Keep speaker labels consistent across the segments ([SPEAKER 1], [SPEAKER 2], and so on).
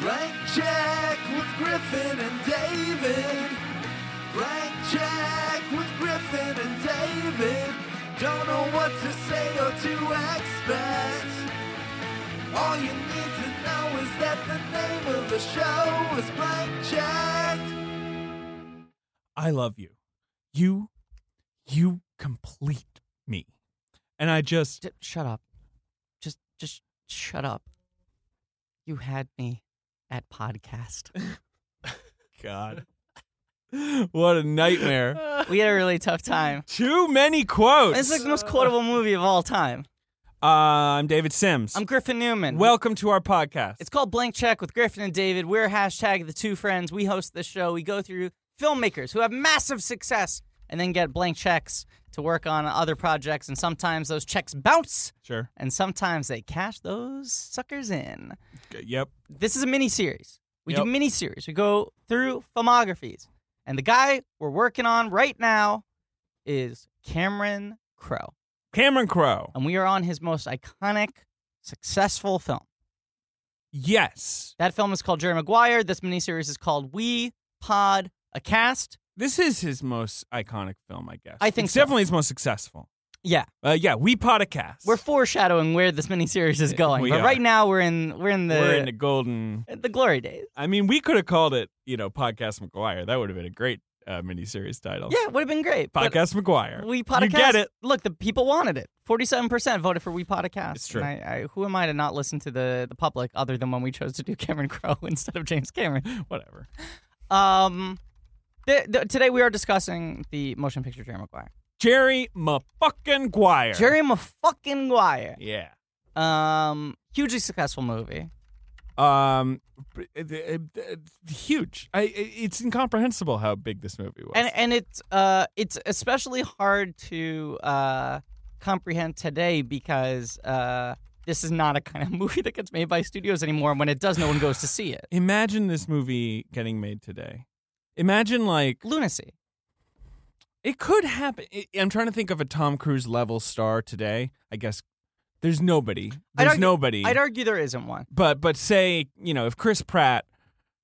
[SPEAKER 1] Blank check with Griffin and David. Blank check with Griffin and David. Don't know what to say or to expect. All you need to know is that the name of the show is Blank Check.
[SPEAKER 2] I love you. You, you complete me. And I just,
[SPEAKER 3] D- shut up. Just, just shut up. You had me at podcast.
[SPEAKER 2] God, what a nightmare.
[SPEAKER 3] we had a really tough time.
[SPEAKER 2] Too many quotes.
[SPEAKER 3] It's like the most quotable movie of all time.
[SPEAKER 2] uh, I'm David Sims.
[SPEAKER 3] I'm Griffin Newman.
[SPEAKER 2] Welcome to our podcast.
[SPEAKER 3] It's called Blank Check with Griffin and David. We're hashtag the two friends. We host this show. We go through filmmakers who have massive success and then get blank checks to work on other projects. And sometimes those checks bounce
[SPEAKER 2] sure.
[SPEAKER 3] and sometimes they cash those suckers in.
[SPEAKER 2] G- Yep.
[SPEAKER 3] This is a mini series. We
[SPEAKER 2] Yep.
[SPEAKER 3] do mini series. We go through filmographies. And the guy we're working on right now is Cameron Crowe.
[SPEAKER 2] Cameron Crowe.
[SPEAKER 3] And we are on his most iconic, successful film.
[SPEAKER 2] Yes.
[SPEAKER 3] That film is called Jerry Maguire. This miniseries is called We Pod a Cast.
[SPEAKER 2] This is his most iconic film, I guess.
[SPEAKER 3] I think
[SPEAKER 2] it's
[SPEAKER 3] so.
[SPEAKER 2] definitely his most successful.
[SPEAKER 3] Yeah,
[SPEAKER 2] Uh, yeah, we podcast.
[SPEAKER 3] we're foreshadowing where this miniseries is going,
[SPEAKER 2] Eh, We
[SPEAKER 3] but
[SPEAKER 2] are.
[SPEAKER 3] right now we're in we're in the
[SPEAKER 2] We're in the golden.
[SPEAKER 3] the glory days.
[SPEAKER 2] I mean, we could have called it, you know, Podcast McGuire. That would have been a great uh, miniseries title.
[SPEAKER 3] Yeah, would have been great. but
[SPEAKER 2] Podcast McGuire.
[SPEAKER 3] We Pod a
[SPEAKER 2] You
[SPEAKER 3] Cast-
[SPEAKER 2] get it.
[SPEAKER 3] Look, the people wanted it. Forty-seven percent voted for We Pod a Cast.
[SPEAKER 2] It's true.
[SPEAKER 3] And I, I, who am I to not listen to the the public other than when we chose to do Cameron Crowe instead of James Cameron?
[SPEAKER 2] Whatever.
[SPEAKER 3] Um, th- th- today we are discussing the motion picture Jerry Maguire.
[SPEAKER 2] Jerry McFucking Guire.
[SPEAKER 3] Jerry fucking Maguire.
[SPEAKER 2] Yeah.
[SPEAKER 3] Um, hugely successful movie.
[SPEAKER 2] Um, b- it- it- it- huge. I, it- it's incomprehensible how big this movie was.
[SPEAKER 3] and and it's uh it's especially hard to uh comprehend today because uh this is not a kind of movie that gets made by studios anymore and when it does no one goes to see it
[SPEAKER 2] Imagine this movie getting made today. Imagine like
[SPEAKER 3] lunacy
[SPEAKER 2] It could happen. I- I'm trying to think of a Tom Cruise level star today. I guess there's nobody.
[SPEAKER 3] I'd
[SPEAKER 2] There's
[SPEAKER 3] argue-
[SPEAKER 2] nobody.
[SPEAKER 3] i'd argue there isn't one
[SPEAKER 2] but but say you know if Chris Pratt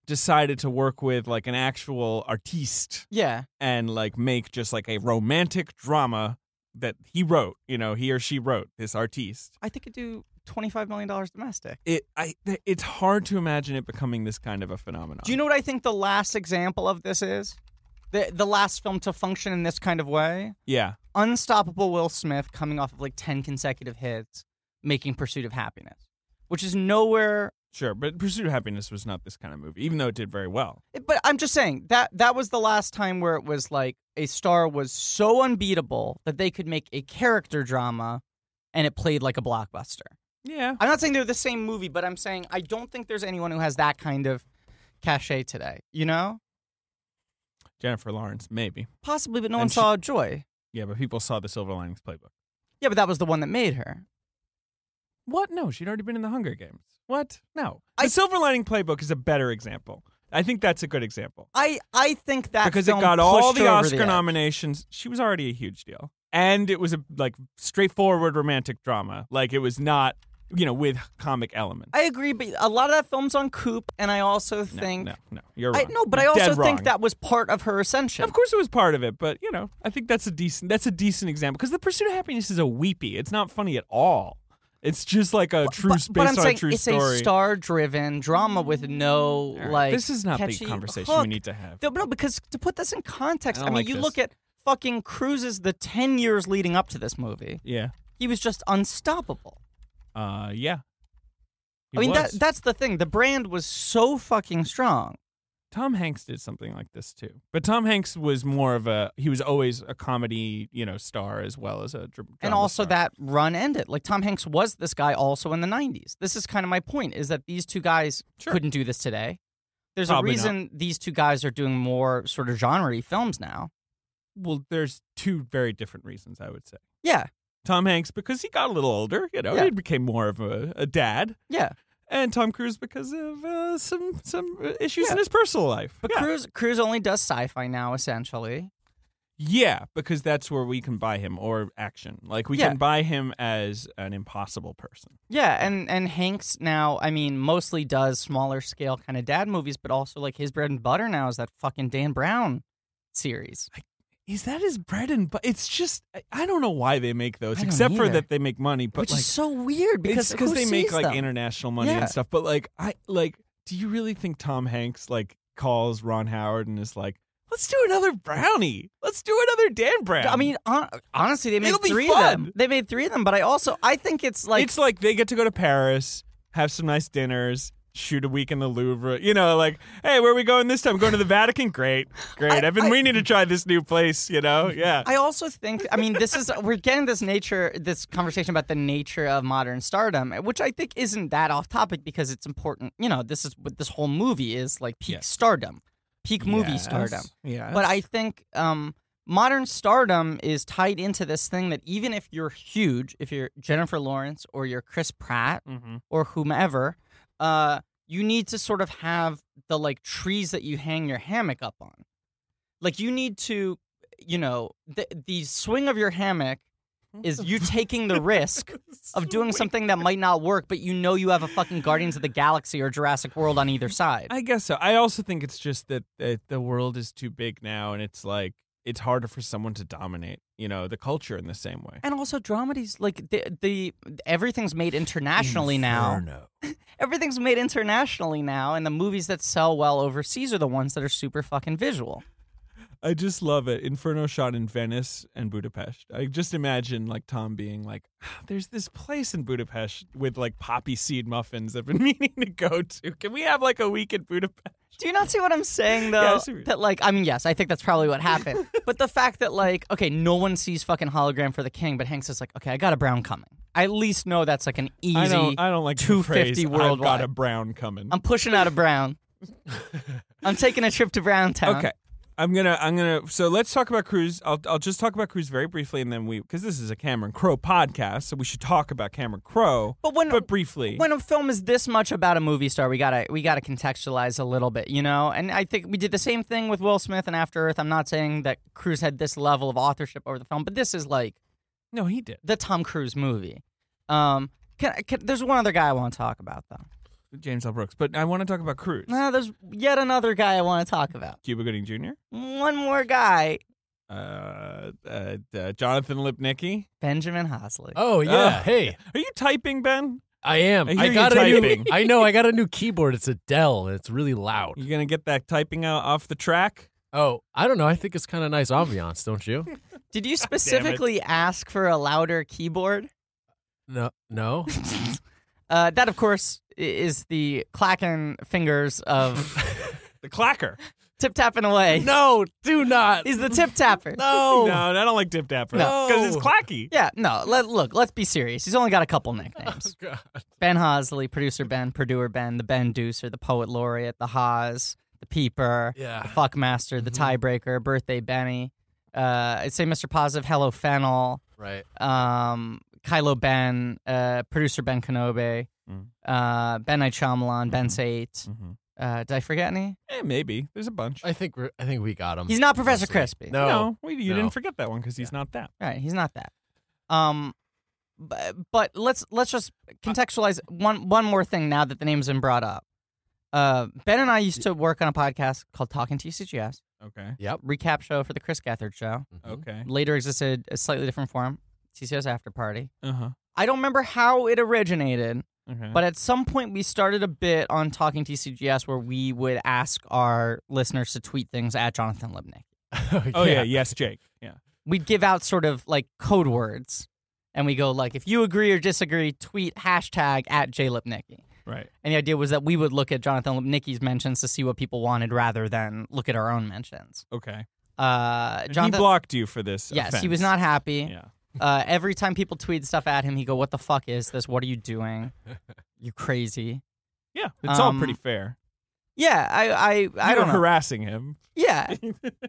[SPEAKER 2] decided to work with like an actual artiste
[SPEAKER 3] yeah
[SPEAKER 2] and like make just like a romantic drama that he wrote, you know, he or she wrote this artiste.
[SPEAKER 3] i think it do 25 million dollars domestic
[SPEAKER 2] It I th- it's hard to imagine it becoming this kind of a phenomenon.
[SPEAKER 3] do you know what i think the last example of this is the the last film to function in this kind of way
[SPEAKER 2] Yeah.
[SPEAKER 3] unstoppable Will Smith coming off of like 10 consecutive hits making Pursuit of Happiness, which is nowhere.
[SPEAKER 2] Sure, but Pursuit of Happiness was not this kind of movie, even though it did very well.
[SPEAKER 3] But I'm just saying that that was the last time where it was like a star was so unbeatable that they could make a character drama and it played like a blockbuster.
[SPEAKER 2] Yeah.
[SPEAKER 3] I'm not saying they're the same movie, but I'm saying I don't think there's anyone who has that kind of cachet today, you know?
[SPEAKER 2] Jennifer Lawrence, maybe.
[SPEAKER 3] Possibly, but no one
[SPEAKER 2] And she-
[SPEAKER 3] saw Joy.
[SPEAKER 2] Yeah, but people saw the Silver Linings Playbook.
[SPEAKER 3] Yeah, but that was the one that made her.
[SPEAKER 2] What? No, she'd already been in the Hunger Games. What? No.
[SPEAKER 3] I-
[SPEAKER 2] The Silver Lining Playbook is a better example. I think that's a good example
[SPEAKER 3] I, I think that
[SPEAKER 2] because it
[SPEAKER 3] film
[SPEAKER 2] got all
[SPEAKER 3] pushed
[SPEAKER 2] the
[SPEAKER 3] her over
[SPEAKER 2] Oscar
[SPEAKER 3] edge.
[SPEAKER 2] nominations. She was already a huge deal, and it was a like straightforward romantic drama. Like it was not, you know, with comic elements.
[SPEAKER 3] I agree, but a lot of that film's on Coop, and I also
[SPEAKER 2] no,
[SPEAKER 3] think
[SPEAKER 2] no, no, you're
[SPEAKER 3] I
[SPEAKER 2] wrong.
[SPEAKER 3] no, but I
[SPEAKER 2] You're
[SPEAKER 3] also
[SPEAKER 2] dead
[SPEAKER 3] think
[SPEAKER 2] wrong.
[SPEAKER 3] that was part of her ascension.
[SPEAKER 2] Of course, it was part of it, but you know, I think that's a decent that's a decent example because the pursuit of happiness is a weepy. It's not funny at all. It's just like a true
[SPEAKER 3] but,
[SPEAKER 2] based
[SPEAKER 3] but I'm
[SPEAKER 2] on
[SPEAKER 3] saying
[SPEAKER 2] a true
[SPEAKER 3] it's
[SPEAKER 2] story.
[SPEAKER 3] a star-driven drama with no
[SPEAKER 2] All right.
[SPEAKER 3] like.
[SPEAKER 2] this is not
[SPEAKER 3] catchy
[SPEAKER 2] the conversation
[SPEAKER 3] hook.
[SPEAKER 2] we need to have.
[SPEAKER 3] No, no, because to put this in context,
[SPEAKER 2] I
[SPEAKER 3] I,
[SPEAKER 2] don't
[SPEAKER 3] mean,
[SPEAKER 2] like
[SPEAKER 3] you
[SPEAKER 2] this.
[SPEAKER 3] look at fucking Cruises the ten years leading up to this movie.
[SPEAKER 2] Yeah.
[SPEAKER 3] He was just unstoppable.
[SPEAKER 2] Uh, yeah.
[SPEAKER 3] I mean,
[SPEAKER 2] was.
[SPEAKER 3] that that's the thing. The brand was so fucking strong.
[SPEAKER 2] Tom Hanks did something like this too, but Tom Hanks was more of a he was always a comedy you know star as well as a dr-
[SPEAKER 3] and
[SPEAKER 2] drama
[SPEAKER 3] also
[SPEAKER 2] star.
[SPEAKER 3] that run ended. Like Tom Hanks was this guy also in the '90s. This is kind of my point: is that these two guys
[SPEAKER 2] Sure.
[SPEAKER 3] couldn't do this today. There's
[SPEAKER 2] Probably
[SPEAKER 3] a
[SPEAKER 2] not.
[SPEAKER 3] reason these two guys are doing more sort of genre films now.
[SPEAKER 2] well, there's two very different reasons I would say.
[SPEAKER 3] Yeah,
[SPEAKER 2] Tom Hanks because he got a little older, you know,
[SPEAKER 3] Yeah.
[SPEAKER 2] he became more of a, a dad,
[SPEAKER 3] yeah.
[SPEAKER 2] and Tom Cruise because of uh, some some issues
[SPEAKER 3] Yeah.
[SPEAKER 2] in his personal life.
[SPEAKER 3] But
[SPEAKER 2] Yeah.
[SPEAKER 3] Cruise Cruise only does sci-fi now, essentially.
[SPEAKER 2] Yeah, because that's where we can buy him or action. Like we
[SPEAKER 3] Yeah.
[SPEAKER 2] can buy him as an impossible person.
[SPEAKER 3] Yeah, and and Hanks now, I mean, mostly does smaller scale kind of dad movies, but also like his bread and butter now is that fucking Dan Brown series.
[SPEAKER 2] Is that his bread and butter? It's just I- I don't know why they make
[SPEAKER 3] I
[SPEAKER 2] those,
[SPEAKER 3] don't
[SPEAKER 2] except for
[SPEAKER 3] either.
[SPEAKER 2] that they make money. But
[SPEAKER 3] which
[SPEAKER 2] like,
[SPEAKER 3] is so weird because
[SPEAKER 2] it's because
[SPEAKER 3] who
[SPEAKER 2] they make
[SPEAKER 3] sees
[SPEAKER 2] like
[SPEAKER 3] them?
[SPEAKER 2] international money
[SPEAKER 3] Yeah.
[SPEAKER 2] and stuff. But like I like, do you really think Tom Hanks like calls Ron Howard and is like, "Let's do another brownie. Let's do another Dan Brown."
[SPEAKER 3] I mean, hon- honestly, they made
[SPEAKER 2] It'll be
[SPEAKER 3] three
[SPEAKER 2] fun.
[SPEAKER 3] of them. They made three of them, but I also I think it's like
[SPEAKER 2] it's like they get to go to Paris, have some nice dinners, shoot a week in the Louvre. You know, like, hey, where are we going this time? Going to the Vatican? Great, great.
[SPEAKER 3] I-
[SPEAKER 2] Evan,
[SPEAKER 3] I-
[SPEAKER 2] we need to try this new place. You know, yeah.
[SPEAKER 3] I also think I mean this is we're getting this nature this conversation about the nature of modern stardom, which I think isn't that off topic because it's important. You know, this is what this whole movie is like peak
[SPEAKER 2] Yes.
[SPEAKER 3] stardom, peak movie
[SPEAKER 2] Yes,
[SPEAKER 3] stardom.
[SPEAKER 2] Yes.
[SPEAKER 3] But I think um, modern stardom is tied into this thing that even if you're huge, if you're Jennifer Lawrence or you're Chris Pratt
[SPEAKER 2] hmm
[SPEAKER 3] or whomever, uh, you need to sort of have the like trees that you hang your hammock up on. Like you need to, you know, the, the swing of your hammock is you taking the risk of doing something that might not work, but you know you have a fucking Guardians of the Galaxy or Jurassic World on either side.
[SPEAKER 2] I guess so. I also think it's just that, that the world is too big now, and it's like it's harder for someone to dominate. You know, the culture in the same way.
[SPEAKER 3] and also dramedies like the, the everything's made internationally now
[SPEAKER 2] Inferno.
[SPEAKER 3] everything's made internationally now and the movies that sell well overseas are the ones that are super fucking visual
[SPEAKER 2] I just love it. Inferno shot in Venice and Budapest. I just imagine like Tom being like, "Ah, "There's this place in Budapest with like poppy seed muffins I've been meaning to go to. Can we have like a week in Budapest?"
[SPEAKER 3] do you not see what i'm saying
[SPEAKER 2] Yeah, I
[SPEAKER 3] though
[SPEAKER 2] see what you're-
[SPEAKER 3] that like i mean yes i think that's probably what happened but the fact that like okay no one sees fucking hologram for the king but hanks is like okay i got a brown coming i at least know that's like an easy
[SPEAKER 2] I don't. I don't like two
[SPEAKER 3] 250
[SPEAKER 2] fifty I've
[SPEAKER 3] worldwide.
[SPEAKER 2] got a brown coming.
[SPEAKER 3] i'm pushing out a brown i'm taking a trip to browntown
[SPEAKER 2] okay. I'm gonna. I'm gonna. So let's talk about Cruz. I'll. I'll just talk about Cruz very briefly, and then we because this is a Cameron Crowe podcast, so we should talk about Cameron Crowe,
[SPEAKER 3] but when
[SPEAKER 2] but briefly.
[SPEAKER 3] when a film is this much about a movie star, we gotta we gotta contextualize a little bit, you know. And I think we did the same thing with Will Smith and After Earth. I'm not saying that Cruise had this level of authorship over the film, but this is like
[SPEAKER 2] no, he did.
[SPEAKER 3] the Tom Cruise movie. Um, can, can, there's one other guy I want to talk about though.
[SPEAKER 2] James L. Brooks. But I want to talk about Cruz.
[SPEAKER 3] No, there's yet another guy I want to talk about.
[SPEAKER 2] Cuba Gooding Jr.
[SPEAKER 3] One more guy,
[SPEAKER 2] uh, uh, uh, Jonathan Lipnicki.
[SPEAKER 3] Benjamin Hosley.
[SPEAKER 4] Oh yeah.
[SPEAKER 2] Ah.
[SPEAKER 4] hey,
[SPEAKER 2] Are you typing, Ben?
[SPEAKER 4] I am.
[SPEAKER 2] I hear you
[SPEAKER 4] got a
[SPEAKER 2] typing.
[SPEAKER 4] new. I know. I got a new keyboard. It's a Dell. And it's really loud.
[SPEAKER 2] You gonna get that typing out off the track?
[SPEAKER 4] Oh, I don't know. I think it's kind of nice ambiance, don't you?
[SPEAKER 3] Did you specifically ask for a louder keyboard?
[SPEAKER 4] No, no.
[SPEAKER 3] Uh, that, of course, i- is the clacking fingers of
[SPEAKER 2] The clacker.
[SPEAKER 3] tip tapping away.
[SPEAKER 4] No, do not.
[SPEAKER 3] He's the tip tapper.
[SPEAKER 4] No.
[SPEAKER 2] No, I don't like Dip Dapper.
[SPEAKER 4] No.
[SPEAKER 2] because it's clacky.
[SPEAKER 3] Yeah, no. Let, look, let's be serious. He's only got a couple nicknames.
[SPEAKER 4] God.
[SPEAKER 3] ben Hosley, producer Ben, Purduer Ben, the Ben Deucer, the poet laureate, the Haas, the Peeper,
[SPEAKER 4] Yeah.
[SPEAKER 3] the Fuckmaster, the Tiebreaker, Birthday Benny. Uh, I'd say Mr. Positive, Hello Fennel,
[SPEAKER 4] Right.
[SPEAKER 3] um, Kylo Ben, uh, producer Ben Kenobi,
[SPEAKER 2] Mm.
[SPEAKER 3] uh, Ben I Chamalan, Ben Sate.
[SPEAKER 2] Mhm.
[SPEAKER 3] Uh, did I forget any?
[SPEAKER 2] Eh, maybe there's a bunch.
[SPEAKER 4] I think we're. I think we got him.
[SPEAKER 3] He's not Professor
[SPEAKER 4] Mostly.
[SPEAKER 3] Crispy.
[SPEAKER 4] No.
[SPEAKER 2] no, wait, you
[SPEAKER 4] No.
[SPEAKER 2] didn't forget that one because he's not that.
[SPEAKER 3] Right, he's not that. Um, but, but let's let's just contextualize one one more thing now that the name's been brought up. Uh, ben and I used to work on a podcast called Talking to UCGS,
[SPEAKER 2] Okay.
[SPEAKER 4] Yep.
[SPEAKER 3] recap show for the Chris Gathard show.
[SPEAKER 4] Mhm.
[SPEAKER 2] Okay.
[SPEAKER 3] Later existed a slightly different form, CCS After Party.
[SPEAKER 2] Uh huh.
[SPEAKER 3] I don't remember how it originated,
[SPEAKER 2] Okay.
[SPEAKER 3] but at some point we started a bit on Talking to UCGS where we would ask our listeners to tweet things at Jonathan Libnick.
[SPEAKER 2] oh yeah. yes, Jake. Yeah.
[SPEAKER 3] we'd give out sort of like code words and we go like if you agree or disagree tweet hashtag at jlipnicki
[SPEAKER 2] Right.
[SPEAKER 3] and the idea was that we would look at jonathan lipnicki's mentions to see what people wanted rather than look at our own mentions
[SPEAKER 2] Okay.
[SPEAKER 3] uh
[SPEAKER 2] And
[SPEAKER 3] jonathan
[SPEAKER 2] he blocked you for this.
[SPEAKER 3] yes he
[SPEAKER 2] offense.
[SPEAKER 3] was not happy
[SPEAKER 2] Yeah.
[SPEAKER 3] uh, every time people tweet stuff at him he go what the fuck is this what are you doing you crazy
[SPEAKER 2] Yeah. It's all
[SPEAKER 3] Um,
[SPEAKER 2] pretty fair.
[SPEAKER 3] yeah i i, I
[SPEAKER 2] You were
[SPEAKER 3] don't know
[SPEAKER 2] harassing him.
[SPEAKER 3] yeah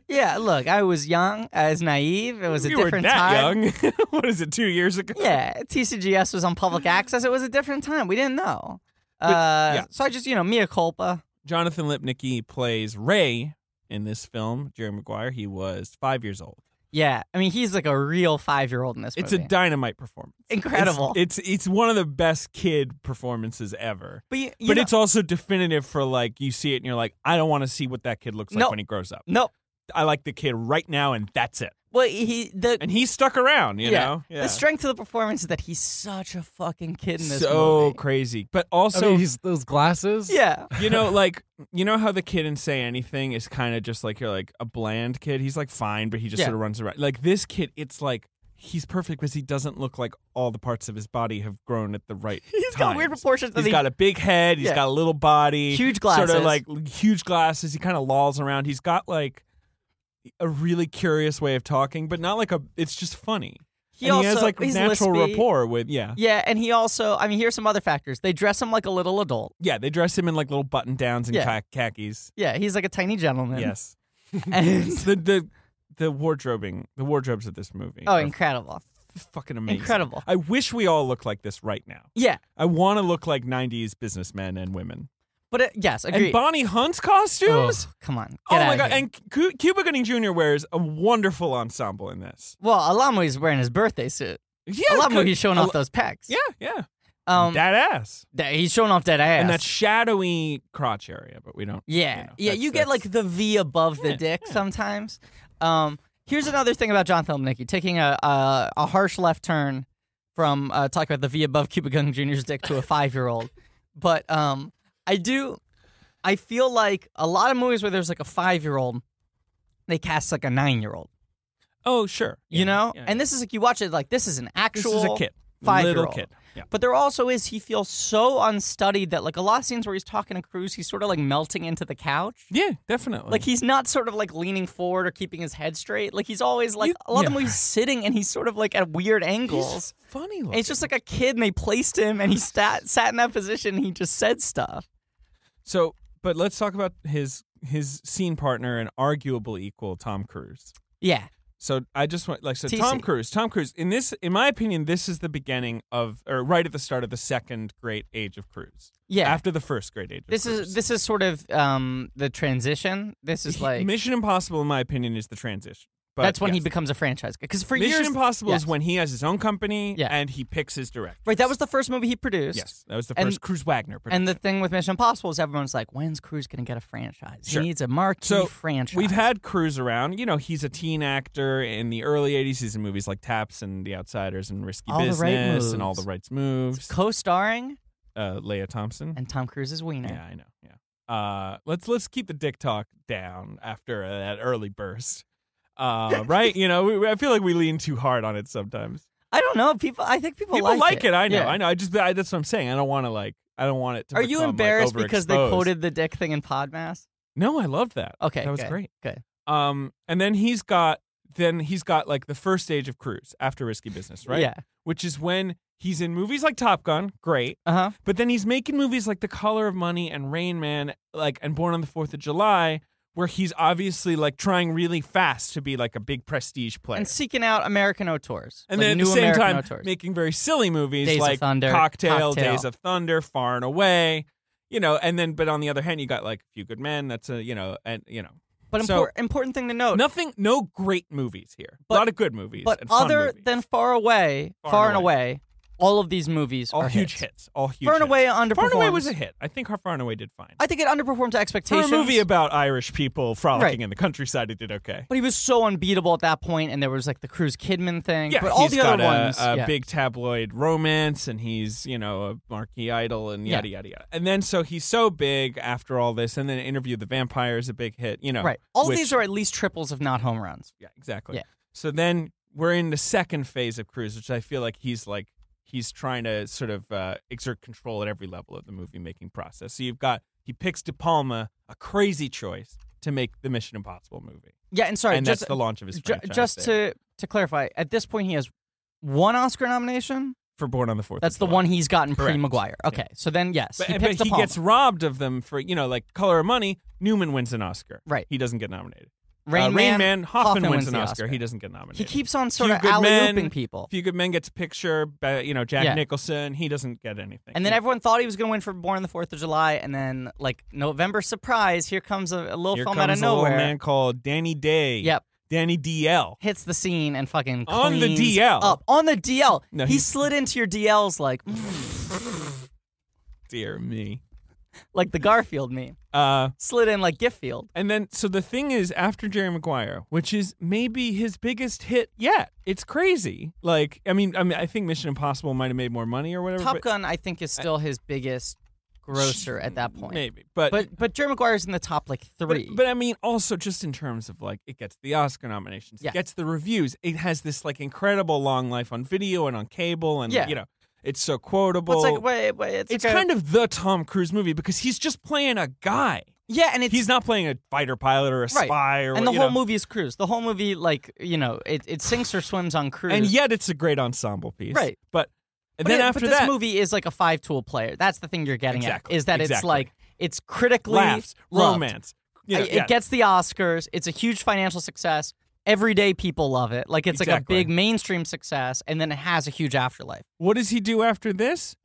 [SPEAKER 3] yeah look i was young i was naive it was a
[SPEAKER 2] you
[SPEAKER 3] different
[SPEAKER 2] were that
[SPEAKER 3] time
[SPEAKER 2] young. what is it? Two years ago.
[SPEAKER 3] yeah, TCGS was on public access. It was a different time. We didn't know. Uh,
[SPEAKER 2] Mm-hmm. yeah.
[SPEAKER 3] So I just, you know, mea culpa.
[SPEAKER 2] Jonathan Lipnicki plays Ray in this film. Jerry Maguire. He was five years old.
[SPEAKER 3] Yeah, I mean, he's like a real five year old in this
[SPEAKER 2] It's a
[SPEAKER 3] movie.
[SPEAKER 2] dynamite performance.
[SPEAKER 3] incredible.
[SPEAKER 2] It's, it's it's one of the best kid performances ever.
[SPEAKER 3] but you, you
[SPEAKER 2] but
[SPEAKER 3] know-
[SPEAKER 2] it's also definitive for like you see it and you're like, I don't want to see what that kid looks like
[SPEAKER 3] No.
[SPEAKER 2] when he grows up.
[SPEAKER 3] no.
[SPEAKER 2] I like the kid right now, and that's it.
[SPEAKER 3] Well, he the
[SPEAKER 2] And he stuck around, you
[SPEAKER 3] yeah,
[SPEAKER 2] know. Yeah.
[SPEAKER 3] the strength of the performance is that he's such a fucking kid in this
[SPEAKER 2] so
[SPEAKER 3] movie.
[SPEAKER 2] crazy, but
[SPEAKER 4] So
[SPEAKER 2] also
[SPEAKER 4] he's those glasses.
[SPEAKER 3] yeah,
[SPEAKER 2] you know, like you know how the kid in Say Anything is kind of just like you're like a bland kid. He's like fine, but he just
[SPEAKER 3] Yeah.
[SPEAKER 2] sort of runs around. Like this kid, it's like he's perfect because he doesn't look like all the parts of his body have grown at the right.
[SPEAKER 3] he's got weird
[SPEAKER 2] times.
[SPEAKER 3] proportions. that
[SPEAKER 2] He's
[SPEAKER 3] he-
[SPEAKER 2] got a big head. He's
[SPEAKER 3] Yeah.
[SPEAKER 2] got a little body.
[SPEAKER 3] Huge
[SPEAKER 2] Sort
[SPEAKER 3] glasses.
[SPEAKER 2] of like huge glasses. He kind of lolls around. He's got like a really curious way of talking, but not like a. It's just funny.
[SPEAKER 3] he
[SPEAKER 2] and
[SPEAKER 3] also
[SPEAKER 2] he has like
[SPEAKER 3] he's
[SPEAKER 2] natural
[SPEAKER 3] lispy.
[SPEAKER 2] rapport with yeah.
[SPEAKER 3] Yeah, and he also, I mean, here's some other factors. They dress him like a little adult.
[SPEAKER 2] Yeah, they dress him in like little button downs and
[SPEAKER 3] Yeah.
[SPEAKER 2] kha- khakis.
[SPEAKER 3] Yeah, he's like a tiny gentleman.
[SPEAKER 2] Yes,
[SPEAKER 3] And,
[SPEAKER 2] the the the wardrobing, the wardrobes of this movie.
[SPEAKER 3] oh,
[SPEAKER 2] are
[SPEAKER 3] incredible.
[SPEAKER 2] f- fucking amazing!
[SPEAKER 3] incredible.
[SPEAKER 2] I wish we all looked like this right now.
[SPEAKER 3] Yeah,
[SPEAKER 2] I want to look like '90s businessmen and women.
[SPEAKER 3] but it, yes,
[SPEAKER 2] And
[SPEAKER 3] agreed.
[SPEAKER 2] Bonnie Hunt's costumes.
[SPEAKER 3] Ugh, come on.
[SPEAKER 2] Oh
[SPEAKER 3] get
[SPEAKER 2] my
[SPEAKER 3] outta
[SPEAKER 2] god!
[SPEAKER 3] here.
[SPEAKER 2] And Cu- Cuba Gooding Jr. wears a wonderful ensemble in this.
[SPEAKER 3] well, Alamo is wearing his birthday suit.
[SPEAKER 2] Yeah,
[SPEAKER 3] Alamo,
[SPEAKER 2] good-
[SPEAKER 3] he's showing off
[SPEAKER 2] Al-
[SPEAKER 3] those pecs.
[SPEAKER 2] Yeah, yeah,
[SPEAKER 3] um,
[SPEAKER 2] that ass
[SPEAKER 3] that- he's showing off that ass.
[SPEAKER 2] and that shadowy crotch area, but we don't.
[SPEAKER 3] Yeah,
[SPEAKER 2] you know,
[SPEAKER 3] yeah.
[SPEAKER 2] that's-
[SPEAKER 3] You get
[SPEAKER 2] that's-
[SPEAKER 3] like the V above the
[SPEAKER 2] Yeah,
[SPEAKER 3] dick sometimes. Um, here's another thing about John Filmnicki taking a a, a harsh left turn from uh, talking about the V above Cuba Gooding Jr.'s dick to a five year old. But um, I do, I feel like a lot of movies where there's like a five year old, they cast like a nine year old.
[SPEAKER 2] Oh sure,
[SPEAKER 3] You know,
[SPEAKER 2] yeah,
[SPEAKER 3] and this is like you watch it like this is an
[SPEAKER 2] this
[SPEAKER 3] actual
[SPEAKER 2] is a kid, little
[SPEAKER 3] five-year-old.
[SPEAKER 2] kid. Yeah.
[SPEAKER 3] But there also is he feels so unstudied that like a lot of scenes where he's talking to Cruz, he's sort of like melting into the couch.
[SPEAKER 2] Yeah, definitely.
[SPEAKER 3] Like he's not sort of like leaning forward or keeping his head straight. Like he's always like
[SPEAKER 2] You-
[SPEAKER 3] a lot of
[SPEAKER 2] yeah.
[SPEAKER 3] them he's sitting and he's sort of like at weird angles.
[SPEAKER 2] he's funny. Looking.
[SPEAKER 3] And it's just like a kid and they placed him and he sat sat in that position and he just said stuff.
[SPEAKER 2] so. But let's talk about his his scene partner and arguable equal, Tom Cruise.
[SPEAKER 3] Yeah.
[SPEAKER 2] So I just want like so
[SPEAKER 3] TC.
[SPEAKER 2] Tom Cruise. Tom Cruise in this, in my opinion, this is the beginning of or right at the start of the second great age of Cruise.
[SPEAKER 3] Yeah.
[SPEAKER 2] After the first great age. Of
[SPEAKER 3] this
[SPEAKER 2] Cruise.
[SPEAKER 3] is this is sort of um the transition. This is
[SPEAKER 2] He-
[SPEAKER 3] like
[SPEAKER 2] Mission Impossible, in my opinion, is the transition. But
[SPEAKER 3] that's when he
[SPEAKER 2] yes.
[SPEAKER 3] becomes a franchise guy. Because for
[SPEAKER 2] Mission
[SPEAKER 3] years
[SPEAKER 2] Impossible
[SPEAKER 3] yes.
[SPEAKER 2] is when he has his own company
[SPEAKER 3] Yeah.
[SPEAKER 2] and he picks his director.
[SPEAKER 3] Right, that was the first movie he produced.
[SPEAKER 2] yes, that was the
[SPEAKER 3] and-
[SPEAKER 2] first Cruise Wagner.
[SPEAKER 3] And the
[SPEAKER 2] production.
[SPEAKER 3] thing with Mission Impossible is everyone's like, when's Cruz going to get a franchise?
[SPEAKER 2] Sure.
[SPEAKER 3] He needs a marquee
[SPEAKER 2] So,
[SPEAKER 3] franchise.
[SPEAKER 2] We've had Cruise around. You know, he's a teen actor in the early 80s. He's in movies like Taps and The Outsiders and Risky
[SPEAKER 3] All the Right
[SPEAKER 2] Business and All
[SPEAKER 3] Moves.
[SPEAKER 2] the Rights Moves.
[SPEAKER 3] co-starring
[SPEAKER 2] Uh, Leia Thompson.
[SPEAKER 3] and Tom Cruise's wiener.
[SPEAKER 2] Yeah, I know. Yeah. Uh, let's let's keep the dick talk down after uh, that early burst. Uh, right? You know, we, I feel like we lean too hard on it sometimes.
[SPEAKER 3] I don't know. People, I think people,
[SPEAKER 2] People
[SPEAKER 3] like,
[SPEAKER 2] it. I know.
[SPEAKER 3] Yeah.
[SPEAKER 2] I know. I just I, that's what I'm saying. I don't want to like. I don't want it to.
[SPEAKER 3] Are you
[SPEAKER 2] become,
[SPEAKER 3] embarrassed
[SPEAKER 2] like,
[SPEAKER 3] because they
[SPEAKER 2] overexposed.
[SPEAKER 3] quoted the dick thing in Podmas?
[SPEAKER 2] No, I love that.
[SPEAKER 3] Okay,
[SPEAKER 2] that was
[SPEAKER 3] good,
[SPEAKER 2] great.
[SPEAKER 3] good.
[SPEAKER 2] Um, and then he's got then he's got like the first stage of Cruise after Risky Business, right?
[SPEAKER 3] Yeah.
[SPEAKER 2] Which is when he's in movies like Top Gun, great.
[SPEAKER 3] Uh huh.
[SPEAKER 2] But then he's making movies like The Color of Money and Rain Man, like and Born on the Fourth of July, where he's obviously like trying really fast to be like a big prestige player.
[SPEAKER 3] And seeking out American auteurs.
[SPEAKER 2] And
[SPEAKER 3] like
[SPEAKER 2] then at
[SPEAKER 3] new
[SPEAKER 2] the same
[SPEAKER 3] American
[SPEAKER 2] time,
[SPEAKER 3] auteurs.
[SPEAKER 2] making very silly movies
[SPEAKER 3] Days of
[SPEAKER 2] like
[SPEAKER 3] Thunder,
[SPEAKER 2] Cocktail,
[SPEAKER 3] Cocktail.
[SPEAKER 2] Days of Thunder, Far and Away, you know. And then, but on the other hand, you got like a few good men. That's a you know, and you know,
[SPEAKER 3] but
[SPEAKER 2] so-
[SPEAKER 3] impor- important thing to note.
[SPEAKER 2] nothing, no great movies here.
[SPEAKER 3] But-
[SPEAKER 2] a lot of good movies,
[SPEAKER 3] but
[SPEAKER 2] and fun
[SPEAKER 3] other
[SPEAKER 2] movies.
[SPEAKER 3] than Far Away,
[SPEAKER 2] Far
[SPEAKER 3] Far,
[SPEAKER 2] and
[SPEAKER 3] and away. all of these movies
[SPEAKER 2] all
[SPEAKER 3] are
[SPEAKER 2] huge
[SPEAKER 3] hits.
[SPEAKER 2] hits, all huge.
[SPEAKER 3] Far and
[SPEAKER 2] hits.
[SPEAKER 3] Away underperforms.
[SPEAKER 2] Far and Away was a hit. I think Far and Away did fine.
[SPEAKER 3] I think it underperformed to
[SPEAKER 2] For a
[SPEAKER 3] expectations.
[SPEAKER 2] movie about Irish people frolicking
[SPEAKER 3] Right.
[SPEAKER 2] in the countryside, it did okay.
[SPEAKER 3] But he was so unbeatable at that point, and there was like the Cruz Kidman thing.
[SPEAKER 2] Yeah,
[SPEAKER 3] but all
[SPEAKER 2] he's
[SPEAKER 3] the
[SPEAKER 2] got
[SPEAKER 3] other
[SPEAKER 2] a,
[SPEAKER 3] ones,
[SPEAKER 2] a
[SPEAKER 3] yeah.
[SPEAKER 2] big tabloid romance, and he's you know a marquee idol, and yada
[SPEAKER 3] Yeah.
[SPEAKER 2] yada yada. And then so he's so big after all this, and then Interview with the Vampire is a big hit, you know.
[SPEAKER 3] right. All
[SPEAKER 2] uh, which-
[SPEAKER 3] these are at least triples, if not home runs.
[SPEAKER 2] yeah, exactly.
[SPEAKER 3] Yeah.
[SPEAKER 2] So then we're in the second phase of Cruise, which I feel like he's like he's trying to sort of uh, exert control at every level of the movie making process. So you've got he picks De Palma, a crazy choice to make the Mission Impossible movie,
[SPEAKER 3] Yeah, and sorry,
[SPEAKER 2] and
[SPEAKER 3] just
[SPEAKER 2] that's the launch of his
[SPEAKER 3] Ju-
[SPEAKER 2] franchise
[SPEAKER 3] just
[SPEAKER 2] there.
[SPEAKER 3] to to clarify, at this point he has one Oscar nomination.
[SPEAKER 2] for Born on the Fourth.
[SPEAKER 3] That's
[SPEAKER 2] of
[SPEAKER 3] the
[SPEAKER 2] July.
[SPEAKER 3] one he's gotten pre
[SPEAKER 2] Correct.
[SPEAKER 3] Maguire. Okay, so then yes,
[SPEAKER 2] But
[SPEAKER 3] he
[SPEAKER 2] but
[SPEAKER 3] picks the
[SPEAKER 2] he
[SPEAKER 3] Palma.
[SPEAKER 2] gets robbed of them for you know like Color of Money. Newman wins an Oscar.
[SPEAKER 3] Right.
[SPEAKER 2] He doesn't get nominated.
[SPEAKER 3] Rain,
[SPEAKER 2] Uh,
[SPEAKER 3] Man,
[SPEAKER 2] Hoffman, wins an
[SPEAKER 3] the
[SPEAKER 2] Oscar. He doesn't get nominated.
[SPEAKER 3] He keeps on sort
[SPEAKER 2] Few
[SPEAKER 3] of
[SPEAKER 2] Good Men,
[SPEAKER 3] alley-ooping people,
[SPEAKER 2] Few Good Men gets a picture. but, You know Jack
[SPEAKER 3] Yeah.
[SPEAKER 2] Nicholson. He doesn't get anything.
[SPEAKER 3] and then
[SPEAKER 2] Yeah.
[SPEAKER 3] everyone thought he was going to win for Born on the Fourth of July, and then like November surprise, here comes a, a little
[SPEAKER 2] Here
[SPEAKER 3] film
[SPEAKER 2] comes
[SPEAKER 3] out of
[SPEAKER 2] a little
[SPEAKER 3] nowhere.
[SPEAKER 2] man called Danny Day.
[SPEAKER 3] Yep.
[SPEAKER 2] Danny DL.
[SPEAKER 3] hits the scene and fucking
[SPEAKER 2] On the
[SPEAKER 3] cleans
[SPEAKER 2] DL.
[SPEAKER 3] up on the DL.
[SPEAKER 2] No,
[SPEAKER 3] he
[SPEAKER 2] he's-
[SPEAKER 3] slid into your DLs like
[SPEAKER 2] Dear me.
[SPEAKER 3] like the Garfield meme.
[SPEAKER 2] Uh,
[SPEAKER 3] Slid in like Giffield.
[SPEAKER 2] And then, so the thing is, after Jerry Maguire, which is maybe his biggest hit yet, it's crazy. Like, I mean, I mean, I think Mission Impossible might have made more money or whatever.
[SPEAKER 3] Top
[SPEAKER 2] but-
[SPEAKER 3] Gun, I think, is still his biggest grosser at that point.
[SPEAKER 2] maybe, but
[SPEAKER 3] But but Jerry Maguire's in the top like three.
[SPEAKER 2] But, but I mean, also just in terms of like, it gets the Oscar nominations,
[SPEAKER 3] Yeah.
[SPEAKER 2] it gets the reviews, it has this like incredible long life on video and on cable, and
[SPEAKER 3] Yeah.
[SPEAKER 2] you know, it's so
[SPEAKER 3] Well,
[SPEAKER 2] quotable.
[SPEAKER 3] it's like wait, wait, it's,
[SPEAKER 2] it's kind of the Tom Cruise movie because he's just playing a guy.
[SPEAKER 3] yeah, and it's
[SPEAKER 2] He's not playing a fighter pilot or a
[SPEAKER 3] Right.
[SPEAKER 2] spy or
[SPEAKER 3] and
[SPEAKER 2] what-
[SPEAKER 3] the
[SPEAKER 2] you
[SPEAKER 3] whole
[SPEAKER 2] know.
[SPEAKER 3] movie is cruise. The whole movie, like you know, it, it sinks or swims on cruise.
[SPEAKER 2] And yet, it's a great ensemble piece,
[SPEAKER 3] Right.
[SPEAKER 2] But and
[SPEAKER 3] but
[SPEAKER 2] then
[SPEAKER 3] it-
[SPEAKER 2] after
[SPEAKER 3] but
[SPEAKER 2] that,
[SPEAKER 3] this movie is like a five tool player. That's the thing you're getting
[SPEAKER 2] Exactly,
[SPEAKER 3] at is that it's
[SPEAKER 2] exactly.
[SPEAKER 3] like it's critically
[SPEAKER 2] laughs,
[SPEAKER 3] loved.
[SPEAKER 2] romance. You know,
[SPEAKER 3] I- it
[SPEAKER 2] yeah.
[SPEAKER 3] gets the Oscars. It's a huge financial success. Everyday people love it. Like it's
[SPEAKER 2] Exactly.
[SPEAKER 3] like a big mainstream success, and then it has a huge afterlife.
[SPEAKER 2] what does he do after this?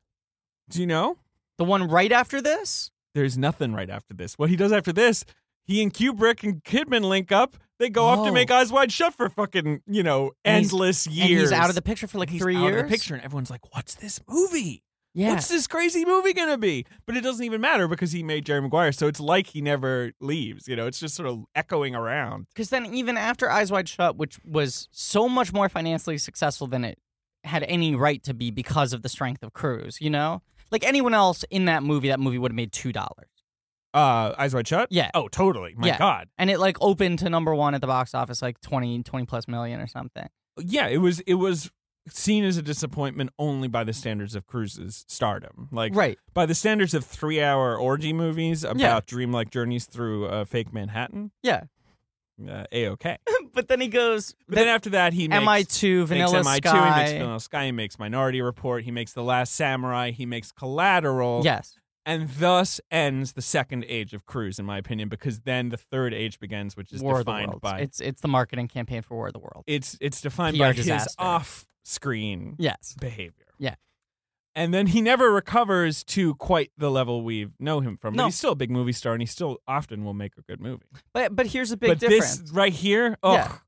[SPEAKER 2] Do you know?
[SPEAKER 3] The one right after this,
[SPEAKER 2] There's nothing right after this. What he does after this, he and Kubrick and Kidman link up. They go off
[SPEAKER 3] Oh.
[SPEAKER 2] to make Eyes Wide Shut for fucking you know
[SPEAKER 3] And he's-
[SPEAKER 2] endless years.
[SPEAKER 3] and he's out of the picture for like
[SPEAKER 2] He's
[SPEAKER 3] three
[SPEAKER 2] out of
[SPEAKER 3] years.
[SPEAKER 2] the picture, and everyone's like, "What's this movie?
[SPEAKER 3] Yeah.
[SPEAKER 2] What's this crazy movie gonna be?" But it doesn't even matter because he made Jerry Maguire, so it's like he never leaves. You know, it's just sort of echoing around.
[SPEAKER 3] Because then, even after Eyes Wide Shut, which was so much more financially successful than it had any right to be because of the strength of Cruise, you know? Like anyone else in that movie, that movie would have made $2.
[SPEAKER 2] Uh, Eyes Wide Shut.
[SPEAKER 3] Yeah.
[SPEAKER 2] Oh, totally. My
[SPEAKER 3] Yeah.
[SPEAKER 2] God.
[SPEAKER 3] And it like opened to number one at the box office, like 20, 20 plus million or something.
[SPEAKER 2] yeah, it was it was seen as a disappointment only by the standards of Cruise's stardom. Like
[SPEAKER 3] Right.
[SPEAKER 2] by the standards of 3-hour orgy movies about
[SPEAKER 3] Yeah.
[SPEAKER 2] dreamlike journeys through uh, fake Manhattan.
[SPEAKER 3] Yeah.
[SPEAKER 2] Uh, A-OK.
[SPEAKER 3] But then he goes,
[SPEAKER 2] But then after that he makes
[SPEAKER 3] MI2,
[SPEAKER 2] makes
[SPEAKER 3] Vanilla
[SPEAKER 2] MI2,
[SPEAKER 3] Sky.
[SPEAKER 2] he makes Vanilla Sky, he makes Minority Report, he makes The Last Samurai, he makes Collateral.
[SPEAKER 3] yes.
[SPEAKER 2] And thus ends the second age of Cruise, in my opinion, because then the third age begins, which is
[SPEAKER 3] War of the
[SPEAKER 2] defined
[SPEAKER 3] Worlds.
[SPEAKER 2] by
[SPEAKER 3] It's, it's the marketing campaign for War of the World.
[SPEAKER 2] it's it's defined
[SPEAKER 3] PR
[SPEAKER 2] by his
[SPEAKER 3] disaster.
[SPEAKER 2] off screen
[SPEAKER 3] Yes.
[SPEAKER 2] behavior.
[SPEAKER 3] Yeah.
[SPEAKER 2] And then he never recovers to quite the level we know him from. But
[SPEAKER 3] No.
[SPEAKER 2] he's still a big movie star and he still often will make a good movie.
[SPEAKER 3] But, but here's a big
[SPEAKER 2] but
[SPEAKER 3] difference.
[SPEAKER 2] this right here, oh,
[SPEAKER 3] Yeah.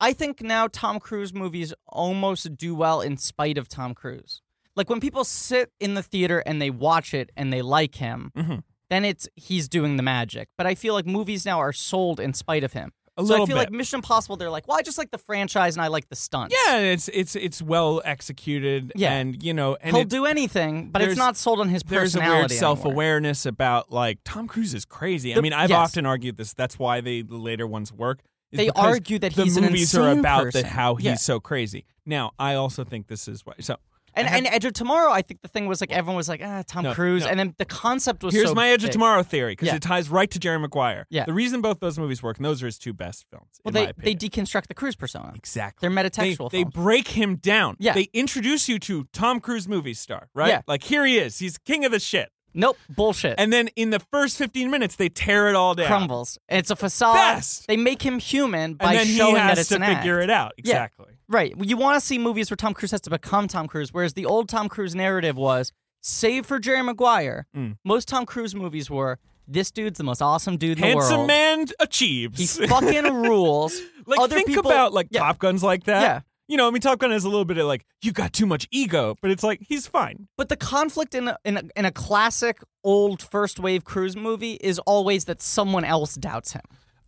[SPEAKER 3] I think now Tom Cruise movies almost do well in spite of Tom Cruise. Like when people sit in the theater and they watch it and they like him,
[SPEAKER 2] Mhm.
[SPEAKER 3] then it's he's doing the magic. But I feel like movies now are sold in spite of him.
[SPEAKER 2] a
[SPEAKER 3] so
[SPEAKER 2] little
[SPEAKER 3] I feel
[SPEAKER 2] bit.
[SPEAKER 3] like Mission Impossible, they're like, well, I just like the franchise and I like the stunts.
[SPEAKER 2] yeah, it's it's it's well executed
[SPEAKER 3] Yeah.
[SPEAKER 2] and you know and
[SPEAKER 3] he'll
[SPEAKER 2] it-
[SPEAKER 3] do anything, but it's
[SPEAKER 2] there's-
[SPEAKER 3] not sold on his
[SPEAKER 2] there's a
[SPEAKER 3] personality.
[SPEAKER 2] weird
[SPEAKER 3] anymore.
[SPEAKER 2] self-awareness about like Tom Cruise is crazy. I
[SPEAKER 3] The-
[SPEAKER 2] mean, I've
[SPEAKER 3] yes.
[SPEAKER 2] often argued this. That's why they, the later ones work. is
[SPEAKER 3] They
[SPEAKER 2] because
[SPEAKER 3] argue that
[SPEAKER 2] the
[SPEAKER 3] he's an
[SPEAKER 2] movies are
[SPEAKER 3] insane
[SPEAKER 2] about
[SPEAKER 3] person.
[SPEAKER 2] that how he's
[SPEAKER 3] Yeah.
[SPEAKER 2] so crazy. Now, I also think this is why. So
[SPEAKER 3] And,
[SPEAKER 2] I have-
[SPEAKER 3] and Edge of Tomorrow, I think the thing was like everyone was like, ah, Tom
[SPEAKER 2] No,
[SPEAKER 3] Cruise,
[SPEAKER 2] no.
[SPEAKER 3] and then the concept was
[SPEAKER 2] Here's
[SPEAKER 3] so
[SPEAKER 2] my Edge of
[SPEAKER 3] big.
[SPEAKER 2] Tomorrow theory because
[SPEAKER 3] Yeah.
[SPEAKER 2] it ties right to Jerry Maguire.
[SPEAKER 3] Yeah.
[SPEAKER 2] The reason both those movies work, and those are his two best films.
[SPEAKER 3] Well,
[SPEAKER 2] in
[SPEAKER 3] they
[SPEAKER 2] my
[SPEAKER 3] they
[SPEAKER 2] opinion.
[SPEAKER 3] deconstruct the Cruise persona.
[SPEAKER 2] exactly.
[SPEAKER 3] They're
[SPEAKER 2] They,
[SPEAKER 3] metatextual.
[SPEAKER 2] they
[SPEAKER 3] films.
[SPEAKER 2] break him down.
[SPEAKER 3] Yeah.
[SPEAKER 2] They introduce you to Tom Cruise movie star, right?
[SPEAKER 3] Yeah.
[SPEAKER 2] Like here he is. He's king of the shit.
[SPEAKER 3] Nope, bullshit.
[SPEAKER 2] And then in the first 15 minutes, they tear it all down.
[SPEAKER 3] crumbles. It's a facade.
[SPEAKER 2] Best.
[SPEAKER 3] They make him human
[SPEAKER 2] And
[SPEAKER 3] by
[SPEAKER 2] then he
[SPEAKER 3] showing
[SPEAKER 2] has
[SPEAKER 3] that it's
[SPEAKER 2] to
[SPEAKER 3] an
[SPEAKER 2] figure
[SPEAKER 3] act.
[SPEAKER 2] it out. Exactly.
[SPEAKER 3] Right. You want to see movies where Tom Cruise has to become Tom Cruise, whereas the old Tom Cruise narrative was, save for Jerry Maguire,
[SPEAKER 2] Mm.
[SPEAKER 3] most Tom Cruise movies were, this dude's the most awesome dude in the
[SPEAKER 2] Handsome
[SPEAKER 3] world.
[SPEAKER 2] man
[SPEAKER 3] He
[SPEAKER 2] achieves.
[SPEAKER 3] fucking rules.
[SPEAKER 2] like
[SPEAKER 3] Other
[SPEAKER 2] think
[SPEAKER 3] people,
[SPEAKER 2] about like
[SPEAKER 3] yeah,
[SPEAKER 2] Top Guns like that.
[SPEAKER 3] Yeah.
[SPEAKER 2] You know, I mean, Top Gun has a little bit of like you got too much ego, but it's like he's fine.
[SPEAKER 3] But the conflict in a, in, a, in a classic old first wave Cruise movie is always that someone else doubts him.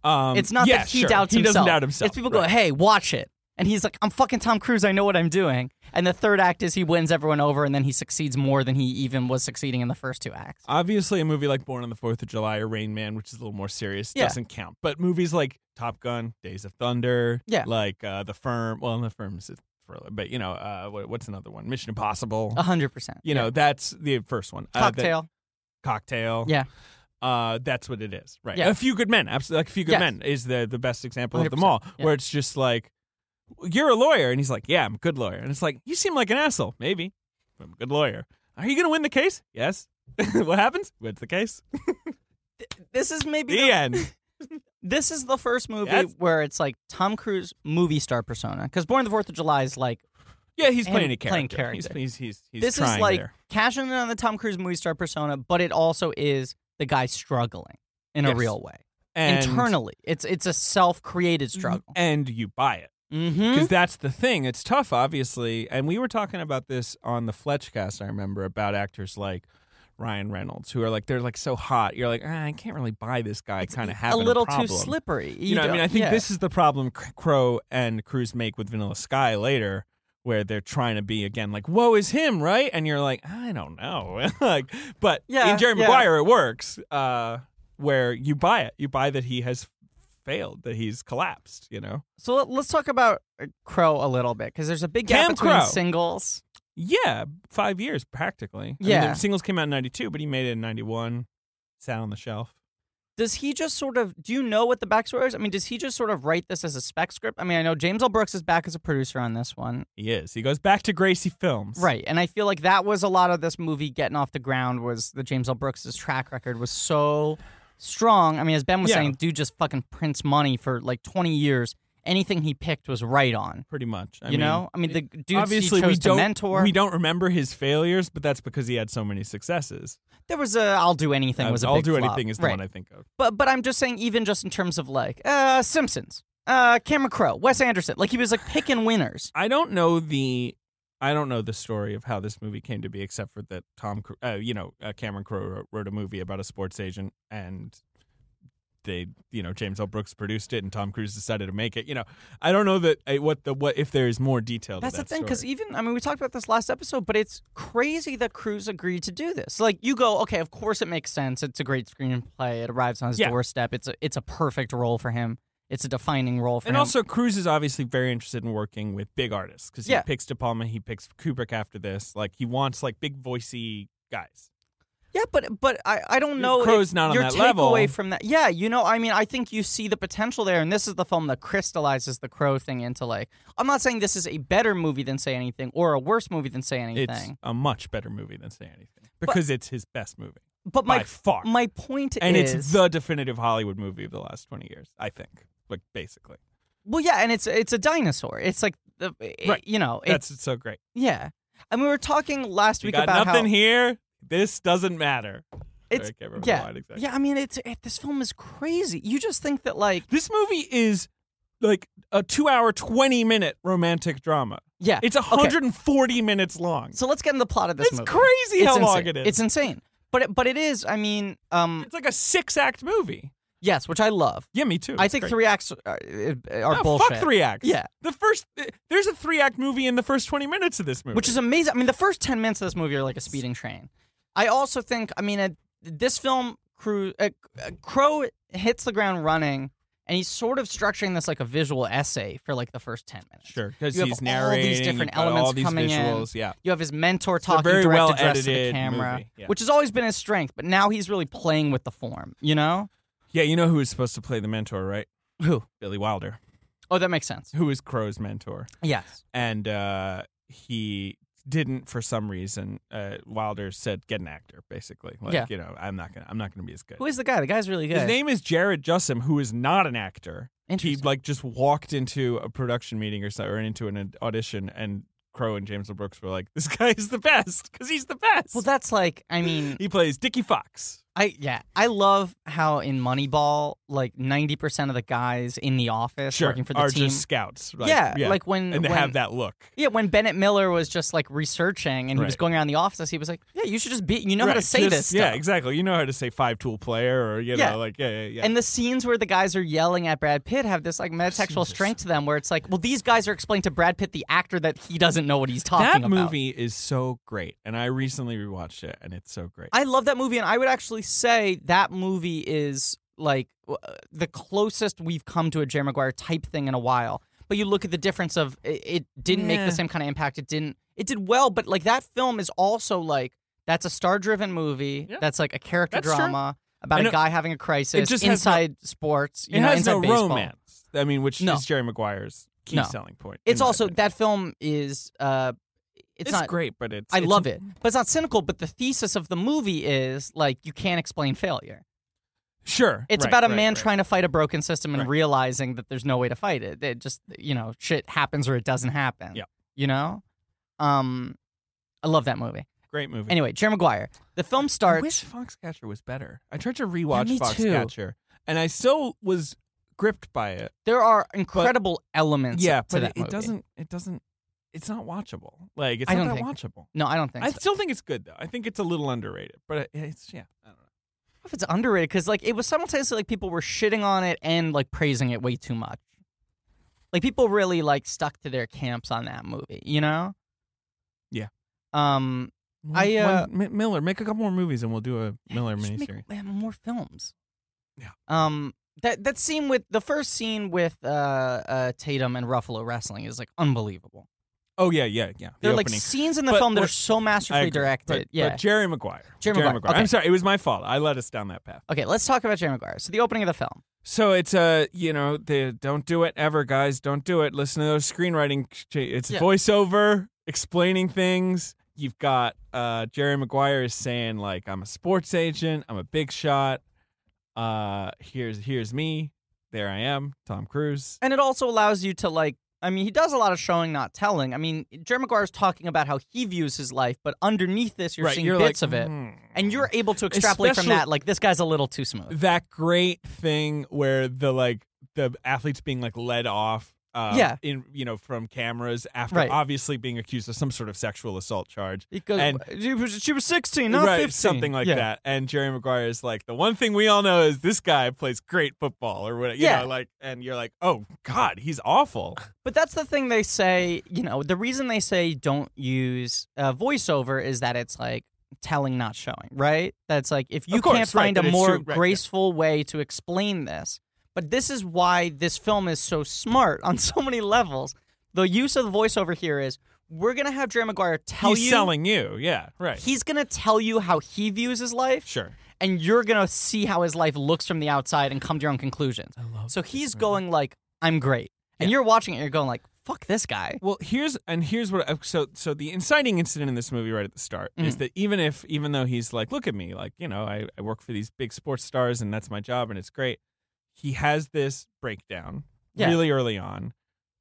[SPEAKER 2] Um,
[SPEAKER 3] It's not
[SPEAKER 2] yeah,
[SPEAKER 3] that he
[SPEAKER 2] sure.
[SPEAKER 3] doubts
[SPEAKER 2] he
[SPEAKER 3] himself.
[SPEAKER 2] doesn't doubt himself.
[SPEAKER 3] It's people
[SPEAKER 2] right.
[SPEAKER 3] go, "Hey, watch it," and he's like, "I'm fucking Tom Cruise. I know what I'm doing." And the third act is he wins everyone over, and then he succeeds more than he even was succeeding in the first two acts.
[SPEAKER 2] Obviously, a movie like Born on the Fourth of July or Rain Man, which is a little more serious,
[SPEAKER 3] Yeah.
[SPEAKER 2] doesn't count. But movies like Top Gun, Days of Thunder,
[SPEAKER 3] Yeah.
[SPEAKER 2] like uh, The Firm. Well, The Firm is a thriller, but you know, uh, what, what's another one? Mission Impossible.
[SPEAKER 3] A hundred percent.
[SPEAKER 2] you know, that's the first one. Uh, that-
[SPEAKER 3] cocktail.
[SPEAKER 2] cocktail.
[SPEAKER 3] yeah,
[SPEAKER 2] Uh, that's what it is, right?
[SPEAKER 3] Yeah.
[SPEAKER 2] A Few Good Men, absolutely. Like, a Few Good
[SPEAKER 3] Yes.
[SPEAKER 2] Men is the the best example of them
[SPEAKER 3] 100%,
[SPEAKER 2] all,
[SPEAKER 3] yeah.
[SPEAKER 2] where it's just like, you're a lawyer, and he's like, yeah, I'm a good lawyer, and it's like, you seem like an asshole, maybe, I'm a good lawyer. Are you gonna win the case? Yes. what happens? Wins the case.
[SPEAKER 3] this is maybe
[SPEAKER 2] The
[SPEAKER 3] the-
[SPEAKER 2] end.
[SPEAKER 3] this is the first movie
[SPEAKER 2] That's-
[SPEAKER 3] where it's like Tom Cruise movie star persona because Born on the Fourth of July is like
[SPEAKER 2] Yeah, he's
[SPEAKER 3] And
[SPEAKER 2] playing a character.
[SPEAKER 3] playing
[SPEAKER 2] He's,
[SPEAKER 3] character.
[SPEAKER 2] he's, he's, he's
[SPEAKER 3] this
[SPEAKER 2] trying
[SPEAKER 3] is like
[SPEAKER 2] there.
[SPEAKER 3] cashing in on the Tom Cruise movie star persona, but it also is the guy struggling in a
[SPEAKER 2] Yes.
[SPEAKER 3] real way.
[SPEAKER 2] and, Mm-hmm.
[SPEAKER 3] internally. It's it's a self-created struggle.
[SPEAKER 2] and you buy it
[SPEAKER 3] Mm-hmm.
[SPEAKER 2] because that's the thing. It's tough, obviously. And we were talking about this on the Fletchcast. I remember about actors like Ryan Reynolds who are like they're like so hot. You're like ah, I can't really buy this guy. Kind of
[SPEAKER 3] a
[SPEAKER 2] having
[SPEAKER 3] little too
[SPEAKER 2] problem."
[SPEAKER 3] slippery.
[SPEAKER 2] You know, what I mean,
[SPEAKER 3] don't-
[SPEAKER 2] I think
[SPEAKER 3] yeah.
[SPEAKER 2] this is the problem C- Crow and Cruz make with Vanilla Sky later, where they're trying to be again like, "Woe is him," right? And you're like, I don't know, like, but
[SPEAKER 3] Yeah,
[SPEAKER 2] in Jerry
[SPEAKER 3] yeah.
[SPEAKER 2] Maguire it works, uh, where you buy it, you buy that he has failed, that he's collapsed. You know,
[SPEAKER 3] So let, let's talk about uh, Crow a little bit because there's a big gap
[SPEAKER 2] Cam
[SPEAKER 3] between
[SPEAKER 2] Crowe.
[SPEAKER 3] singles.
[SPEAKER 2] yeah, five years practically. I mean,
[SPEAKER 3] Yeah.
[SPEAKER 2] the singles came out in '92, but he made it in '91. Sat on the shelf.
[SPEAKER 3] Does he just sort of? Do you know what the backstory is? I mean, does he just sort of write this as a spec script? I mean, I know James L. Brooks is back as a producer on this one,
[SPEAKER 2] He is. He goes back to Gracie Films.
[SPEAKER 3] right? And I feel like that was a lot of this movie getting off the ground was the James L. Brooks's track record was so strong. I mean, as Ben was
[SPEAKER 2] Yeah.
[SPEAKER 3] saying, dude just fucking prints money for like 20 years. Anything he picked was right on.
[SPEAKER 2] Pretty much. I
[SPEAKER 3] you
[SPEAKER 2] mean,
[SPEAKER 3] know, I mean, the dudes
[SPEAKER 2] obviously
[SPEAKER 3] he chose
[SPEAKER 2] we don't
[SPEAKER 3] to mentor.
[SPEAKER 2] we don't remember his failures, but that's because he had so many successes.
[SPEAKER 3] There was a "I'll do anything"
[SPEAKER 2] Uh,
[SPEAKER 3] was a
[SPEAKER 2] I'll
[SPEAKER 3] big
[SPEAKER 2] do
[SPEAKER 3] flop.
[SPEAKER 2] anything is the
[SPEAKER 3] right.
[SPEAKER 2] one I think of.
[SPEAKER 3] But but I'm just saying, even just in terms of like uh Simpsons, uh Cameron Crowe, Wes Anderson, like he was like picking winners.
[SPEAKER 2] I don't know the I don't know the story of how this movie came to be, except for that Tom, Cru- uh, you know, uh, Cameron Crowe wrote, wrote a movie about a sports agent, and they, you know, James L. Brooks produced it, and Tom Cruise decided to make it. You know, I don't know that uh, what the what if there is more detail.
[SPEAKER 3] That's
[SPEAKER 2] to
[SPEAKER 3] the
[SPEAKER 2] that
[SPEAKER 3] thing, e, because
[SPEAKER 2] story.
[SPEAKER 3] even I mean, we talked about this last episode, but it's crazy that Cruz agreed to do this. Like you go, okay, of course it makes sense. It's a great screenplay. It arrives on his
[SPEAKER 2] Yeah.
[SPEAKER 3] doorstep. It's a it's a perfect role for him. It's a defining role for
[SPEAKER 2] And
[SPEAKER 3] him.
[SPEAKER 2] also, Cruz is obviously very interested in working with big artists because
[SPEAKER 3] Yeah.
[SPEAKER 2] he picks De Palma, he picks Kubrick after this. Like he wants like big voicey guys.
[SPEAKER 3] Yeah, but but I, I don't know.
[SPEAKER 2] Crow's
[SPEAKER 3] if
[SPEAKER 2] not on
[SPEAKER 3] your
[SPEAKER 2] that
[SPEAKER 3] takeaway
[SPEAKER 2] level.
[SPEAKER 3] from that. Yeah, you know, I mean, I think you see the potential there, and this is the film that crystallizes the Crow thing into like. I'm not saying this is a better movie than Say Anything or a worse movie than Say Anything,
[SPEAKER 2] It's a much better movie than Say Anything because it's his best movie
[SPEAKER 3] but my
[SPEAKER 2] by far,
[SPEAKER 3] my point
[SPEAKER 2] and
[SPEAKER 3] is,
[SPEAKER 2] it's the definitive Hollywood movie of the last twenty years. I think, like basically,
[SPEAKER 3] well, yeah, and it's it's a dinosaur. It's like the eh,
[SPEAKER 2] Right.
[SPEAKER 3] you know, it's
[SPEAKER 2] that's it's so great.
[SPEAKER 3] yeah. And we were talking last
[SPEAKER 2] We
[SPEAKER 3] week
[SPEAKER 2] got
[SPEAKER 3] about
[SPEAKER 2] nothing
[SPEAKER 3] how
[SPEAKER 2] here. This doesn't matter.
[SPEAKER 3] it's
[SPEAKER 2] I can't remember
[SPEAKER 3] yeah,
[SPEAKER 2] the line exactly.
[SPEAKER 3] yeah. I mean, it's it, this film is crazy. You just think that like
[SPEAKER 2] This movie is like a two-hour, twenty-minute romantic drama.
[SPEAKER 3] yeah.
[SPEAKER 2] It's hundred and forty minutes long.
[SPEAKER 3] so let's get into the plot of this
[SPEAKER 2] it's
[SPEAKER 3] movie.
[SPEAKER 2] crazy how
[SPEAKER 3] it's
[SPEAKER 2] long
[SPEAKER 3] insane.
[SPEAKER 2] it is.
[SPEAKER 3] It's insane. But it, but it is. I mean, um,
[SPEAKER 2] It's like a six act movie.
[SPEAKER 3] yes, which I love.
[SPEAKER 2] Yeah, me too.
[SPEAKER 3] I
[SPEAKER 2] It's
[SPEAKER 3] think
[SPEAKER 2] great.
[SPEAKER 3] three acts are, eh, are
[SPEAKER 2] No,
[SPEAKER 3] bullshit.
[SPEAKER 2] Fuck three acts.
[SPEAKER 3] Yeah.
[SPEAKER 2] the first eh, there's a three act movie in the first twenty minutes of this movie,
[SPEAKER 3] which is amazing. I mean, the first ten minutes of this movie are like a speeding train. I also think. I mean, uh, this film, Crew, uh, uh, Crow hits the ground running, and he's sort of structuring this like a visual essay for like the first ten minutes.
[SPEAKER 2] sure because
[SPEAKER 3] you have
[SPEAKER 2] he's
[SPEAKER 3] all
[SPEAKER 2] narrating.
[SPEAKER 3] these
[SPEAKER 2] you've
[SPEAKER 3] different
[SPEAKER 2] got
[SPEAKER 3] elements
[SPEAKER 2] all these
[SPEAKER 3] coming in.
[SPEAKER 2] visuals. Yeah,
[SPEAKER 3] You have his mentor
[SPEAKER 2] a
[SPEAKER 3] talking
[SPEAKER 2] very
[SPEAKER 3] direct
[SPEAKER 2] well
[SPEAKER 3] address to the
[SPEAKER 2] edited
[SPEAKER 3] camera,
[SPEAKER 2] movie, yeah.
[SPEAKER 3] which has always been his strength, but now he's really playing with the form. You know
[SPEAKER 2] yeah. You know who is supposed to play the mentor, right?
[SPEAKER 3] who?
[SPEAKER 2] Billy Wilder,
[SPEAKER 3] Oh, that makes sense.
[SPEAKER 2] who is Crow's mentor,
[SPEAKER 3] Yes.
[SPEAKER 2] and uh, he didn't for some reason. Uh, Wilder said, "Get an actor," basically. Like,
[SPEAKER 3] Yeah.
[SPEAKER 2] you know, I'm not gonna, I'm not gonna be as good.
[SPEAKER 3] Who is the guy? The guy's really good.
[SPEAKER 2] His name is Jared Jussum, who is not an actor. he
[SPEAKER 3] Interesting.
[SPEAKER 2] like just walked into a production meeting or so, or into an audition, and Crow and James L. Brooks were like, "This guy is the best because he's the best."
[SPEAKER 3] well, that's like, I mean,
[SPEAKER 2] he plays Dickie Fox.
[SPEAKER 3] I yeah, I love how in Moneyball, like ninety percent of the guys in the office working for the
[SPEAKER 2] are
[SPEAKER 3] team,
[SPEAKER 2] just scouts. Like,
[SPEAKER 3] yeah, like when
[SPEAKER 2] and they
[SPEAKER 3] when-
[SPEAKER 2] have that look.
[SPEAKER 3] Yeah, when Bennett Miller was just like researching and he was
[SPEAKER 2] Right.
[SPEAKER 3] going around the office, he was like, "Yeah, you should just be. You know how to
[SPEAKER 2] Right,
[SPEAKER 3] say
[SPEAKER 2] just-
[SPEAKER 3] this.
[SPEAKER 2] Yeah,
[SPEAKER 3] stuff.
[SPEAKER 2] exactly. You know how to say five tool player, or you
[SPEAKER 3] Yeah.
[SPEAKER 2] know, like yeah, yeah, yeah.
[SPEAKER 3] And the scenes where the guys are yelling at Brad Pitt have this like metatextual strength to them, where it's like, well, these guys are explaining to Brad Pitt, the actor, that he doesn't know what he's talking
[SPEAKER 2] that
[SPEAKER 3] about.
[SPEAKER 2] movie is so great, and I recently rewatched it, and it's so great.
[SPEAKER 3] I love that movie, and I would actually say that movie is like w- uh, the closest we've come to a Jerry Maguire type thing in a while. But you look at the difference of it, it didn't make
[SPEAKER 2] Yeah.
[SPEAKER 3] the same kind of impact. It didn't. It did well, but like that film is also like that's a star-driven movie.
[SPEAKER 2] Yeah.
[SPEAKER 3] That's like a character
[SPEAKER 2] That's true.
[SPEAKER 3] drama about
[SPEAKER 2] And
[SPEAKER 3] a
[SPEAKER 2] it-
[SPEAKER 3] guy having a crisis
[SPEAKER 2] just has no-
[SPEAKER 3] inside sports. You
[SPEAKER 2] it
[SPEAKER 3] know,
[SPEAKER 2] has
[SPEAKER 3] inside
[SPEAKER 2] no
[SPEAKER 3] baseball.
[SPEAKER 2] romance. I mean, which
[SPEAKER 3] No.
[SPEAKER 2] is Jerry Maguire's key
[SPEAKER 3] No.
[SPEAKER 2] selling point. in
[SPEAKER 3] It's
[SPEAKER 2] my
[SPEAKER 3] also
[SPEAKER 2] opinion.
[SPEAKER 3] that film is uh, it's, not
[SPEAKER 2] great, but it's
[SPEAKER 3] I
[SPEAKER 2] it's
[SPEAKER 3] love it, but it's not cynical. But the thesis of the movie is like you can't explain failure.
[SPEAKER 2] Sure.
[SPEAKER 3] It's
[SPEAKER 2] right,
[SPEAKER 3] about a
[SPEAKER 2] right,
[SPEAKER 3] man
[SPEAKER 2] right.
[SPEAKER 3] trying to fight a broken system and
[SPEAKER 2] Right.
[SPEAKER 3] realizing that there's no way to fight it. It just, you know, shit happens or it doesn't happen.
[SPEAKER 2] Yeah.
[SPEAKER 3] You know? Um I love that movie.
[SPEAKER 2] Great movie.
[SPEAKER 3] Anyway, Jerry Maguire. The film
[SPEAKER 2] I
[SPEAKER 3] starts.
[SPEAKER 2] wish Foxcatcher was better. I tried to rewatch
[SPEAKER 4] me too.
[SPEAKER 2] Foxcatcher, and I still was gripped by it.
[SPEAKER 3] there are incredible elements.
[SPEAKER 2] yeah,
[SPEAKER 3] to
[SPEAKER 2] but
[SPEAKER 3] that
[SPEAKER 2] it, it
[SPEAKER 3] movie.
[SPEAKER 2] doesn't. It doesn't. It's not watchable. Like it's
[SPEAKER 3] I
[SPEAKER 2] not
[SPEAKER 3] don't
[SPEAKER 2] that
[SPEAKER 3] think-
[SPEAKER 2] watchable.
[SPEAKER 3] No, I don't think.
[SPEAKER 2] I
[SPEAKER 3] so.
[SPEAKER 2] still think it's good though. I think it's a little underrated, but it- it's yeah. I don't know.
[SPEAKER 3] if it's underrated because like it was simultaneously like people were shitting on it and like praising it way too much. Like people really like stuck to their camps on that movie, you know?
[SPEAKER 2] Yeah.
[SPEAKER 3] Um,
[SPEAKER 2] One-
[SPEAKER 3] I, uh,
[SPEAKER 2] one- Mi- Miller make a couple more movies and we'll do a Miller
[SPEAKER 3] just
[SPEAKER 2] miniseries.
[SPEAKER 3] make yeah, more films.
[SPEAKER 2] Yeah.
[SPEAKER 3] Um, that that scene with the first scene with uh, uh Tatum and Ruffalo wrestling is like unbelievable.
[SPEAKER 2] oh yeah, yeah, yeah. The
[SPEAKER 3] There are like
[SPEAKER 2] opening.
[SPEAKER 3] scenes in the
[SPEAKER 2] But
[SPEAKER 3] film that are
[SPEAKER 2] we're-
[SPEAKER 3] so
[SPEAKER 2] I
[SPEAKER 3] masterfully
[SPEAKER 2] agree.
[SPEAKER 3] directed.
[SPEAKER 2] But,
[SPEAKER 3] yeah.
[SPEAKER 2] but Jerry Maguire.
[SPEAKER 3] Jerry Maguire. Okay.
[SPEAKER 2] I'm sorry, it was my fault. I led us down that path.
[SPEAKER 3] okay, let's talk about Jerry Maguire. So the opening of the film.
[SPEAKER 2] So it's uh, you know, the don't do it ever, guys. Don't do it. Listen to those screenwriting. ch- It's
[SPEAKER 3] Yeah.
[SPEAKER 2] voiceover explaining things. You've got uh, Jerry Maguire is saying like, I'm a sports agent. I'm a big shot. Uh, here's here's me. There I am, Tom Cruise.
[SPEAKER 3] And it also allows you to like I mean, he does a lot of showing, not telling. I mean, Jerry Maguire's talking about how he views his life, but underneath this, you're
[SPEAKER 2] right,
[SPEAKER 3] seeing
[SPEAKER 2] you're
[SPEAKER 3] bits
[SPEAKER 2] like,
[SPEAKER 3] of it,
[SPEAKER 2] "Hmm."
[SPEAKER 3] and you're able to extrapolate from
[SPEAKER 2] Especially-
[SPEAKER 3] that. Like, this guy's a little too smooth.
[SPEAKER 2] that great thing where the like the athletes being like led off uh,
[SPEAKER 3] Yeah.
[SPEAKER 2] in you know from cameras after
[SPEAKER 3] Right.
[SPEAKER 2] obviously being accused of some sort of sexual assault charge
[SPEAKER 3] He goes,
[SPEAKER 2] And-
[SPEAKER 3] she, was, she was 16, not
[SPEAKER 2] right
[SPEAKER 3] 15.
[SPEAKER 2] something like
[SPEAKER 3] Yeah.
[SPEAKER 2] that and jerry maguire is like the one thing we all know is this guy plays great football or whatever you
[SPEAKER 3] Yeah.
[SPEAKER 2] know like and you're like oh god he's awful
[SPEAKER 3] But that's the thing they say. You know, the reason they say don't use uh, voiceover is that it's like telling, not showing. Right? That's like if you
[SPEAKER 2] Of course,
[SPEAKER 3] can't
[SPEAKER 2] right,
[SPEAKER 3] find
[SPEAKER 2] that
[SPEAKER 3] a
[SPEAKER 2] it's
[SPEAKER 3] more
[SPEAKER 2] true, right, yeah.
[SPEAKER 3] graceful way to explain this. But this is why this film is so smart on so many levels. The use of the voiceover here is we're gonna have Jerry Maguire tell
[SPEAKER 2] he's
[SPEAKER 3] you.
[SPEAKER 2] selling you yeah right
[SPEAKER 3] He's gonna tell you how he views his life,
[SPEAKER 2] sure
[SPEAKER 3] and you're gonna see how his life looks from the outside and come to your own conclusions.
[SPEAKER 2] I love
[SPEAKER 3] So he's going like, "I'm great," and you're watching it. You're going like, "Fuck this guy."
[SPEAKER 2] Well, here's and here's what uh, so so the inciting incident in this movie right at the start
[SPEAKER 3] Mm-hmm.
[SPEAKER 2] is that even if even though he's like, look at me, like you know, I, I work for these big sports stars and that's my job and it's great. He has this breakdown
[SPEAKER 3] Yeah.
[SPEAKER 2] really early on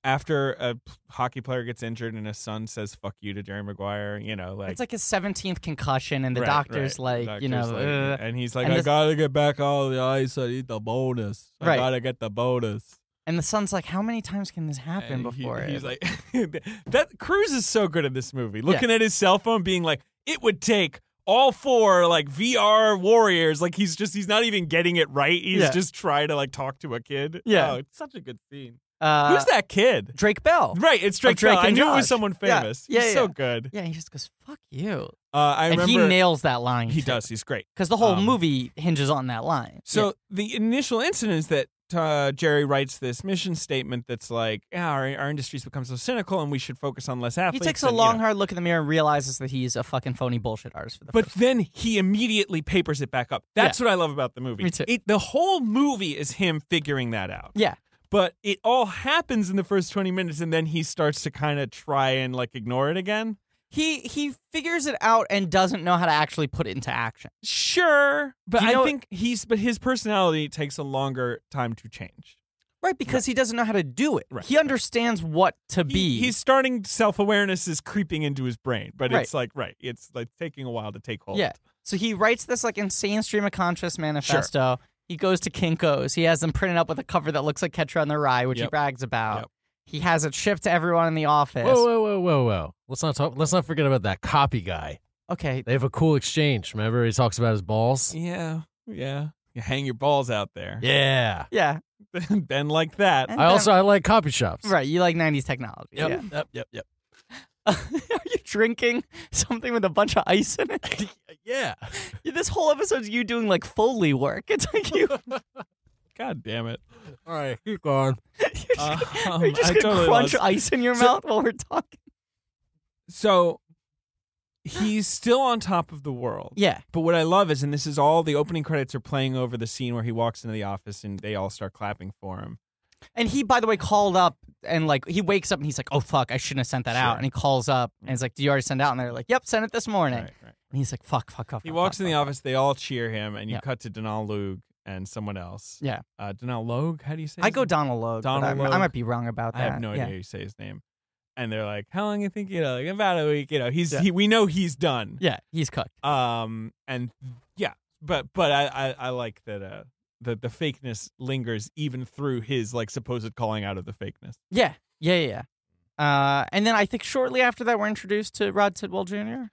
[SPEAKER 2] after a p- hockey player gets injured and his son says "fuck you" to Jerry Maguire. You know, like
[SPEAKER 3] it's like his 17th concussion, and the
[SPEAKER 2] Right,
[SPEAKER 3] doctor's
[SPEAKER 2] right.
[SPEAKER 3] like,
[SPEAKER 2] The
[SPEAKER 3] you know,
[SPEAKER 2] doctor's
[SPEAKER 3] "Ugh."
[SPEAKER 2] like- and he's like,
[SPEAKER 3] And
[SPEAKER 2] I
[SPEAKER 3] this-
[SPEAKER 2] gotta get back on the ice. I need the bonus. I
[SPEAKER 3] Right.
[SPEAKER 2] gotta get the bonus.
[SPEAKER 3] and the son's like, how many times can this happen
[SPEAKER 2] And he-
[SPEAKER 3] before?
[SPEAKER 2] he's
[SPEAKER 3] it?
[SPEAKER 2] like that Cruz is so good in this movie. Looking at his cell phone being like it would take all four like VR warriors like he's just he's not even getting it right. He's
[SPEAKER 3] Yeah.
[SPEAKER 2] just trying to like talk to a kid.
[SPEAKER 3] Yeah.
[SPEAKER 2] Oh, it's such a good scene.
[SPEAKER 3] uh,
[SPEAKER 2] Who's that kid?
[SPEAKER 3] Drake Bell.
[SPEAKER 2] Right, it's Drake,
[SPEAKER 3] Drake
[SPEAKER 2] Bell. I
[SPEAKER 3] and
[SPEAKER 2] knew it
[SPEAKER 3] Josh.
[SPEAKER 2] was someone
[SPEAKER 3] Yeah.
[SPEAKER 2] famous.
[SPEAKER 3] Yeah,
[SPEAKER 2] he's
[SPEAKER 3] yeah.
[SPEAKER 2] so good.
[SPEAKER 3] Yeah, he just goes, fuck you.
[SPEAKER 2] Uh, I
[SPEAKER 3] and he
[SPEAKER 2] remember
[SPEAKER 3] nails that line.
[SPEAKER 2] he does. He's great.
[SPEAKER 3] Because the whole
[SPEAKER 2] Um,
[SPEAKER 3] movie hinges on that line.
[SPEAKER 2] So the initial incident is that uh, Jerry writes this mission statement that's like, yeah, our, our industry's become so cynical and we should focus on less
[SPEAKER 3] Yeah.
[SPEAKER 2] athletes.
[SPEAKER 3] he takes a
[SPEAKER 2] and, you
[SPEAKER 3] long,
[SPEAKER 2] know.
[SPEAKER 3] hard look in the mirror and realizes that he's a fucking phony bullshit artist for the
[SPEAKER 2] But
[SPEAKER 3] first
[SPEAKER 2] then he immediately papers it back up. That's what I love about the movie.
[SPEAKER 3] Me too.
[SPEAKER 2] It, the whole movie is him figuring that out.
[SPEAKER 3] Yeah.
[SPEAKER 2] But it all happens in the first 20 minutes and then he starts to kind of try and like ignore it again.
[SPEAKER 3] He he figures it out and doesn't know how to actually put it into action.
[SPEAKER 2] Sure, but
[SPEAKER 3] You
[SPEAKER 2] I
[SPEAKER 3] know-
[SPEAKER 2] think he's but his personality takes a longer time to change.
[SPEAKER 3] Right, because he doesn't know how to do it.
[SPEAKER 2] Right,
[SPEAKER 3] He understands what to
[SPEAKER 2] He-
[SPEAKER 3] be.
[SPEAKER 2] he's starting self-awareness is creeping into his brain, but
[SPEAKER 3] Right.
[SPEAKER 2] it's like right, it's like taking a while to take hold.
[SPEAKER 3] Yeah. So he writes this like insane stream of conscious manifesto. He goes to Kinko's. He has them printed up with a cover that looks like Ketcher on the Rye, which he
[SPEAKER 2] Yep.
[SPEAKER 3] brags about.
[SPEAKER 2] Yep.
[SPEAKER 3] He has it shipped to everyone in the office.
[SPEAKER 4] Whoa, whoa, whoa, whoa, whoa! Let's not talk. Let's not forget about that copy guy.
[SPEAKER 3] Okay.
[SPEAKER 4] They have a cool exchange. Remember, he talks about his balls.
[SPEAKER 2] Yeah. Yeah. You hang your balls out there.
[SPEAKER 4] Yeah.
[SPEAKER 3] Yeah.
[SPEAKER 2] ben like that.
[SPEAKER 3] And
[SPEAKER 4] I also I like copy shops.
[SPEAKER 3] Right. You like 90s technology.
[SPEAKER 4] Yep.
[SPEAKER 3] Yeah.
[SPEAKER 4] Yep. Yep. Yep.
[SPEAKER 3] Are you drinking something with a bunch of ice in it?
[SPEAKER 2] Uh,
[SPEAKER 4] Yeah.
[SPEAKER 3] this whole episode's you doing like Foley work. It's like you.
[SPEAKER 2] Oh, God damn it.
[SPEAKER 4] All right, keep going.
[SPEAKER 2] Um,
[SPEAKER 3] are you just
[SPEAKER 2] I
[SPEAKER 3] gonna
[SPEAKER 2] totally
[SPEAKER 3] crunch
[SPEAKER 2] lost-
[SPEAKER 3] ice in your
[SPEAKER 2] So-
[SPEAKER 3] mouth while we're talking?
[SPEAKER 2] So he's still on top of the world.
[SPEAKER 3] Yeah.
[SPEAKER 2] But what I love is, and this is all the opening credits are playing over the scene where he walks into the office and they all start clapping for him.
[SPEAKER 3] And he, by the way, called up and like he wakes up and he's like, "Oh fuck, I shouldn't have sent that out."
[SPEAKER 2] Sure.
[SPEAKER 3] And he calls up and he's like, "Do you already send out?" And they're like, "Yep, sent it this morning."
[SPEAKER 2] Right, right.
[SPEAKER 3] And he's like, "Fuck, fuck, fuck."
[SPEAKER 2] He
[SPEAKER 3] fuck,
[SPEAKER 2] walks
[SPEAKER 3] fuck,
[SPEAKER 2] in the
[SPEAKER 3] fuck."
[SPEAKER 2] office, they all cheer him, and you
[SPEAKER 3] Yeah.
[SPEAKER 2] cut to Denal Lug and someone else.
[SPEAKER 3] Yeah.
[SPEAKER 2] Uh, Denal Logue, how do you say
[SPEAKER 3] I
[SPEAKER 2] his
[SPEAKER 3] go
[SPEAKER 2] name?
[SPEAKER 3] Donald Logue. but
[SPEAKER 2] Donald
[SPEAKER 3] I'm- i
[SPEAKER 2] Logue.
[SPEAKER 3] might be wrong about
[SPEAKER 2] I
[SPEAKER 3] that.
[SPEAKER 2] have no idea
[SPEAKER 3] Yeah.
[SPEAKER 2] how you say his name. and they're like, "How long you think you know? Like about a week, you know." He's
[SPEAKER 3] Yeah.
[SPEAKER 2] he, we know he's done.
[SPEAKER 3] Yeah, he's cooked.
[SPEAKER 2] Um, and yeah, but but I I, I like that uh the the fakeness lingers even through his like supposed calling out of the fakeness.
[SPEAKER 3] Yeah, yeah, yeah. yeah. Uh, and then I think shortly after that, we're introduced to Rod Tidwell Jr.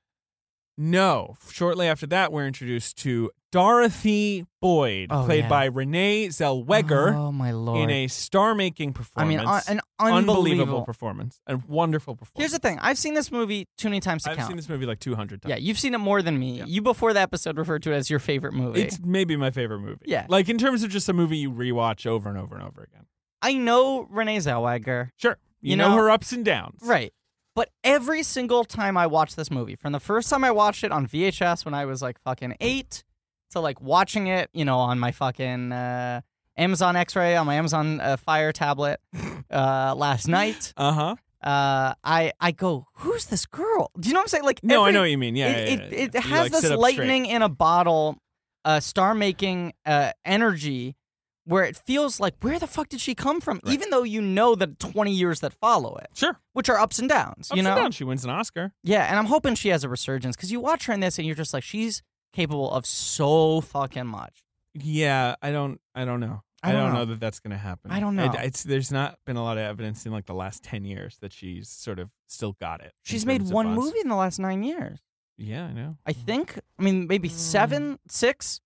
[SPEAKER 2] No, shortly after that, we're introduced to Dorothy Boyd,
[SPEAKER 3] Oh,
[SPEAKER 2] played
[SPEAKER 3] yeah.
[SPEAKER 2] by Renee Zellweger,
[SPEAKER 3] Oh my lord!
[SPEAKER 2] in a star-making
[SPEAKER 3] I
[SPEAKER 2] performance.
[SPEAKER 3] mean, uh, an
[SPEAKER 2] unbelievable,
[SPEAKER 3] unbelievable.
[SPEAKER 2] performance, a wonderful performance.
[SPEAKER 3] Here's the thing: I've seen this movie too many times to
[SPEAKER 2] I've
[SPEAKER 3] count.
[SPEAKER 2] seen this movie like 200 times.
[SPEAKER 3] yeah, you've seen it more than me.
[SPEAKER 2] Yeah.
[SPEAKER 3] You before the episode referred to it as your favorite movie.
[SPEAKER 2] It's maybe my favorite movie.
[SPEAKER 3] Yeah.
[SPEAKER 2] Like in terms of just a movie you rewatch over and over and over again.
[SPEAKER 3] I know Renee Zellweger,
[SPEAKER 2] Sure. You,
[SPEAKER 3] You
[SPEAKER 2] know,
[SPEAKER 3] know-
[SPEAKER 2] her ups and downs.
[SPEAKER 3] right? But every single time I watch this movie, from the first time I watched it on VHS when I was like fucking eight, to like watching it, you know, on my fucking uh, Amazon X-ray on my Amazon uh, Fire tablet uh, last night.
[SPEAKER 2] Uh huh.
[SPEAKER 3] uh, I I go, who's this girl? Do you know what I'm saying? Like,
[SPEAKER 2] No, I
[SPEAKER 3] every-
[SPEAKER 2] know what you mean. Yeah.
[SPEAKER 3] it
[SPEAKER 2] yeah,
[SPEAKER 3] it,
[SPEAKER 2] yeah,
[SPEAKER 3] it
[SPEAKER 2] yeah. You,
[SPEAKER 3] has
[SPEAKER 2] like,
[SPEAKER 3] this
[SPEAKER 2] sit up
[SPEAKER 3] lightning in a bottle, uh, star making uh, energy, where it feels like where the fuck did she come from?
[SPEAKER 2] Right.
[SPEAKER 3] Even though you know the 20 years that follow it,
[SPEAKER 2] Straight. Sure.
[SPEAKER 3] which are ups and
[SPEAKER 2] Ups
[SPEAKER 3] downs, you
[SPEAKER 2] and
[SPEAKER 3] know?
[SPEAKER 2] downs. She wins an Oscar.
[SPEAKER 3] Yeah, and I'm hoping she has a resurgence because you watch her in this and you're just like, she's capable of so fucking much.
[SPEAKER 2] Yeah. I don't. I don't know.
[SPEAKER 3] I don't know.
[SPEAKER 2] that that's gonna happen.
[SPEAKER 3] I don't
[SPEAKER 2] It-
[SPEAKER 3] know.
[SPEAKER 2] it's there's not been a lot of evidence in like the last ten years that she's sort of still got it. in
[SPEAKER 3] She's made
[SPEAKER 2] terms of Mm.
[SPEAKER 3] one
[SPEAKER 2] on-
[SPEAKER 3] movie in the last nine years.
[SPEAKER 2] Yeah, I know.
[SPEAKER 3] I think. I mean, maybe
[SPEAKER 2] Mm.
[SPEAKER 3] seven, six.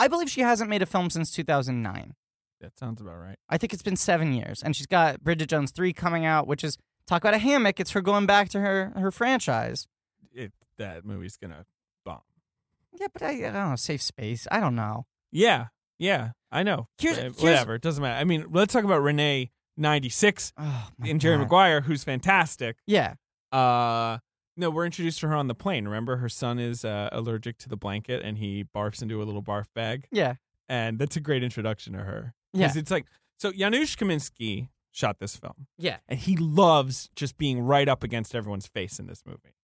[SPEAKER 3] I believe she hasn't made a film since 2009.
[SPEAKER 2] That sounds about right.
[SPEAKER 3] I think it's been seven years, and she's got Bridget Jones three coming out, which is talk about a hammock. It's her going back to her her franchise.
[SPEAKER 2] It that movie's gonna bomb.
[SPEAKER 3] Yeah, but I, I don't know. Safe space. I don't know.
[SPEAKER 2] Yeah. Yeah. I know.
[SPEAKER 3] Here's-
[SPEAKER 2] Uh,
[SPEAKER 3] here's-
[SPEAKER 2] whatever. It doesn't matter. I mean, let's talk about Renee ninety six
[SPEAKER 3] Oh, my
[SPEAKER 2] and Jerry
[SPEAKER 3] God.
[SPEAKER 2] Maguire, who's fantastic.
[SPEAKER 3] Yeah,
[SPEAKER 2] Uh no, we're introduced to her on the plane. Remember, her son is uh, allergic to the blanket, and he barfs into a little barf bag,
[SPEAKER 3] yeah,
[SPEAKER 2] and that's a great introduction to her.
[SPEAKER 3] yeah,
[SPEAKER 2] it's like so. Janusz Kaminski shot this film,
[SPEAKER 3] yeah.
[SPEAKER 2] and he loves just being right up against everyone's face in this movie.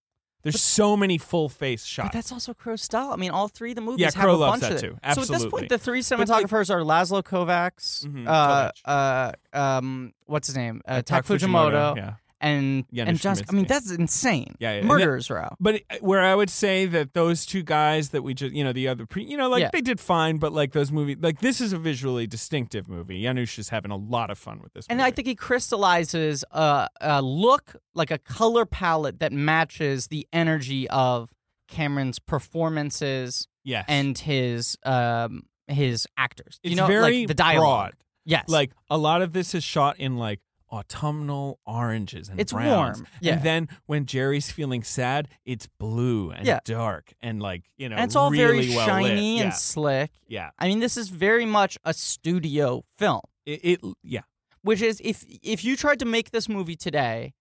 [SPEAKER 2] There's so many full face
[SPEAKER 3] But
[SPEAKER 2] shots.
[SPEAKER 3] that's also Crow's style. I mean, all three of the movies
[SPEAKER 2] Yeah,
[SPEAKER 3] have
[SPEAKER 2] Crow
[SPEAKER 3] a
[SPEAKER 2] loves
[SPEAKER 3] bunch of
[SPEAKER 2] that
[SPEAKER 3] it.
[SPEAKER 2] too.
[SPEAKER 3] So at this
[SPEAKER 2] Absolutely.
[SPEAKER 3] point, the three
[SPEAKER 2] like-
[SPEAKER 3] cinematographers are Laszlo Kovacs,
[SPEAKER 2] Mhm,
[SPEAKER 3] uh, uh, um, what's his name, uh, Tak Fujimoto,
[SPEAKER 2] yeah.
[SPEAKER 3] and
[SPEAKER 2] Janusz
[SPEAKER 3] and Josh. I mean,
[SPEAKER 2] Kaminski.
[SPEAKER 3] that's insane.
[SPEAKER 2] Yeah, yeah, and that-
[SPEAKER 3] Murderers Row.
[SPEAKER 2] But it- where I would say that those two guys that we just, you know, the other, pre, you know, like
[SPEAKER 3] Yeah.
[SPEAKER 2] they did fine, but like those movies, like this is a visually distinctive movie. Janusz is having a lot of fun with this.
[SPEAKER 3] And
[SPEAKER 2] movie.
[SPEAKER 3] I think he crystallizes a, a look, like a color palette that matches the energy of Cameron's performances
[SPEAKER 2] yes,
[SPEAKER 3] and his um, his actors.
[SPEAKER 2] it's
[SPEAKER 3] you know,
[SPEAKER 2] very
[SPEAKER 3] like the dialogue.
[SPEAKER 2] broad.
[SPEAKER 3] Yes,
[SPEAKER 2] Like a lot of this is shot in like autumnal oranges and
[SPEAKER 3] It's
[SPEAKER 2] browns.
[SPEAKER 3] warm, yeah.
[SPEAKER 2] And then when Jerry's feeling sad, it's blue and
[SPEAKER 3] Yeah.
[SPEAKER 2] dark and like you know,
[SPEAKER 3] and it's all
[SPEAKER 2] really
[SPEAKER 3] very
[SPEAKER 2] well
[SPEAKER 3] shiny
[SPEAKER 2] lit.
[SPEAKER 3] and slick.
[SPEAKER 2] yeah,
[SPEAKER 3] I mean, this is very much a studio film,
[SPEAKER 2] yeah. It, it yeah.
[SPEAKER 3] which is if if you tried to make this movie today,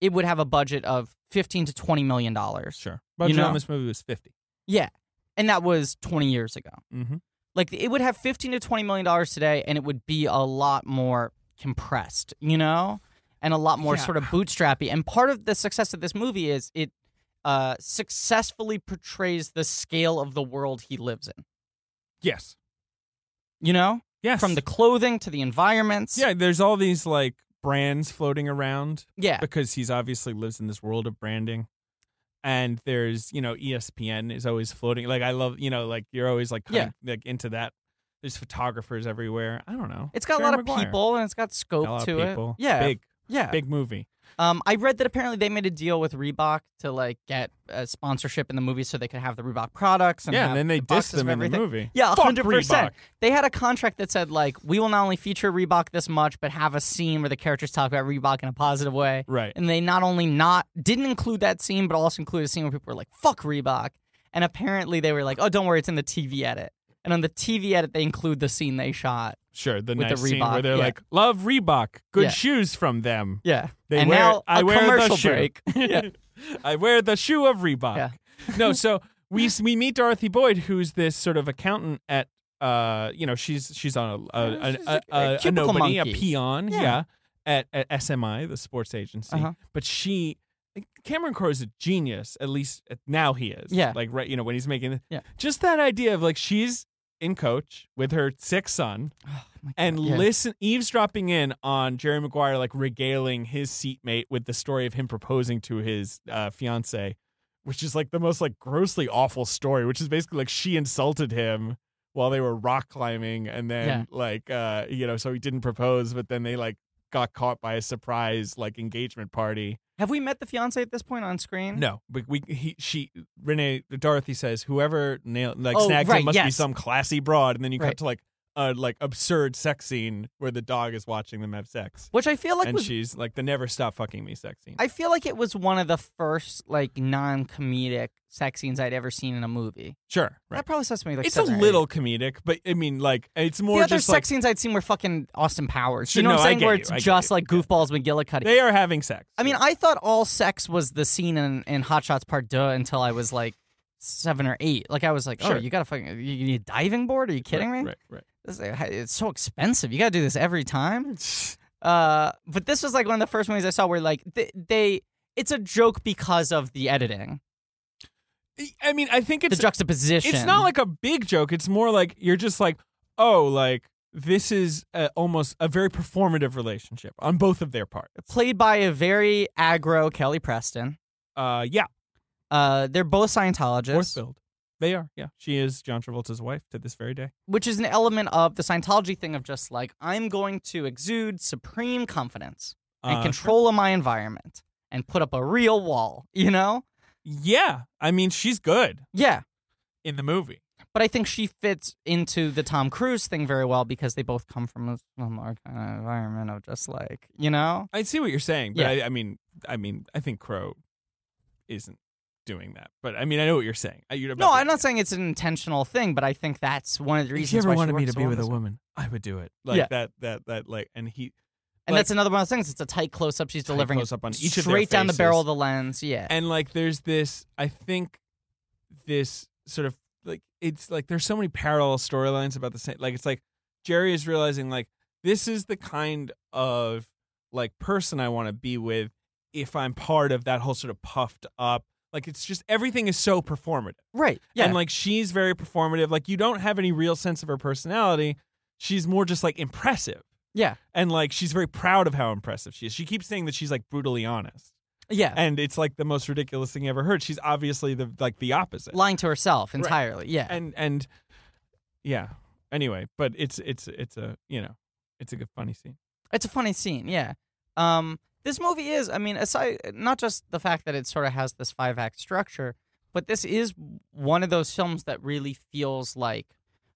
[SPEAKER 3] it would have a budget of fifteen to twenty million dollars.
[SPEAKER 2] Sure. Budget
[SPEAKER 3] know?
[SPEAKER 2] on this movie was 50
[SPEAKER 3] Yeah, and that was twenty years ago.
[SPEAKER 2] Mm-hmm.
[SPEAKER 3] like it would have 15 to 20 million dollars today and it would be a lot more compressed you know and a lot more
[SPEAKER 2] Yeah.
[SPEAKER 3] sort of bootstrappy and part of the success of this movie is it uh, successfully portrays the scale of the world he lives in
[SPEAKER 2] Yes.
[SPEAKER 3] you know
[SPEAKER 2] Yes.
[SPEAKER 3] from the clothing to the environments
[SPEAKER 2] yeah, there's all these like brands floating around
[SPEAKER 3] yeah
[SPEAKER 2] because he's obviously lives in this world of branding. And there's, you know, E ESPN is always floating. Like I love, you know, like you're always like kind of, like into that. There's photographers everywhere. I don't know.
[SPEAKER 3] it's got a
[SPEAKER 2] Jerry
[SPEAKER 3] lot of
[SPEAKER 2] Maguire.
[SPEAKER 3] people and it's got
[SPEAKER 2] Got
[SPEAKER 3] scope
[SPEAKER 2] a lot
[SPEAKER 3] to
[SPEAKER 2] of people.
[SPEAKER 3] it yeah
[SPEAKER 2] Big,
[SPEAKER 3] yeah
[SPEAKER 2] big movie.
[SPEAKER 3] Um, I read that apparently they made a deal with Reebok to like get a sponsorship in the movie so they could have the Reebok products. And
[SPEAKER 2] yeah,
[SPEAKER 3] have
[SPEAKER 2] and then they
[SPEAKER 3] the
[SPEAKER 2] diss
[SPEAKER 3] boxes
[SPEAKER 2] them
[SPEAKER 3] of
[SPEAKER 2] in the
[SPEAKER 3] everything.
[SPEAKER 2] movie.
[SPEAKER 3] Yeah,
[SPEAKER 2] Fuck
[SPEAKER 3] hundred
[SPEAKER 2] Reebok.
[SPEAKER 3] percent. They had a contract that said like we will not only feature Reebok this much, but have a scene where the characters talk about Reebok in a positive way.
[SPEAKER 2] Right.
[SPEAKER 3] And they not only not didn't include that scene, but also included a scene where people were like, "Fuck Reebok," and apparently they were like, "Oh, don't worry, it's in the TV edit." And on the TV edit, they include the scene they shot.
[SPEAKER 2] Sure, the
[SPEAKER 3] With the
[SPEAKER 2] nice scene
[SPEAKER 3] Reebok,
[SPEAKER 2] where they're
[SPEAKER 3] yeah.
[SPEAKER 2] like, "Love Reebok, good
[SPEAKER 3] Yeah.
[SPEAKER 2] shoes from them."
[SPEAKER 3] Yeah.
[SPEAKER 2] They
[SPEAKER 3] and
[SPEAKER 2] wear-
[SPEAKER 3] now
[SPEAKER 2] I
[SPEAKER 3] a
[SPEAKER 2] wear the
[SPEAKER 3] commercial
[SPEAKER 2] shoe.
[SPEAKER 3] break. yeah.
[SPEAKER 2] I wear the shoe of Reebok.
[SPEAKER 3] Yeah.
[SPEAKER 2] no, so we we meet Dorothy Boyd, who's this sort of accountant at uh, you know, she's she's on a a,
[SPEAKER 3] She's
[SPEAKER 2] a,
[SPEAKER 3] a- a
[SPEAKER 2] a, a,
[SPEAKER 3] cubicle
[SPEAKER 2] nobody, a
[SPEAKER 3] monkey.
[SPEAKER 2] peon,
[SPEAKER 3] Yeah.
[SPEAKER 2] yeah, at, at SMI, the sports agency.
[SPEAKER 3] Uh-huh.
[SPEAKER 2] But she. Cameron Crowe is a genius, at least now he is.
[SPEAKER 3] Yeah.
[SPEAKER 2] Like, right, you know, when he's making.
[SPEAKER 3] Yeah.
[SPEAKER 2] Just that idea of like, she's in coach with her sick son
[SPEAKER 3] Oh my God,
[SPEAKER 2] and
[SPEAKER 3] yeah.
[SPEAKER 2] listen eavesdropping in on Jerry Maguire like regaling his seatmate with the story of him proposing to his uh, fiance, which is like the most like grossly awful story, which is basically like she insulted him while they were rock climbing and then
[SPEAKER 3] Yeah.
[SPEAKER 2] like uh you know so he didn't propose but then they like got caught by a surprise like engagement party
[SPEAKER 3] Have we met the fiance at this point on screen?
[SPEAKER 2] no but we he she renee dorothy says whoever nailed like
[SPEAKER 3] Oh,
[SPEAKER 2] snagged
[SPEAKER 3] right,
[SPEAKER 2] him must be
[SPEAKER 3] yes.
[SPEAKER 2] some classy broad and then you
[SPEAKER 3] Right.
[SPEAKER 2] cut to like a like absurd sex scene where the dog is watching them have sex
[SPEAKER 3] Which I feel like
[SPEAKER 2] and
[SPEAKER 3] was
[SPEAKER 2] she's like the never stop fucking me sex scene
[SPEAKER 3] I feel like it was one of the first like non-comedic sex scenes I'd ever seen in a movie.
[SPEAKER 2] sure right
[SPEAKER 3] That probably says to me like
[SPEAKER 2] it's a
[SPEAKER 3] seven or eight.
[SPEAKER 2] little comedic but i mean like it's
[SPEAKER 3] The
[SPEAKER 2] more
[SPEAKER 3] other
[SPEAKER 2] just
[SPEAKER 3] sex
[SPEAKER 2] like
[SPEAKER 3] scenes I'd seen were fucking Austin Powers.
[SPEAKER 2] Sure,
[SPEAKER 3] You know
[SPEAKER 2] no,
[SPEAKER 3] what
[SPEAKER 2] I
[SPEAKER 3] I'm saying?
[SPEAKER 2] get
[SPEAKER 3] Where
[SPEAKER 2] you,
[SPEAKER 3] it's
[SPEAKER 2] I get
[SPEAKER 3] just
[SPEAKER 2] you,
[SPEAKER 3] like
[SPEAKER 2] yeah.
[SPEAKER 3] goofballs McGillicuddy.
[SPEAKER 2] they are having sex
[SPEAKER 3] I mean, I thought all sex was the scene in, in Hot Shots Part Deux until I was like seven or eight. Like I was like, oh,
[SPEAKER 2] Sure.
[SPEAKER 3] you gotta fucking you you need a diving board? Are you kidding
[SPEAKER 2] right,
[SPEAKER 3] me?
[SPEAKER 2] right right
[SPEAKER 3] This is- it's so expensive. You gotta do this every time. Uh, but this was like one of the first movies I saw where like they, they it's a joke because of the editing,
[SPEAKER 2] i mean i think
[SPEAKER 3] the
[SPEAKER 2] it's
[SPEAKER 3] juxtaposition.
[SPEAKER 2] It's not like a big joke. It's more like you're just like, oh, like this is uh almost a very performative relationship on both of their parts.
[SPEAKER 3] played by a very aggro Kelly Preston.
[SPEAKER 2] Uh, yeah,
[SPEAKER 3] Uh, they're both
[SPEAKER 2] fourth
[SPEAKER 3] Scientologists,
[SPEAKER 2] build. They are. Yeah, she is John Travolta's wife to this very day.
[SPEAKER 3] which is an element of the Scientology thing of just like I'm going to exude supreme confidence and
[SPEAKER 2] Uh,
[SPEAKER 3] control of my environment and put up a real wall. You know?
[SPEAKER 2] Yeah, I mean she's good
[SPEAKER 3] Yeah.
[SPEAKER 2] in the movie.
[SPEAKER 3] But I think she fits into the Tom Cruise thing very well because they both come from a similar kind of environment of just like you know.
[SPEAKER 2] I see what you're saying, but
[SPEAKER 3] Yeah.
[SPEAKER 2] I, I mean, I mean, I think Crow isn't doing that. But I mean, I know what you're saying. I- you're
[SPEAKER 3] No,
[SPEAKER 2] about to-
[SPEAKER 3] I'm not saying it's an intentional thing, but I think that's one of the
[SPEAKER 2] If
[SPEAKER 3] reasons.
[SPEAKER 2] you ever
[SPEAKER 3] why she
[SPEAKER 2] wanted me
[SPEAKER 3] worked
[SPEAKER 2] to
[SPEAKER 3] so
[SPEAKER 2] be
[SPEAKER 3] well
[SPEAKER 2] with a
[SPEAKER 3] in this
[SPEAKER 2] woman, I would do it. Like
[SPEAKER 3] Yeah.
[SPEAKER 2] that, that, that, like, and he
[SPEAKER 3] And
[SPEAKER 2] Like-
[SPEAKER 3] that's another one of those things. It's a tight close up. She's
[SPEAKER 2] Tight
[SPEAKER 3] delivering it
[SPEAKER 2] close-up on each of
[SPEAKER 3] straight
[SPEAKER 2] their
[SPEAKER 3] down the
[SPEAKER 2] faces.
[SPEAKER 3] barrel of the lens. Yeah,
[SPEAKER 2] and like there's this i think this sort of like it's like there's so many parallel storylines about the same like it's like jerry is realizing like this is the kind of like person i want to be with if i'm part of that whole sort of puffed up like it's just everything is so performative
[SPEAKER 3] right. Yeah,
[SPEAKER 2] and like she's very performative like you don't have any real sense of her personality she's more just like impressive
[SPEAKER 3] yeah,
[SPEAKER 2] and like she's very proud of how impressive she is she keeps saying that she's like brutally honest
[SPEAKER 3] yeah.
[SPEAKER 2] and it's like the most ridiculous thing you ever heard. She's obviously the like the opposite.
[SPEAKER 3] Lying to herself entirely. Yeah,
[SPEAKER 2] and and yeah. Anyway, but it's it's it's a you know it's a good funny scene.
[SPEAKER 3] it's a funny scene. Yeah. Um, this movie is. I mean, aside not just the fact that it sort of has this five act structure, but this is one of those films that really feels like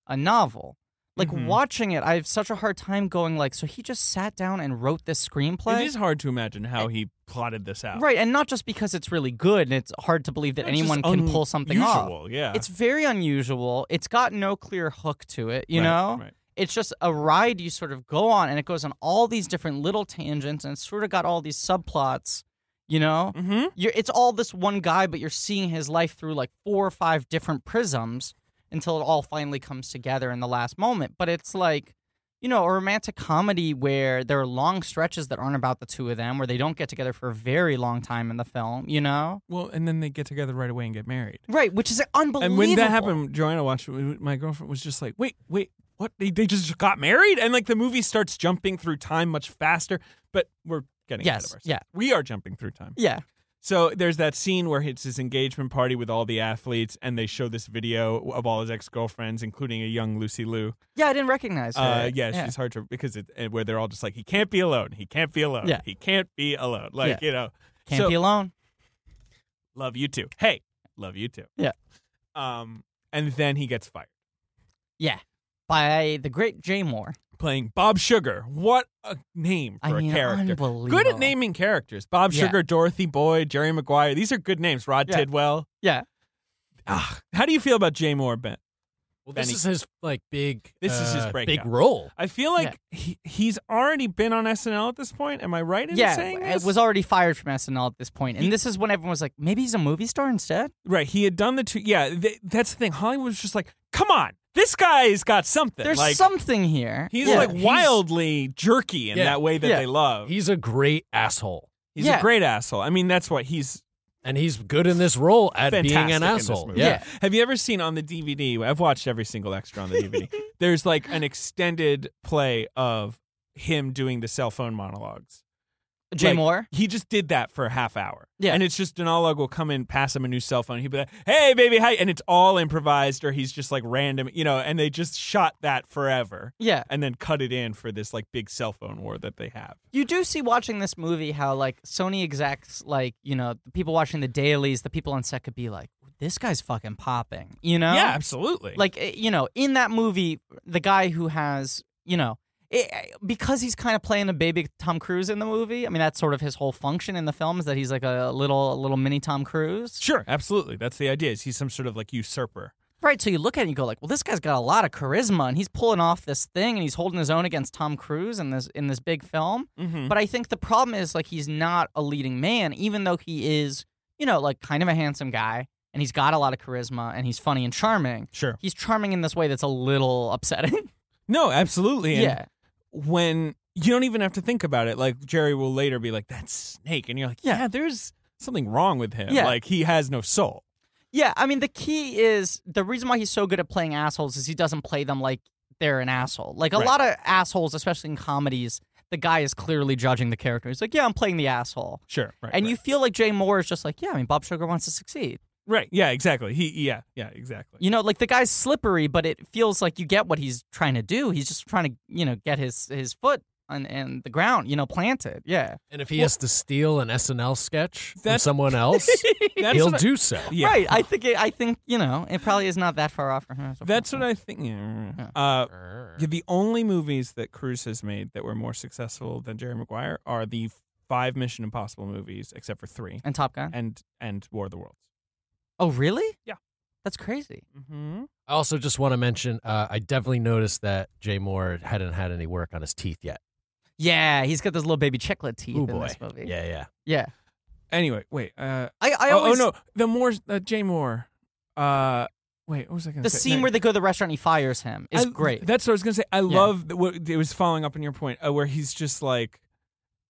[SPEAKER 3] a novel. Like
[SPEAKER 2] Mhm.
[SPEAKER 3] watching it, I have such a hard time going like. So he just sat down and wrote this screenplay.
[SPEAKER 2] It is hard to imagine how he plotted this out.
[SPEAKER 3] Right, and not just because it's really good and it's hard to believe that
[SPEAKER 2] It's
[SPEAKER 3] anyone
[SPEAKER 2] just
[SPEAKER 3] can pull something off.
[SPEAKER 2] unusual, Yeah,
[SPEAKER 3] It's very unusual. It's got no clear hook to it, you
[SPEAKER 2] Right,
[SPEAKER 3] know?
[SPEAKER 2] right.
[SPEAKER 3] It's just a ride you sort of go on and it goes on all these different little tangents and it's sort of got all these subplots, you know?
[SPEAKER 2] Mm-hmm.
[SPEAKER 3] You're, it's all this one guy, but you're seeing his life through like four or five different prisms until it all finally comes together in the last moment. But it's like, you know, a romantic comedy where there are long stretches that aren't about the two of them, where they don't get together for a very long time in the film, you know?
[SPEAKER 2] Well, and then they get together right away and get married.
[SPEAKER 3] Right, which is unbelievable.
[SPEAKER 2] And when that happened, Joanna watched. it, My girlfriend was just like, "Wait, wait, what? They they just got married?" And like the movie starts jumping through time much faster. But we're getting ahead
[SPEAKER 3] Yes,
[SPEAKER 2] of ourselves.
[SPEAKER 3] yeah.
[SPEAKER 2] we are jumping through time.
[SPEAKER 3] Yeah.
[SPEAKER 2] So there's that scene where it's his engagement party with all the athletes, and they show this video of all his ex girlfriends, including a young Lucy Liu.
[SPEAKER 3] Yeah, I didn't recognize her.
[SPEAKER 2] Uh, yeah, she's hard to because it and where they're all just like, he can't be alone, he can't be alone,
[SPEAKER 3] Yeah.
[SPEAKER 2] he can't be alone. Like
[SPEAKER 3] Yeah.
[SPEAKER 2] you know,
[SPEAKER 3] Can't
[SPEAKER 2] so-
[SPEAKER 3] be alone.
[SPEAKER 2] love you too. Hey, love you too.
[SPEAKER 3] Yeah.
[SPEAKER 2] Um, and then he gets fired
[SPEAKER 3] Yeah. By the great Jay Moore.
[SPEAKER 2] playing Bob Sugar. What a name
[SPEAKER 3] I
[SPEAKER 2] for
[SPEAKER 3] mean,
[SPEAKER 2] a character.
[SPEAKER 3] unbelievable.
[SPEAKER 2] Good at naming characters. Bob
[SPEAKER 3] Yeah.
[SPEAKER 2] Sugar, Dorothy Boyd, Jerry Maguire. These are good names. Rod
[SPEAKER 3] Yeah.
[SPEAKER 2] Tidwell.
[SPEAKER 3] Yeah.
[SPEAKER 2] Ah, how do you feel about Jay Moore, Ben?
[SPEAKER 4] Well, this
[SPEAKER 2] Benny-
[SPEAKER 4] is his like big.
[SPEAKER 2] This is his
[SPEAKER 4] uh, big
[SPEAKER 2] breakout.
[SPEAKER 4] role.
[SPEAKER 2] I feel like he, he's already been on SNL at this point. Am I right in
[SPEAKER 3] Yeah,
[SPEAKER 2] saying
[SPEAKER 3] it
[SPEAKER 2] this?
[SPEAKER 3] was already fired from SNL at this point, and this is when everyone was like, maybe he's a movie star instead.
[SPEAKER 2] right. He had done the two. Yeah, th- that's the thing. Hollywood was just like, come on, this guy's got something.
[SPEAKER 3] There's
[SPEAKER 2] like,
[SPEAKER 3] something here.
[SPEAKER 2] He's
[SPEAKER 3] Yeah.
[SPEAKER 2] like
[SPEAKER 4] He's-
[SPEAKER 2] wildly jerky in
[SPEAKER 4] Yeah.
[SPEAKER 2] that way that
[SPEAKER 3] Yeah.
[SPEAKER 2] they love.
[SPEAKER 4] He's a great asshole.
[SPEAKER 2] he's
[SPEAKER 3] yeah.
[SPEAKER 2] a great asshole. I mean, that's what he's
[SPEAKER 4] and he's good in this role at
[SPEAKER 2] fantastic
[SPEAKER 4] being
[SPEAKER 2] in
[SPEAKER 4] an
[SPEAKER 2] this
[SPEAKER 4] asshole.
[SPEAKER 2] movie.
[SPEAKER 4] Yeah.
[SPEAKER 2] Have you ever seen on the DVD? I've watched every single extra on the DVD. there's like an extended play of him doing the cell phone monologues.
[SPEAKER 3] Jay
[SPEAKER 2] Like,
[SPEAKER 3] Moore.
[SPEAKER 2] He just did that for a half hour.
[SPEAKER 3] Yeah.
[SPEAKER 2] And it's just Denalog will come in, pass him a new cell phone. He'd be like, hey, baby, hi. And it's all improvised or he's just like random, you know, and they just shot that forever
[SPEAKER 3] Yeah.
[SPEAKER 2] and then cut it in for this like big cell phone war that they have.
[SPEAKER 3] You do see watching this movie how like Sony execs, like you know, the people watching the dailies, the people on set could be like, "This guy's fucking popping," you know?
[SPEAKER 2] Yeah, absolutely.
[SPEAKER 3] Oh. Like eh, you know, in that movie, the guy who has you know, it, eh, because he's kind of playing a baby Tom Cruise in the movie. I mean, that's sort of his whole function in the film is that he's like a little, a little mini Tom Cruise.
[SPEAKER 2] sure, absolutely. That's the idea. Is he's some sort of like usurper.
[SPEAKER 3] Right, so you look at it and you go like, "Well, this guy's got a lot of charisma, and he's pulling off this thing, and he's holding his own against Tom Cruise in this in this big film."
[SPEAKER 2] Mm-hmm.
[SPEAKER 3] But I think the problem is like he's not a leading man, even though he is, you know, like kind of a handsome guy, and he's got a lot of charisma, and he's funny and charming.
[SPEAKER 2] Sure.
[SPEAKER 3] He's charming in this way that's a little upsetting.
[SPEAKER 2] No, absolutely. And
[SPEAKER 3] yeah,
[SPEAKER 2] When you don't even have to think about it, like Jerry will later be like, "That snake," and you're like, "Yeah, there's something wrong with him.
[SPEAKER 3] Yeah.
[SPEAKER 2] Like he has no soul."
[SPEAKER 3] yeah. I mean, the key is the reason why he's so good at playing assholes is he doesn't play them like they're an asshole. Like a
[SPEAKER 2] Right.
[SPEAKER 3] lot of assholes, especially in comedies, the guy is clearly judging the character. He's like, "Yeah, I'm playing the asshole."
[SPEAKER 2] Sure. Right.
[SPEAKER 3] and
[SPEAKER 2] right.
[SPEAKER 3] you feel like Jay Moore is just like, yeah, I mean, Bob Sugar wants to succeed.
[SPEAKER 2] Right. Yeah. Exactly. He. Yeah. Yeah. Exactly.
[SPEAKER 3] You know, like the guy's slippery, but it feels like you get what he's trying to do. He's just trying to, you know, get his his foot on and the ground, you know, planted. Yeah,
[SPEAKER 4] And if he has to steal an SNL sketch from
[SPEAKER 2] That's-
[SPEAKER 4] someone else,
[SPEAKER 2] That's
[SPEAKER 4] he'll
[SPEAKER 2] what I-
[SPEAKER 4] do so.
[SPEAKER 2] Yeah.
[SPEAKER 3] right. I think it, I think you know it probably is not that far off from him.
[SPEAKER 2] That's what I think. Yeah. Uh, yeah, the only movies that Cruise has made that were more successful than Jerry Maguire are the five Mission Impossible movies, except for three,
[SPEAKER 3] And Top Gun.
[SPEAKER 2] and and War of the Worlds.
[SPEAKER 3] Oh, really?
[SPEAKER 2] Yeah.
[SPEAKER 3] that's crazy.
[SPEAKER 2] Mm-hmm.
[SPEAKER 4] I also just want to mention uh, I definitely noticed that Jay Moore hadn't had any work on his teeth yet.
[SPEAKER 3] Yeah, he's got those little baby chiclet teeth
[SPEAKER 4] Ooh,
[SPEAKER 3] in
[SPEAKER 4] boy.
[SPEAKER 3] this movie.
[SPEAKER 4] Yeah, yeah.
[SPEAKER 3] yeah.
[SPEAKER 2] Anyway, wait. Uh,
[SPEAKER 3] I, I
[SPEAKER 2] oh,
[SPEAKER 3] always
[SPEAKER 2] oh no, the more uh, Jay Moore. Uh, wait, what was I going
[SPEAKER 3] the
[SPEAKER 2] to say?
[SPEAKER 3] scene
[SPEAKER 2] No,
[SPEAKER 3] where they go to the restaurant, and he fires him. Is
[SPEAKER 2] I-
[SPEAKER 3] great.
[SPEAKER 2] That's what I was going to say. I love that what it was following up on your point, uh, where he's just like,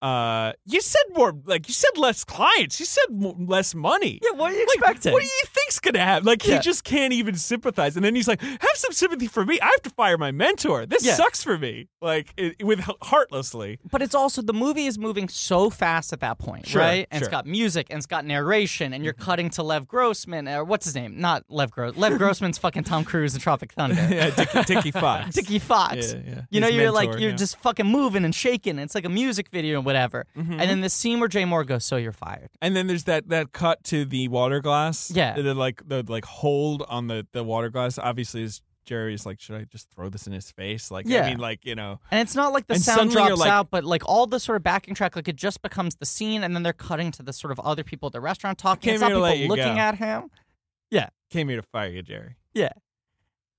[SPEAKER 2] uh, you said more, like you said less clients, you said mo- less money.
[SPEAKER 3] yeah, what are you
[SPEAKER 2] Like,
[SPEAKER 3] expecting?
[SPEAKER 2] what do you think's gonna happen? Like
[SPEAKER 3] Yeah.
[SPEAKER 2] he just can't even sympathize, and then he's like, "Have some sympathy for me. I have to fire my mentor. This
[SPEAKER 3] Yeah.
[SPEAKER 2] sucks for me." Like it, with heartlessly.
[SPEAKER 3] But it's also the movie is moving so fast at that point,
[SPEAKER 2] Sure,
[SPEAKER 3] right? And
[SPEAKER 2] sure.
[SPEAKER 3] it's
[SPEAKER 2] Mm-hmm.
[SPEAKER 3] got music and it's got narration, and you're cutting to Lev Grossman or what's his name? Not Lev Gross. Lev Grossman's fucking Tom Cruise in Tropic Thunder.
[SPEAKER 2] yeah, Dickie, Uh, Dickie Fox.
[SPEAKER 3] Dickie Fox.
[SPEAKER 2] Yeah, yeah.
[SPEAKER 3] You know,
[SPEAKER 2] His
[SPEAKER 3] you're like
[SPEAKER 2] mentor,
[SPEAKER 3] you're
[SPEAKER 2] yeah.
[SPEAKER 3] just fucking moving and shaking. and It's like a music video or whatever.
[SPEAKER 2] Mm-hmm.
[SPEAKER 3] And then the scene where Jay Moore goes, "So you're fired."
[SPEAKER 2] And then there's that that cut to the water glass.
[SPEAKER 3] Yeah.
[SPEAKER 2] The, the, like the like hold on the the water glass. Obviously, is Jerry's like, should I just throw this in his face? Like,
[SPEAKER 3] Yeah.
[SPEAKER 2] I mean, like you know,
[SPEAKER 3] And it's not like the
[SPEAKER 2] And
[SPEAKER 3] sound
[SPEAKER 2] suddenly you're
[SPEAKER 3] drops
[SPEAKER 2] like-
[SPEAKER 3] out, but like all the sort of backing track, like it just becomes the scene, and then they're cutting to the sort of other people at the restaurant talking.
[SPEAKER 2] Came
[SPEAKER 3] It's not
[SPEAKER 2] here to
[SPEAKER 3] people
[SPEAKER 2] let you
[SPEAKER 3] looking
[SPEAKER 2] go.
[SPEAKER 3] at him.
[SPEAKER 2] came here to fire you, Jerry.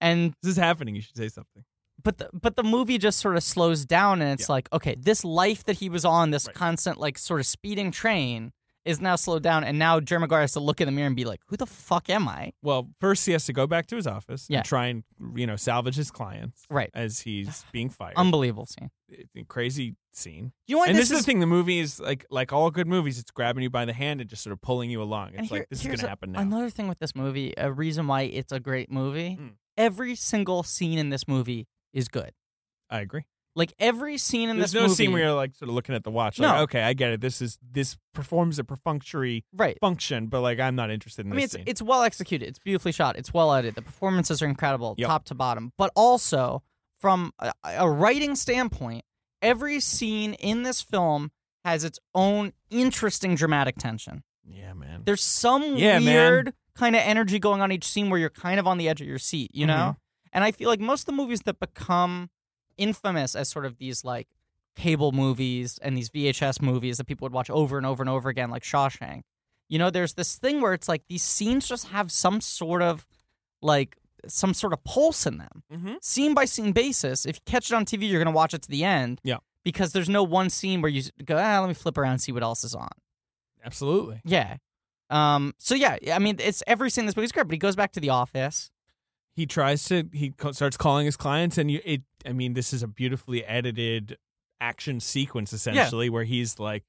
[SPEAKER 3] And
[SPEAKER 2] This is happening. You should say something.
[SPEAKER 3] but the, but the movie just sort of slows down and it's like okay this life that he was on this
[SPEAKER 2] Right.
[SPEAKER 3] constant like sort of speeding train is now slowed down and now Jerry Maguire has to look in the mirror and be like who the fuck am I
[SPEAKER 2] Well, first he has to go back to his office
[SPEAKER 3] Yeah.
[SPEAKER 2] and try and you know salvage his clients
[SPEAKER 3] right
[SPEAKER 2] as he's being fired.
[SPEAKER 3] unbelievable scene
[SPEAKER 2] It- crazy scene.
[SPEAKER 3] you know why
[SPEAKER 2] and
[SPEAKER 3] Um, this,
[SPEAKER 2] this, is the thing. The movie is like like all good movies. It's grabbing you by the hand and just sort of pulling you along.
[SPEAKER 3] and
[SPEAKER 2] It's
[SPEAKER 3] here-
[SPEAKER 2] like this is
[SPEAKER 3] here's
[SPEAKER 2] going to
[SPEAKER 3] a-
[SPEAKER 2] happen now.
[SPEAKER 3] another thing with this movie a reason why it's a great movie
[SPEAKER 2] Mm.
[SPEAKER 3] every single scene in this movie is good
[SPEAKER 2] I agree.
[SPEAKER 3] like every scene in
[SPEAKER 2] There's
[SPEAKER 3] this
[SPEAKER 2] no
[SPEAKER 3] movie
[SPEAKER 2] scene where you're like sort of looking at the watch. Like,
[SPEAKER 3] No.
[SPEAKER 2] okay, I get it. This is this performs a perfunctory
[SPEAKER 3] right
[SPEAKER 2] function, but like I'm not interested in
[SPEAKER 3] I mean,
[SPEAKER 2] this
[SPEAKER 3] it's,
[SPEAKER 2] scene.
[SPEAKER 3] it's well executed. It's beautifully shot. It's well edited. The performances are incredible,
[SPEAKER 2] Yep.
[SPEAKER 3] top to bottom. But also, from a, a writing standpoint, every scene in this film has its own interesting dramatic tension.
[SPEAKER 2] yeah, man.
[SPEAKER 3] There's some
[SPEAKER 2] Yeah, man.
[SPEAKER 3] weird kind of energy going on each scene where you're kind of on the edge of your seat, you know?
[SPEAKER 2] Mm-hmm.
[SPEAKER 3] And I feel like most of the movies that become infamous as sort of these like cable movies and these VHS movies that people would watch over and over and over again, like Shawshank, you know, there's this thing where it's like these scenes just have some sort of like some sort of pulse in them
[SPEAKER 2] Mhm.
[SPEAKER 3] scene by scene basis. If you catch it on TV, you're going to watch it to the end.
[SPEAKER 2] Yeah.
[SPEAKER 3] Because there's no one scene where you s- go, ah, let me flip around and see what else is on.
[SPEAKER 2] Absolutely.
[SPEAKER 3] Yeah. Um. So yeah, I mean, it's every scene in this movie's great, but he goes back to the office.
[SPEAKER 2] He tries to. He co- starts calling his clients, and you. It. I mean, this is a beautifully edited action sequence essentially, where he's like.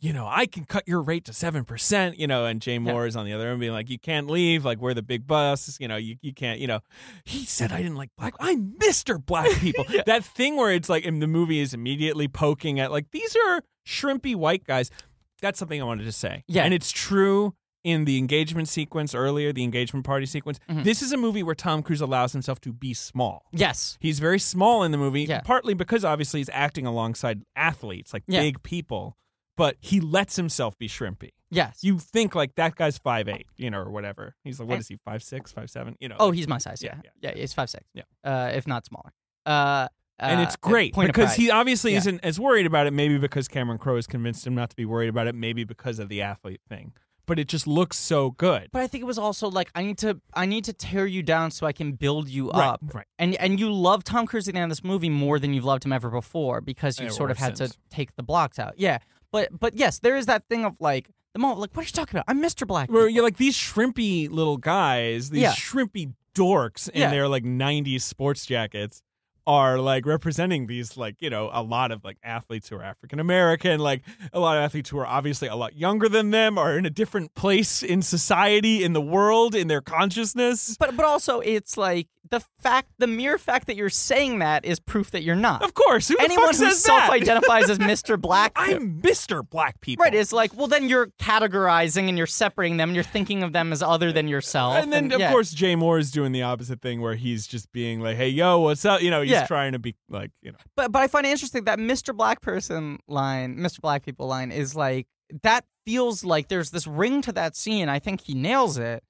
[SPEAKER 2] you know, I can cut your rate to 7%, you know, and Jay Moore is on the other end being like, you can't leave. Like, we're the big boss. You know, you, you can't, you know. He said I didn't like black. I'm Mr. Black people. That thing where it's like, in the movie is immediately poking at, like, these are shrimpy white guys. That's something I wanted to say.
[SPEAKER 3] Yeah.
[SPEAKER 2] And it's true in the engagement sequence earlier, the engagement party sequence.
[SPEAKER 3] Mm-hmm.
[SPEAKER 2] This is a movie where Tom Cruise allows himself to be small.
[SPEAKER 3] Yes.
[SPEAKER 2] He's very small in the movie,
[SPEAKER 3] Yeah.
[SPEAKER 2] partly because obviously he's acting alongside athletes, like
[SPEAKER 3] Yeah.
[SPEAKER 2] big people, but he lets himself be shrimpy.
[SPEAKER 3] Yes.
[SPEAKER 2] You think like that guy's five eight, you know, or whatever. He's like, what is he, five six, five seven? You know.
[SPEAKER 3] Eh. oh, he's my size. Yeah.
[SPEAKER 2] Yeah,
[SPEAKER 3] Yeah. he's five six.
[SPEAKER 2] Yeah.
[SPEAKER 3] Uh, if not smaller. Uh,
[SPEAKER 2] and
[SPEAKER 3] uh,
[SPEAKER 2] it's great
[SPEAKER 3] point of
[SPEAKER 2] because
[SPEAKER 3] pride.
[SPEAKER 2] he obviously
[SPEAKER 3] Yeah.
[SPEAKER 2] isn't as worried about it. Maybe because Cameron Crowe has convinced him not to be worried about it. Maybe because of the athlete thing. But it just looks so good.
[SPEAKER 3] But I think it was also like I need to I need to tear you down so I can build you
[SPEAKER 2] Right,
[SPEAKER 3] up.
[SPEAKER 2] right.
[SPEAKER 3] And and you love Tom Cruise at the end of this movie more than you've loved him ever before because you've
[SPEAKER 2] Yeah,
[SPEAKER 3] sort
[SPEAKER 2] or
[SPEAKER 3] of had to
[SPEAKER 2] since.
[SPEAKER 3] take the blocks out. Yeah. But but yes, there is that thing of like the moment like what are you talking about? I'm Mr. Black.
[SPEAKER 2] Where
[SPEAKER 3] people.
[SPEAKER 2] you're like these shrimpy little guys, these
[SPEAKER 3] Yeah.
[SPEAKER 2] shrimpy dorks in
[SPEAKER 3] Yeah.
[SPEAKER 2] their like '90s sports jackets, are like representing these like you know a lot of like athletes who are African American, like a lot of athletes who are obviously a lot younger than them, are in a different place in society, in the world, in their consciousness.
[SPEAKER 3] But but also it's like the fact the mere fact that you're saying that is proof that you're not.
[SPEAKER 2] Of course, who the
[SPEAKER 3] Anyone
[SPEAKER 2] fuck
[SPEAKER 3] who
[SPEAKER 2] says that?
[SPEAKER 3] self-identifies as Mr. Black
[SPEAKER 2] I'm Mr. Black people.
[SPEAKER 3] Right, it's like, well, then you're categorizing and you're separating them and you're thinking of them as other than yourself.
[SPEAKER 2] and then, of
[SPEAKER 3] yeah.
[SPEAKER 2] course, Jay Moore is doing the opposite thing where he's just being like, hey, yo, what's up? You know, he's
[SPEAKER 3] Yeah.
[SPEAKER 2] trying to be like, you know.
[SPEAKER 3] but but I find it interesting that Mr. Black person line, Mr. Black people line is like that feels like there's this ring to that scene. I think he nails it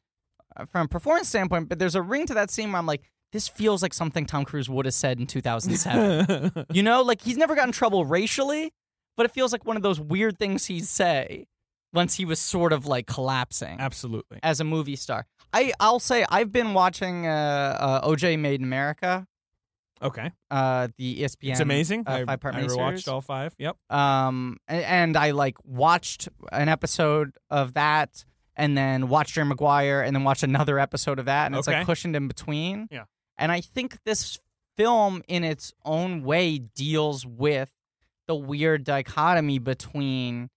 [SPEAKER 3] uh, from a performance standpoint, but there's a ring to that scene where I'm like, this feels like something Tom Cruise would have said in 2007. you know, like he's never gotten in trouble racially, but it feels like one of those weird things he'd say once he was sort of like collapsing
[SPEAKER 2] Absolutely.
[SPEAKER 3] as a movie star. I I'll say I've been watching uh, uh, OJ Made in America,
[SPEAKER 2] Okay.
[SPEAKER 3] uh, the ESPN.
[SPEAKER 2] It's amazing.
[SPEAKER 3] Uh,
[SPEAKER 2] I,
[SPEAKER 3] five part
[SPEAKER 2] I
[SPEAKER 3] miniseries.
[SPEAKER 2] rewatched all five. Yep.
[SPEAKER 3] um and, and i like watched an episode of that and then watched jerry maguire and then watched another episode of that and it's like
[SPEAKER 2] Okay.
[SPEAKER 3] cushioned in between
[SPEAKER 2] Yeah.
[SPEAKER 3] and i think this film in its own way deals with the weird dichotomy between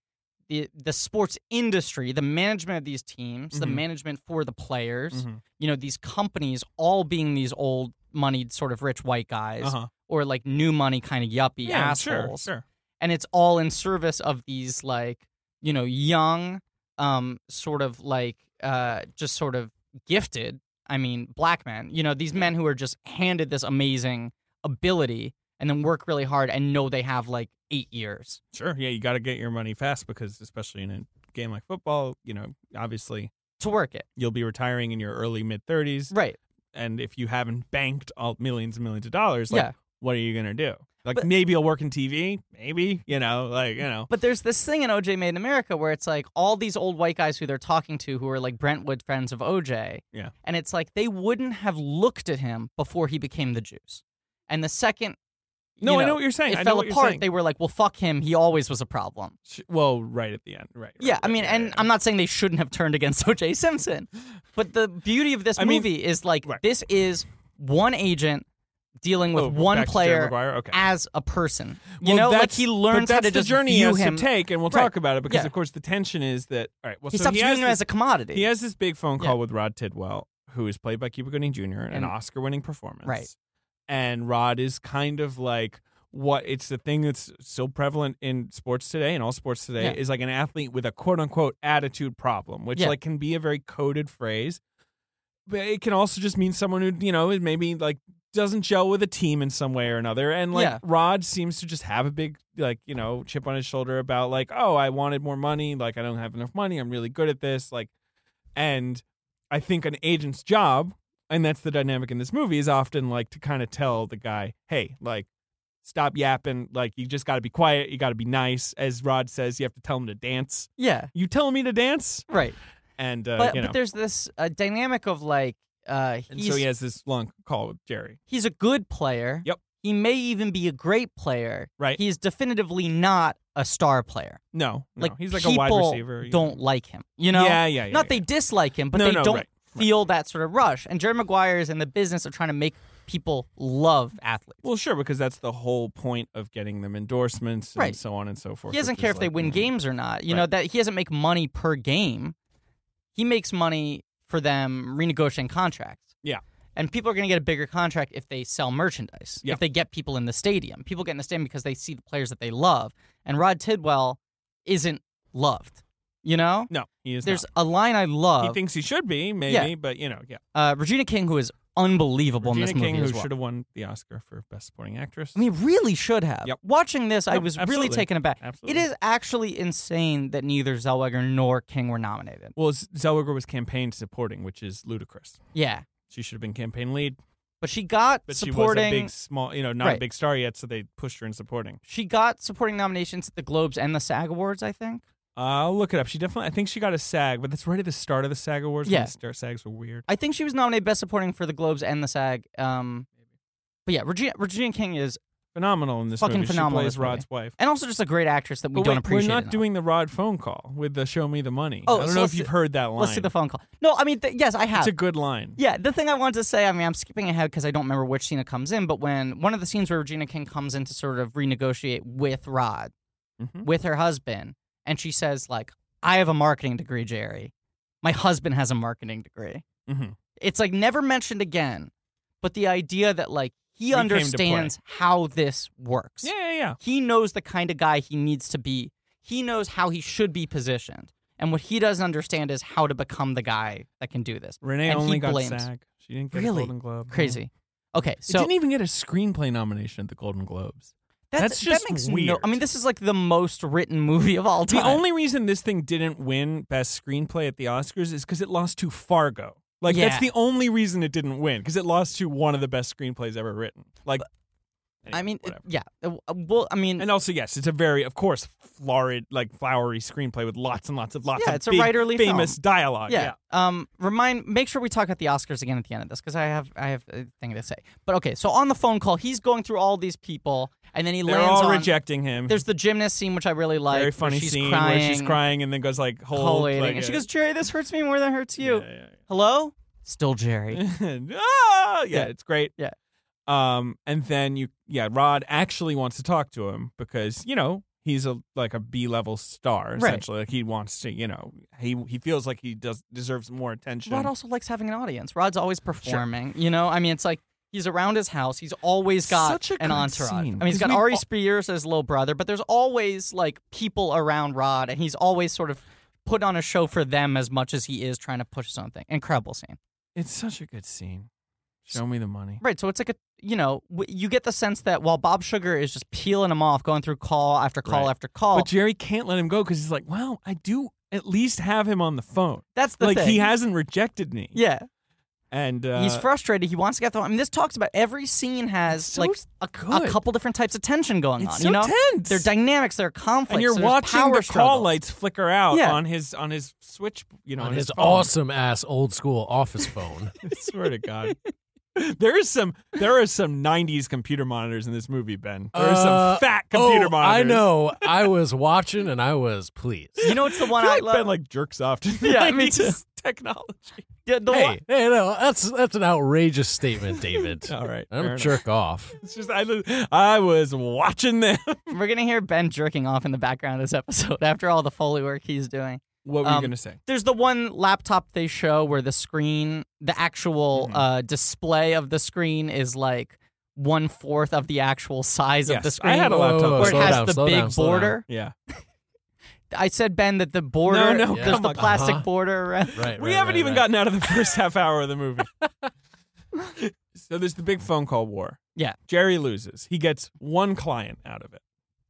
[SPEAKER 3] the, the sports industry the management of these teams the
[SPEAKER 2] Mhm.
[SPEAKER 3] management for the players
[SPEAKER 2] Mhm.
[SPEAKER 3] you know these companies all being these old moneyed sort of rich white guys
[SPEAKER 2] Uh-huh.
[SPEAKER 3] or like new money kind of yuppie
[SPEAKER 2] Yeah, sure.
[SPEAKER 3] assholes
[SPEAKER 2] Sure.
[SPEAKER 3] and it's all in service of these like you know young um sort of like uh just sort of gifted i mean black men you know these men who are just handed this amazing ability and then work really hard and know they have like 8 years
[SPEAKER 2] Sure. Yeah, you got to get your money fast because, especially in a game like football, you know, obviously
[SPEAKER 3] to work it
[SPEAKER 2] you'll be retiring in your early mid 30s.
[SPEAKER 3] right
[SPEAKER 2] And if you haven't banked all millions and millions of dollars, like,
[SPEAKER 3] Yeah.
[SPEAKER 2] what are you going to do? Like,
[SPEAKER 3] But-
[SPEAKER 2] maybe you'll work in TV. Maybe, you know, like, you know.
[SPEAKER 3] but there's this thing in OJ Made in America where it's like all these old white guys who they're talking to who are like Brentwood friends of OJ.
[SPEAKER 2] Yeah.
[SPEAKER 3] And it's like they wouldn't have looked at him before he became the Juice. And the second
[SPEAKER 2] No,
[SPEAKER 3] you
[SPEAKER 2] I know what you're saying.
[SPEAKER 3] It
[SPEAKER 2] I know
[SPEAKER 3] fell
[SPEAKER 2] what you're
[SPEAKER 3] apart.
[SPEAKER 2] saying.
[SPEAKER 3] They were like, "Well, fuck him. He always was a problem."
[SPEAKER 2] Sh- Well, right at the end. Right. right,
[SPEAKER 3] Yeah, I
[SPEAKER 2] right,
[SPEAKER 3] mean,
[SPEAKER 2] right,
[SPEAKER 3] and
[SPEAKER 2] right.
[SPEAKER 3] I'm not saying they shouldn't have turned against O.J. Simpson, but the beauty of this
[SPEAKER 2] I mean-
[SPEAKER 3] movie is like
[SPEAKER 2] Right.
[SPEAKER 3] this is one agent dealing with
[SPEAKER 2] Oh,
[SPEAKER 3] one
[SPEAKER 2] back to Jerry
[SPEAKER 3] player
[SPEAKER 2] Maguire? Okay.
[SPEAKER 3] as a person. You
[SPEAKER 2] Well,
[SPEAKER 3] know, like
[SPEAKER 2] that's-
[SPEAKER 3] he
[SPEAKER 2] but
[SPEAKER 3] learns
[SPEAKER 2] that's
[SPEAKER 3] how to
[SPEAKER 2] the
[SPEAKER 3] just
[SPEAKER 2] journey he
[SPEAKER 3] view
[SPEAKER 2] has
[SPEAKER 3] him.
[SPEAKER 2] to take, and we'll
[SPEAKER 3] Right.
[SPEAKER 2] talk about it because,
[SPEAKER 3] Yeah.
[SPEAKER 2] of course, the tension is that all right. Well,
[SPEAKER 3] He
[SPEAKER 2] so
[SPEAKER 3] stops
[SPEAKER 2] he
[SPEAKER 3] viewing
[SPEAKER 2] has
[SPEAKER 3] him
[SPEAKER 2] this-
[SPEAKER 3] as a commodity.
[SPEAKER 2] He has this big phone call
[SPEAKER 3] Yeah.
[SPEAKER 2] with Rod Tidwell, who is played by Cuba Gooding Jr., an
[SPEAKER 3] And-
[SPEAKER 2] Oscar winning performance.
[SPEAKER 3] Right.
[SPEAKER 2] And Rod is kind of like what it's the thing that's so prevalent in sports today and all sports today
[SPEAKER 3] Yeah.
[SPEAKER 2] is like an athlete with a quote unquote attitude problem, which
[SPEAKER 3] Yeah.
[SPEAKER 2] like can be a very coded phrase. But it can also just mean someone who, you know, is maybe like doesn't gel with a team in some way or another. And like
[SPEAKER 3] Yeah.
[SPEAKER 2] Rod seems to just have a big like, you know, chip on his shoulder about like, oh, I wanted more money, like I don't have enough money, I'm really good at this, like and I think an agent's job, and that's the dynamic in this movie, is often like to kind of tell the guy, hey, like, stop yapping. Like, you just got to be quiet. You got to be nice. As Rod says, you have to tell him to dance.
[SPEAKER 3] yeah,
[SPEAKER 2] You telling me to dance?
[SPEAKER 3] right.
[SPEAKER 2] And, uh,
[SPEAKER 3] but,
[SPEAKER 2] you know.
[SPEAKER 3] but there's this uh, dynamic of like uh,
[SPEAKER 2] and
[SPEAKER 3] he's
[SPEAKER 2] so he has this long call with Jerry.
[SPEAKER 3] he's a good player.
[SPEAKER 2] Yep.
[SPEAKER 3] He may even be a great player.
[SPEAKER 2] Right.
[SPEAKER 3] He's definitively not a star player.
[SPEAKER 2] No, no.
[SPEAKER 3] Like
[SPEAKER 2] he's like a wide
[SPEAKER 3] people
[SPEAKER 2] receiver. you
[SPEAKER 3] Don't
[SPEAKER 2] know.
[SPEAKER 3] like him. You know.
[SPEAKER 2] Yeah, yeah, yeah.
[SPEAKER 3] Not
[SPEAKER 2] yeah.
[SPEAKER 3] they dislike him, but
[SPEAKER 2] No,
[SPEAKER 3] they
[SPEAKER 2] no,
[SPEAKER 3] don't
[SPEAKER 2] right, right.
[SPEAKER 3] feel that sort of rush. And Jerry Maguire is in the business of trying to make people love athletes.
[SPEAKER 2] Well, sure, because that's the whole point of getting them endorsements and
[SPEAKER 3] Right.
[SPEAKER 2] so on and so forth.
[SPEAKER 3] He doesn't
[SPEAKER 2] which
[SPEAKER 3] care
[SPEAKER 2] is
[SPEAKER 3] if they
[SPEAKER 2] like,
[SPEAKER 3] win
[SPEAKER 2] mm.
[SPEAKER 3] games or not. You know
[SPEAKER 2] Right.
[SPEAKER 3] that he doesn't make money per game. He makes money for them renegotiating contracts.
[SPEAKER 2] Yeah.
[SPEAKER 3] And people are going to get a bigger contract if they sell merchandise.
[SPEAKER 2] Yeah.
[SPEAKER 3] If they get people in the stadium, people get in the stadium because they see the players that they love. And Rod Tidwell isn't loved. You know,
[SPEAKER 2] No, he is.
[SPEAKER 3] there's
[SPEAKER 2] not.
[SPEAKER 3] a line I
[SPEAKER 2] He
[SPEAKER 3] love.
[SPEAKER 2] thinks he should be, maybe, but you know, yeah.
[SPEAKER 3] uh, Regina King, who is unbelievable
[SPEAKER 2] Regina
[SPEAKER 3] in this movie
[SPEAKER 2] King,
[SPEAKER 3] as
[SPEAKER 2] who
[SPEAKER 3] well.
[SPEAKER 2] should have won the Oscar for Best Supporting Actress.
[SPEAKER 3] I mean, really should have.
[SPEAKER 2] Yep.
[SPEAKER 3] Watching this, I
[SPEAKER 2] Yep,
[SPEAKER 3] was
[SPEAKER 2] absolutely.
[SPEAKER 3] really taken aback.
[SPEAKER 2] Absolutely.
[SPEAKER 3] It is actually insane that neither Zellweger nor King were nominated.
[SPEAKER 2] well, Z- Zellweger was campaign supporting, which is ludicrous.
[SPEAKER 3] Yeah,
[SPEAKER 2] She should have been campaign lead,
[SPEAKER 3] but she got
[SPEAKER 2] but
[SPEAKER 3] supporting.
[SPEAKER 2] she was a big, small, you know, not
[SPEAKER 3] Right.
[SPEAKER 2] a big star yet, so they pushed her in supporting.
[SPEAKER 3] she got supporting nominations at the Globes and the SAG Awards, I think.
[SPEAKER 2] I'll look it up. She definitely, I think she got a SAG, but that's right at the start of the SAG Awards.
[SPEAKER 3] Yeah.
[SPEAKER 2] when the star- SAGs were weird.
[SPEAKER 3] I think she was nominated best supporting for the Globes and the SAG. Um, but yeah, Regina, Regina King is,
[SPEAKER 2] Phenomenal in this
[SPEAKER 3] Fucking
[SPEAKER 2] movie.
[SPEAKER 3] phenomenal
[SPEAKER 2] She
[SPEAKER 3] in
[SPEAKER 2] plays
[SPEAKER 3] this movie.
[SPEAKER 2] Rod's wife.
[SPEAKER 3] and also just a great actress that we
[SPEAKER 2] But
[SPEAKER 3] don't
[SPEAKER 2] wait,
[SPEAKER 3] appreciate.
[SPEAKER 2] We're not
[SPEAKER 3] enough.
[SPEAKER 2] doing the Rod phone call with the "Show me the money."
[SPEAKER 3] Oh,
[SPEAKER 2] I don't
[SPEAKER 3] so
[SPEAKER 2] know
[SPEAKER 3] let's
[SPEAKER 2] if you've
[SPEAKER 3] do-
[SPEAKER 2] heard that line.
[SPEAKER 3] Let's do the phone call. No, I mean, th- yes, I have.
[SPEAKER 2] It's a good line.
[SPEAKER 3] Yeah, the thing I wanted to say, I mean, I'm skipping ahead because I don't remember which scene it comes in, but when one of the scenes where Regina King comes in to sort of renegotiate with Rod,
[SPEAKER 2] Mhm.
[SPEAKER 3] with her husband, and she says, like, I have a marketing degree, Jerry. My husband has a marketing degree.
[SPEAKER 2] hmm
[SPEAKER 3] It's like never mentioned again, but the idea that like he
[SPEAKER 2] He came to play.
[SPEAKER 3] understands how this works.
[SPEAKER 2] Yeah, yeah, yeah.
[SPEAKER 3] He knows the kind of guy he needs to be. He knows how he should be positioned. And what he doesn't understand is how to become the guy that can do this.
[SPEAKER 2] Renee
[SPEAKER 3] And he
[SPEAKER 2] only got
[SPEAKER 3] blames-
[SPEAKER 2] SAG. She didn't get
[SPEAKER 3] Really?
[SPEAKER 2] a Golden Globe.
[SPEAKER 3] Crazy. Okay,
[SPEAKER 2] Mm-hmm. So,
[SPEAKER 3] so
[SPEAKER 2] it didn't even get a screenplay nomination at the Golden Globes.
[SPEAKER 3] That's,
[SPEAKER 2] That's
[SPEAKER 3] that
[SPEAKER 2] just
[SPEAKER 3] makes No,
[SPEAKER 2] weird.
[SPEAKER 3] I mean, this is like the most written movie of all time.
[SPEAKER 2] The only reason this thing didn't win Best Screenplay at the Oscars is because it lost to Fargo. Like
[SPEAKER 3] Yeah.
[SPEAKER 2] that's the only reason it didn't win because it lost to one of the best screenplays ever written. Like,
[SPEAKER 3] I mean, it-
[SPEAKER 2] whatever.
[SPEAKER 3] yeah. Uh, Well, I mean,
[SPEAKER 2] And also, yes, it's a very, of course, florid, like flowery screenplay with lots and lots of lots
[SPEAKER 3] Yeah,
[SPEAKER 2] of
[SPEAKER 3] it's a
[SPEAKER 2] big,
[SPEAKER 3] writerly
[SPEAKER 2] famous
[SPEAKER 3] film.
[SPEAKER 2] dialogue.
[SPEAKER 3] yeah. Um, remind. Make sure we talk about the Oscars again at the end of this because I have I have a thing to say. But okay, so on the phone call, he's going through all these people, and then he
[SPEAKER 2] They're
[SPEAKER 3] lands
[SPEAKER 2] all
[SPEAKER 3] on.
[SPEAKER 2] rejecting him.
[SPEAKER 3] There's the gymnast scene, which I really like.
[SPEAKER 2] very
[SPEAKER 3] where
[SPEAKER 2] funny
[SPEAKER 3] she's
[SPEAKER 2] scene
[SPEAKER 3] crying,
[SPEAKER 2] where she's crying and then goes like, hold,
[SPEAKER 3] collating,
[SPEAKER 2] like,
[SPEAKER 3] and she
[SPEAKER 2] uh,
[SPEAKER 3] goes, "Jerry, this hurts me more than it hurts you."
[SPEAKER 2] yeah, yeah,
[SPEAKER 3] Hello, still Jerry.
[SPEAKER 2] yeah. ah, yeah,
[SPEAKER 3] Yeah.
[SPEAKER 2] it's great.
[SPEAKER 3] Yeah.
[SPEAKER 2] Um, and then you, yeah, Rod actually wants to talk to him because you know he's a like a B level star essentially. Like he wants to, you know, he he feels like he does deserves more attention.
[SPEAKER 3] Rod also likes having an audience. Rod's always performing. You know, I mean, it's like he's around his house. He's always got
[SPEAKER 2] Such a
[SPEAKER 3] an
[SPEAKER 2] good
[SPEAKER 3] entourage. I
[SPEAKER 2] scene,
[SPEAKER 3] mean, he's
[SPEAKER 2] 'cause
[SPEAKER 3] got
[SPEAKER 2] we've
[SPEAKER 3] Ari
[SPEAKER 2] al-
[SPEAKER 3] Spears as little brother, but there's always like people around Rod, and he's always sort of put on a show for them as much as he is trying to push something. Incredible scene,
[SPEAKER 2] it's such a good scene. Show me the money.
[SPEAKER 3] right? So it's like a you know w- you get the sense that while Bob Sugar is just peeling him off, going through call after call
[SPEAKER 2] Right.
[SPEAKER 3] after call.
[SPEAKER 2] But Jerry can't let him go because he's like, well, I do at least have him on the phone.
[SPEAKER 3] that's the
[SPEAKER 2] like
[SPEAKER 3] thing.
[SPEAKER 2] he hasn't rejected me.
[SPEAKER 3] yeah,
[SPEAKER 2] And uh,
[SPEAKER 3] he's frustrated. He wants to get the. I mean, this talks about every scene has
[SPEAKER 2] It's so
[SPEAKER 3] like a, a
[SPEAKER 2] good.
[SPEAKER 3] couple different types of tension going
[SPEAKER 2] It's
[SPEAKER 3] on.
[SPEAKER 2] so
[SPEAKER 3] you know,
[SPEAKER 2] tense.
[SPEAKER 3] Their dynamics, their conflicts,
[SPEAKER 2] and you're
[SPEAKER 3] there's
[SPEAKER 2] watching
[SPEAKER 3] power
[SPEAKER 2] the call
[SPEAKER 3] struggles.
[SPEAKER 2] lights flicker out
[SPEAKER 3] Yeah.
[SPEAKER 2] on his on his switch. You know,
[SPEAKER 4] on his
[SPEAKER 2] phone.
[SPEAKER 4] awesome ass old school office phone.
[SPEAKER 2] I swear to God. There is some there are some '90s computer monitors in this movie, Ben. There are
[SPEAKER 4] Uh,
[SPEAKER 2] some fat computer
[SPEAKER 4] oh,
[SPEAKER 2] monitors.
[SPEAKER 4] I know. I was watching and I was pleased.
[SPEAKER 3] You know, it's the
[SPEAKER 2] I
[SPEAKER 3] one
[SPEAKER 2] feel
[SPEAKER 3] I
[SPEAKER 2] like Ben
[SPEAKER 3] love.
[SPEAKER 2] like jerks off to the
[SPEAKER 3] Yeah,
[SPEAKER 2] 90s
[SPEAKER 3] me too.
[SPEAKER 2] technology.
[SPEAKER 3] Yeah, the one-
[SPEAKER 4] Hey, hey, no, that's that's an outrageous statement, David.
[SPEAKER 2] All right,
[SPEAKER 4] I
[SPEAKER 2] fair
[SPEAKER 4] don't
[SPEAKER 2] enough.
[SPEAKER 4] jerk off.
[SPEAKER 2] It's just I, li- I was watching them.
[SPEAKER 3] We're gonna hear Ben jerking off in the background of this episode after all the foley work he's doing.
[SPEAKER 2] What were
[SPEAKER 3] Um,
[SPEAKER 2] you gonna say?
[SPEAKER 3] There's the one laptop they show where the screen, the actual
[SPEAKER 2] Mm-hmm.
[SPEAKER 3] uh, display of the screen, is like one fourth of the actual size of the
[SPEAKER 2] Yes,
[SPEAKER 3] screen.
[SPEAKER 2] I had a laptop.
[SPEAKER 4] Whoa,
[SPEAKER 3] where it
[SPEAKER 4] slow
[SPEAKER 3] has
[SPEAKER 4] down,
[SPEAKER 3] the
[SPEAKER 4] slow
[SPEAKER 3] big
[SPEAKER 4] down, slow down.
[SPEAKER 3] border.
[SPEAKER 2] Yeah,
[SPEAKER 3] I said Ben that the border,
[SPEAKER 2] No, no,
[SPEAKER 3] there's
[SPEAKER 4] come
[SPEAKER 3] the
[SPEAKER 2] on.
[SPEAKER 3] plastic
[SPEAKER 4] Uh-huh.
[SPEAKER 3] border around.
[SPEAKER 4] Right.
[SPEAKER 2] we
[SPEAKER 4] right,
[SPEAKER 2] haven't
[SPEAKER 4] right,
[SPEAKER 2] even
[SPEAKER 4] right.
[SPEAKER 2] gotten out of the first half hour of the movie. so there's the big phone call war.
[SPEAKER 3] Yeah.
[SPEAKER 2] Jerry loses. He gets one client out of it,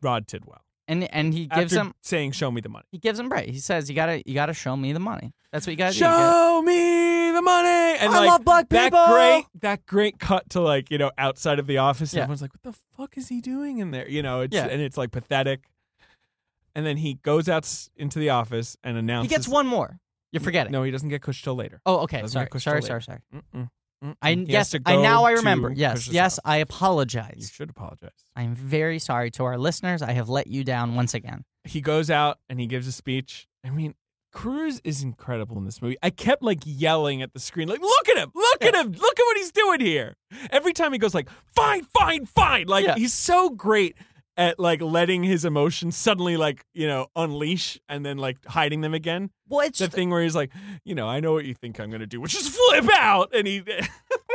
[SPEAKER 2] Rod Tidwell.
[SPEAKER 3] And and he gives
[SPEAKER 2] after
[SPEAKER 3] him
[SPEAKER 2] saying, "Show me the money."
[SPEAKER 3] he gives him right. He says you gotta you gotta show me the money. That's what you gotta do. You gotta-
[SPEAKER 2] Show me the money. And
[SPEAKER 3] I
[SPEAKER 2] like,
[SPEAKER 3] love black
[SPEAKER 2] that
[SPEAKER 3] people.
[SPEAKER 2] great that great cut to like, you know, outside of the office. and
[SPEAKER 3] Yeah.
[SPEAKER 2] Everyone's like, what the fuck is he doing in there? You know, it's
[SPEAKER 3] Yeah.
[SPEAKER 2] and it's like pathetic. And then he goes out s- into the office and
[SPEAKER 3] He
[SPEAKER 2] announces
[SPEAKER 3] gets one more. You're forgetting.
[SPEAKER 2] No, he doesn't get Cush till later.
[SPEAKER 3] Oh, okay.
[SPEAKER 2] Doesn't
[SPEAKER 3] Sorry.
[SPEAKER 2] get pushed
[SPEAKER 3] Sorry,
[SPEAKER 2] till
[SPEAKER 3] sorry,
[SPEAKER 2] later.
[SPEAKER 3] sorry.
[SPEAKER 2] Mm-mm. Mm-mm.
[SPEAKER 3] I
[SPEAKER 2] He has
[SPEAKER 3] yes,
[SPEAKER 2] to
[SPEAKER 3] I
[SPEAKER 2] go
[SPEAKER 3] now I
[SPEAKER 2] to
[SPEAKER 3] remember. Yes,
[SPEAKER 2] Cush's
[SPEAKER 3] yes,
[SPEAKER 2] house.
[SPEAKER 3] I
[SPEAKER 2] You
[SPEAKER 3] apologize.
[SPEAKER 2] should apologize.
[SPEAKER 3] I'm very sorry to our listeners. I have let you down once again.
[SPEAKER 2] He goes out and he gives a speech. I mean, Cruz is incredible in this movie. I kept like yelling at the screen, like, look at him, look at him, look at what he's doing here. Every time he goes like, fine, fine, fine. Like
[SPEAKER 3] Yeah.
[SPEAKER 2] he's so great at like letting his emotions suddenly like, you know, unleash and then like hiding them again.
[SPEAKER 3] Well, it's
[SPEAKER 2] The thing where he's like, you know, I know what you think I'm gonna do, which is flip out and he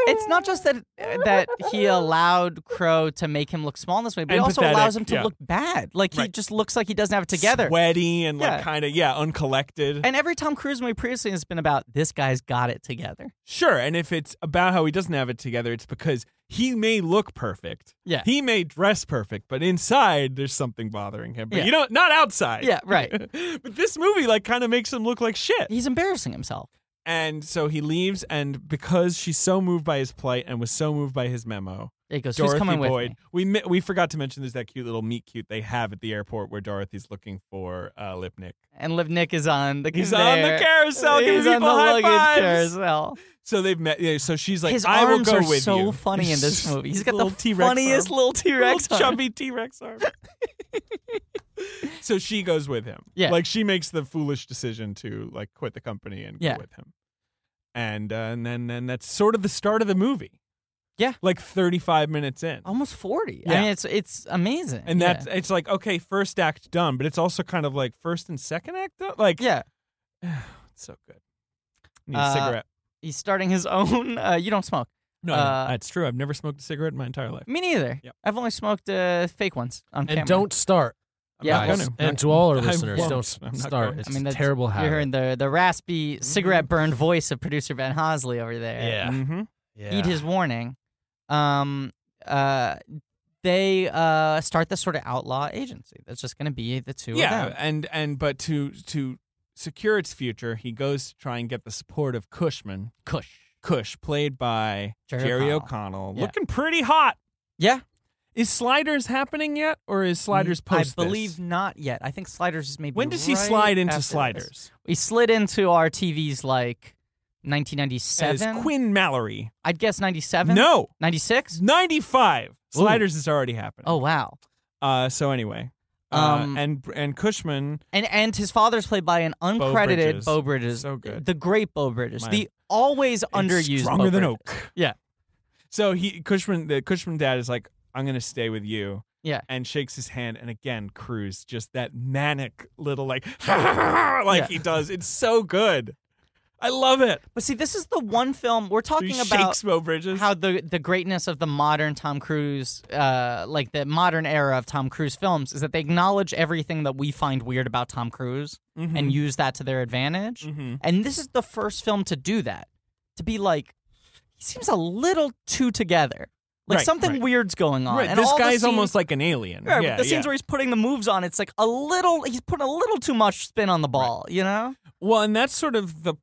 [SPEAKER 3] it's not just that that he allowed Crow to make him look small in this way, but it
[SPEAKER 2] And
[SPEAKER 3] also
[SPEAKER 2] pathetic,
[SPEAKER 3] allows him to
[SPEAKER 2] yeah.
[SPEAKER 3] look bad. Like he
[SPEAKER 2] Right.
[SPEAKER 3] just looks like he doesn't have it together.
[SPEAKER 2] sweaty and like
[SPEAKER 3] Yeah.
[SPEAKER 2] kinda yeah, uncollected.
[SPEAKER 3] And every Tom Cruise movie previously has been about this guy's got it together.
[SPEAKER 2] Sure, and if it's about how he doesn't have it together, it's because he may look perfect.
[SPEAKER 3] Yeah.
[SPEAKER 2] He may dress perfect, but inside there's something bothering him. But
[SPEAKER 3] Yeah.
[SPEAKER 2] you know, not outside.
[SPEAKER 3] Yeah, right.
[SPEAKER 2] but this movie like kind of makes him look like shit.
[SPEAKER 3] He's embarrassing himself.
[SPEAKER 2] And so he leaves and because she's so moved by his plight and was so moved by his memo,
[SPEAKER 3] He goes,
[SPEAKER 2] Dorothy
[SPEAKER 3] "Who's coming with
[SPEAKER 2] Boyd.
[SPEAKER 3] me?"
[SPEAKER 2] We mi- we forgot to mention there's that cute little meet cute they have at the airport where Dorothy's looking for uh, Lipnick.
[SPEAKER 3] And Liv Nick is on the
[SPEAKER 2] He's on
[SPEAKER 3] conveyor.
[SPEAKER 2] the carousel giving
[SPEAKER 3] He's on
[SPEAKER 2] people
[SPEAKER 3] the
[SPEAKER 2] high
[SPEAKER 3] luggage
[SPEAKER 2] fives.
[SPEAKER 3] carousel.
[SPEAKER 2] So they've met. Yeah, so she's like,
[SPEAKER 3] His
[SPEAKER 2] I will
[SPEAKER 3] arms
[SPEAKER 2] go
[SPEAKER 3] are
[SPEAKER 2] with
[SPEAKER 3] so
[SPEAKER 2] you.
[SPEAKER 3] funny in this movie. He's got the
[SPEAKER 2] Little T-Rex
[SPEAKER 3] funniest
[SPEAKER 2] arm.
[SPEAKER 3] little T Rex
[SPEAKER 2] Little chubby T Rex arm. so she goes with him.
[SPEAKER 3] Yeah.
[SPEAKER 2] like she makes the foolish decision to like quit the company and
[SPEAKER 3] Yeah.
[SPEAKER 2] go with him. And uh, and then then that's sort of the start of the movie.
[SPEAKER 3] Yeah.
[SPEAKER 2] like thirty five minutes in.
[SPEAKER 3] Almost forty. I
[SPEAKER 2] Yeah.
[SPEAKER 3] mean, it's it's amazing.
[SPEAKER 2] And
[SPEAKER 3] yeah.
[SPEAKER 2] that's it's like okay, first act done, but it's also kind of like first and second act done. Like
[SPEAKER 3] yeah.
[SPEAKER 2] it's so good. Need a
[SPEAKER 3] Uh,
[SPEAKER 2] cigarette.
[SPEAKER 3] He's starting his own. Uh, you don't smoke.
[SPEAKER 2] No, I don't.
[SPEAKER 3] uh,
[SPEAKER 2] that's true. I've never smoked a cigarette in my entire life.
[SPEAKER 3] Me neither.
[SPEAKER 2] Yep.
[SPEAKER 3] I've only smoked uh, fake ones on camera.
[SPEAKER 4] And don't start.
[SPEAKER 2] I'm
[SPEAKER 3] Yeah,
[SPEAKER 2] not
[SPEAKER 4] guys.
[SPEAKER 2] gonna.
[SPEAKER 4] And to all our
[SPEAKER 2] I
[SPEAKER 4] listeners,
[SPEAKER 2] won't.
[SPEAKER 4] don't
[SPEAKER 2] I'm not
[SPEAKER 4] start.
[SPEAKER 2] going
[SPEAKER 4] It's
[SPEAKER 3] I mean,
[SPEAKER 4] a
[SPEAKER 3] that's-
[SPEAKER 4] terrible
[SPEAKER 3] You're
[SPEAKER 4] habit.
[SPEAKER 3] hearing the, the raspy,
[SPEAKER 2] Mm-hmm.
[SPEAKER 3] cigarette burned voice of producer Ben Hosley over there.
[SPEAKER 4] Yeah.
[SPEAKER 2] Mhm.
[SPEAKER 4] yeah.
[SPEAKER 3] Mm, Eat his warning. Um, uh, they uh, start this sort of outlaw agency that's just going to be the two
[SPEAKER 2] yeah,
[SPEAKER 3] of them.
[SPEAKER 2] and and but to to secure its future, he goes to try and get the support of Cushman,
[SPEAKER 3] Cush.
[SPEAKER 2] Cush, played by
[SPEAKER 3] Jerry
[SPEAKER 2] Jerry,
[SPEAKER 3] O'Connell.
[SPEAKER 2] O'Connell,
[SPEAKER 3] Yeah.
[SPEAKER 2] looking pretty hot.
[SPEAKER 3] Yeah. Mm,
[SPEAKER 2] Is Sliders happening yet, or is Sliders post?
[SPEAKER 3] I
[SPEAKER 2] this?
[SPEAKER 3] believe not yet. I think Sliders is maybe.
[SPEAKER 2] When does he
[SPEAKER 3] right
[SPEAKER 2] slide into
[SPEAKER 3] after this.
[SPEAKER 2] Sliders?
[SPEAKER 3] He slid into our TVs like 1997.
[SPEAKER 2] As Quinn Mallory.
[SPEAKER 3] I'd guess 97.
[SPEAKER 2] No,
[SPEAKER 3] 96.
[SPEAKER 2] ninety five. Sliders is already happening.
[SPEAKER 3] Oh wow.
[SPEAKER 2] uh, so anyway, uh,
[SPEAKER 3] Um,
[SPEAKER 2] and and Cushman,
[SPEAKER 3] And and his father's played by an uncredited
[SPEAKER 2] Bridges.
[SPEAKER 3] Bo Bridges.
[SPEAKER 2] So good.
[SPEAKER 3] The great Bo Bridges.
[SPEAKER 2] My-
[SPEAKER 3] the always
[SPEAKER 2] It's
[SPEAKER 3] underused
[SPEAKER 2] stronger
[SPEAKER 3] Bo
[SPEAKER 2] than
[SPEAKER 3] Bridges.
[SPEAKER 2] oak.
[SPEAKER 3] Yeah.
[SPEAKER 2] So he Cushman, the Cushman dad is like, I'm gonna stay with you.
[SPEAKER 3] Yeah.
[SPEAKER 2] And shakes his hand, and again, Cruz just that manic little like, like
[SPEAKER 3] Yeah.
[SPEAKER 2] he does. It's so good. I love it.
[SPEAKER 3] But see, this is the one film we're
[SPEAKER 2] He
[SPEAKER 3] talking about
[SPEAKER 2] shakes Mo Bridges.
[SPEAKER 3] how the the greatness of the modern Tom Cruise uh like the modern era of Tom Cruise films is that they acknowledge everything that we find weird about Tom Cruise
[SPEAKER 2] Mhm.
[SPEAKER 3] and use that to their advantage.
[SPEAKER 2] Mhm.
[SPEAKER 3] And this is the first film to do that. To be like he seems a little too together. Like
[SPEAKER 2] Right,
[SPEAKER 3] something
[SPEAKER 2] right.
[SPEAKER 3] weird's going on.
[SPEAKER 2] Right,
[SPEAKER 3] And
[SPEAKER 2] this
[SPEAKER 3] all the
[SPEAKER 2] guy's
[SPEAKER 3] scenes-
[SPEAKER 2] almost like an alien.
[SPEAKER 3] Yeah,
[SPEAKER 2] yeah,
[SPEAKER 3] but the scenes
[SPEAKER 2] yeah.
[SPEAKER 3] where he's putting the moves on, it's like a little. He's putting a little too much spin on the ball, you know?
[SPEAKER 2] Well, and that's sort of the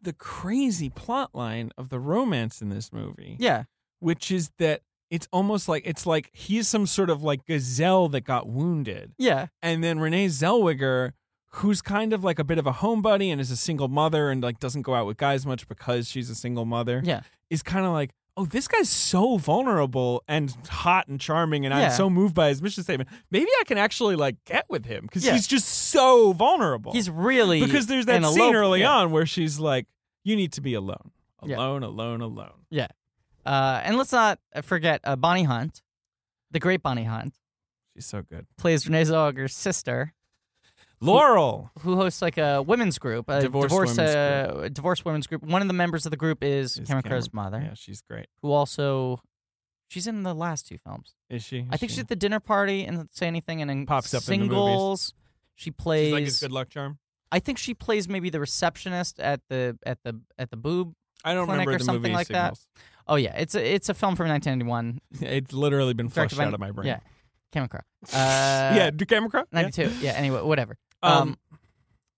[SPEAKER 2] the crazy plot line of the romance in this movie.
[SPEAKER 3] Yeah,
[SPEAKER 2] which is that it's almost like it's like he's some sort of like gazelle that got wounded.
[SPEAKER 3] yeah,
[SPEAKER 2] and then Renee Zellweger, who's kind of like a bit of a homebody and is a single mother and like doesn't go out with guys much because she's a single mother,
[SPEAKER 3] yeah.
[SPEAKER 2] is kind of like, oh, this guy's so vulnerable and hot and charming, and
[SPEAKER 3] Yeah.
[SPEAKER 2] I'm so moved by his mission statement. Maybe I can actually like get with him because
[SPEAKER 3] Yeah.
[SPEAKER 2] he's just so vulnerable.
[SPEAKER 3] He's really
[SPEAKER 2] because there's that
[SPEAKER 3] an
[SPEAKER 2] scene
[SPEAKER 3] elope-
[SPEAKER 2] early
[SPEAKER 3] yeah.
[SPEAKER 2] on where she's like, you need to be alone,
[SPEAKER 3] Yeah.
[SPEAKER 2] alone, alone, alone.
[SPEAKER 3] Uh, and let's not forget uh, Bonnie Hunt, the great Bonnie Hunt,
[SPEAKER 2] She's so good.
[SPEAKER 3] plays Renee Zellweger's sister,
[SPEAKER 2] Laurel.
[SPEAKER 3] who hosts like a women's group, a
[SPEAKER 2] Divorced
[SPEAKER 3] divorce,
[SPEAKER 2] women's
[SPEAKER 3] uh, divorced women's group. One of the members of the group is,
[SPEAKER 2] Is
[SPEAKER 3] Cameron
[SPEAKER 2] Cameron-
[SPEAKER 3] Crowe's mother,
[SPEAKER 2] Yeah, she's great.
[SPEAKER 3] who also she's in the last two films.
[SPEAKER 2] Is she? Is
[SPEAKER 3] I think
[SPEAKER 2] she-
[SPEAKER 3] she's at the dinner party and doesn't say anything, and in
[SPEAKER 2] Pops up in the movies.
[SPEAKER 3] singles. she plays.
[SPEAKER 2] she's like his good luck charm.
[SPEAKER 3] I think she plays maybe the receptionist at the at the at the boob.
[SPEAKER 2] I don't
[SPEAKER 3] Clinic
[SPEAKER 2] remember
[SPEAKER 3] or
[SPEAKER 2] the
[SPEAKER 3] something
[SPEAKER 2] movie
[SPEAKER 3] like that.
[SPEAKER 2] signals.
[SPEAKER 3] Oh yeah, it's a it's a film from 1991.
[SPEAKER 2] It's literally been flushed
[SPEAKER 3] Directed by-
[SPEAKER 2] out of my brain.
[SPEAKER 3] Yeah, Cameron Crowe. Uh,
[SPEAKER 2] yeah. Do camera crop?
[SPEAKER 3] 92. Yeah. Anyway, whatever.
[SPEAKER 2] Um.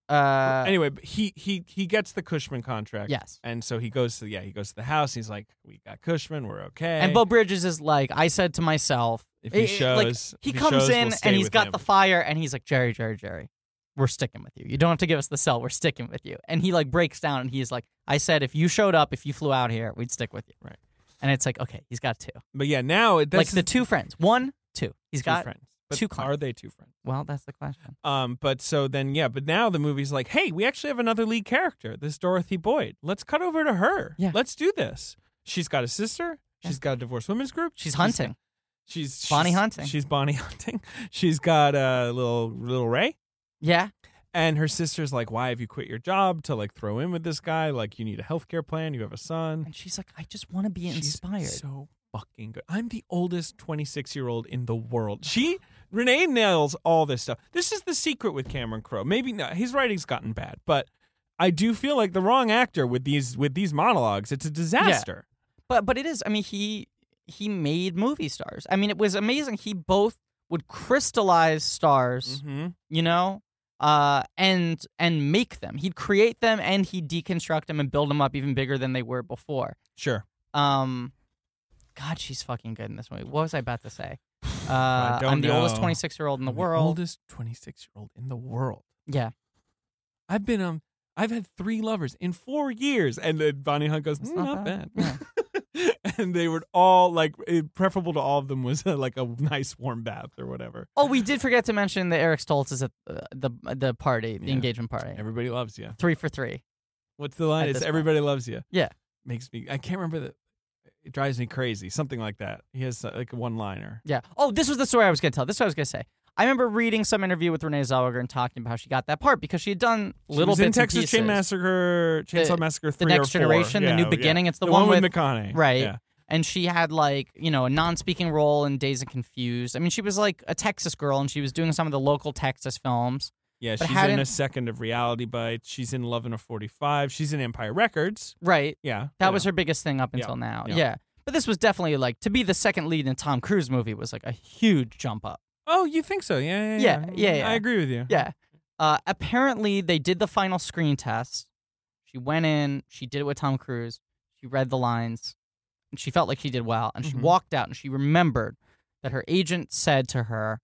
[SPEAKER 3] Uh,
[SPEAKER 2] anyway, but he he he gets the Cushman contract.
[SPEAKER 3] yes.
[SPEAKER 2] And so he goes to yeah he goes to the house. He's like, we got Cushman. We're okay.
[SPEAKER 3] And Bo Bridges is like, I said to myself,
[SPEAKER 2] If he
[SPEAKER 3] eh, eh, like,
[SPEAKER 2] shows-
[SPEAKER 3] he
[SPEAKER 2] if he
[SPEAKER 3] comes
[SPEAKER 2] shows,
[SPEAKER 3] in
[SPEAKER 2] we'll stay
[SPEAKER 3] and he's
[SPEAKER 2] with
[SPEAKER 3] got
[SPEAKER 2] him.
[SPEAKER 3] the fire, and he's like, Jerry, Jerry, Jerry, we're sticking with you. You don't have to give us the cell. We're sticking with you. And he like breaks down and he's like, I said, if you showed up, if you flew out here, we'd stick with you.
[SPEAKER 2] Right.
[SPEAKER 3] And it's like, okay, he's got two.
[SPEAKER 2] But yeah, now it- that's
[SPEAKER 3] like the two friends, one, two. He's
[SPEAKER 2] two
[SPEAKER 3] got
[SPEAKER 2] friends. But
[SPEAKER 3] two clients.
[SPEAKER 2] Are they two friends?
[SPEAKER 3] Well, that's the question.
[SPEAKER 2] Um, but so then, yeah, but now the movie's like, hey, we actually have another lead character, this Dorothy Boyd. Let's cut over to her.
[SPEAKER 3] Yeah.
[SPEAKER 2] Let's do this. She's got a sister. She's got a divorced women's group.
[SPEAKER 3] She's hunting.
[SPEAKER 2] She's, she's
[SPEAKER 3] Bonnie hunting.
[SPEAKER 2] She's Bonnie hunting. She's got a little little Ray.
[SPEAKER 3] Yeah.
[SPEAKER 2] And her sister's like, "Why have you quit your job to like throw in with this guy? Like, you need a healthcare plan. You have a son."
[SPEAKER 3] And she's like, I just want to be
[SPEAKER 2] She's
[SPEAKER 3] inspired.
[SPEAKER 2] so fucking good. I'm the oldest 26 year old in the world. She Renee nails all this stuff. This is the secret with Cameron Crowe. Maybe no, his writing's gotten bad, but I do feel like the wrong actor with these with these monologues. It's a disaster.
[SPEAKER 3] but but it is. I mean, he he made movie stars. I mean, it was amazing. He both would crystallize stars.
[SPEAKER 2] hmm
[SPEAKER 3] you know uh and and make them he'd create them and he'd deconstruct them and build them up even bigger than they were before
[SPEAKER 2] Sure.
[SPEAKER 3] um god she's fucking good in this movie what was i about to say uh
[SPEAKER 2] don't
[SPEAKER 3] i'm the oldest
[SPEAKER 2] know.
[SPEAKER 3] 26 year old in the
[SPEAKER 2] I'm
[SPEAKER 3] world
[SPEAKER 2] oldest 26 year old in the world.
[SPEAKER 3] yeah
[SPEAKER 2] I've been um I've had three lovers in four years, and then Bonnie Hunt goes,
[SPEAKER 3] That's
[SPEAKER 2] "Mm, not,
[SPEAKER 3] not bad."
[SPEAKER 2] bad. and they were all like, it, preferable to all of them was uh, like a nice warm bath or whatever.
[SPEAKER 3] oh we did forget to mention that eric stoltz is at uh, the the party the
[SPEAKER 2] Yeah.
[SPEAKER 3] engagement party
[SPEAKER 2] Everybody loves you.
[SPEAKER 3] three for three
[SPEAKER 2] What's the line?
[SPEAKER 3] At
[SPEAKER 2] It's
[SPEAKER 3] this point.
[SPEAKER 2] everybody loves you.
[SPEAKER 3] Yeah.
[SPEAKER 2] makes me. I can't remember the. It drives me crazy. Something like that. He has uh, like a one liner.
[SPEAKER 3] Yeah. Oh, this was the story I was going to tell. This is what I was going to say. I remember reading some interview with Renee Zellweger and talking about how she got that part because she had done little
[SPEAKER 2] was in
[SPEAKER 3] bits and
[SPEAKER 2] Texas Chain
[SPEAKER 3] pieces.
[SPEAKER 2] Massacre, Chainsaw Massacre
[SPEAKER 3] The
[SPEAKER 2] three
[SPEAKER 3] Next
[SPEAKER 2] or four.
[SPEAKER 3] Generation, The
[SPEAKER 2] Yeah,
[SPEAKER 3] New
[SPEAKER 2] yeah.
[SPEAKER 3] Beginning. It's the,
[SPEAKER 2] the one,
[SPEAKER 3] with
[SPEAKER 2] with McConaughey,
[SPEAKER 3] Right.
[SPEAKER 2] Yeah.
[SPEAKER 3] and she had like you know a non-speaking role in Days and Confused. I mean, she was like a Texas girl, and she was doing some of the local Texas films.
[SPEAKER 2] Yeah,
[SPEAKER 3] But
[SPEAKER 2] she's in
[SPEAKER 3] hadn't-
[SPEAKER 2] a second of Reality Bites. She's in Love and a 45. She's in Empire Records.
[SPEAKER 3] Right,
[SPEAKER 2] Yeah.
[SPEAKER 3] that
[SPEAKER 2] you
[SPEAKER 3] was
[SPEAKER 2] know.
[SPEAKER 3] her biggest thing up
[SPEAKER 2] Yeah,
[SPEAKER 3] until now. Yeah.
[SPEAKER 2] yeah.
[SPEAKER 3] but this was definitely like to be the second lead in a Tom Cruise movie was like a huge jump up.
[SPEAKER 2] Oh, you think so? Yeah,
[SPEAKER 3] Yeah,
[SPEAKER 2] yeah,
[SPEAKER 3] yeah, yeah.
[SPEAKER 2] I agree with you.
[SPEAKER 3] Yeah. Uh, apparently, they did the final screen test. She went in. She did it with Tom Cruise. She read the lines, and she felt like she did well. And she
[SPEAKER 2] Mhm.
[SPEAKER 3] walked out, and she remembered that her agent said to her,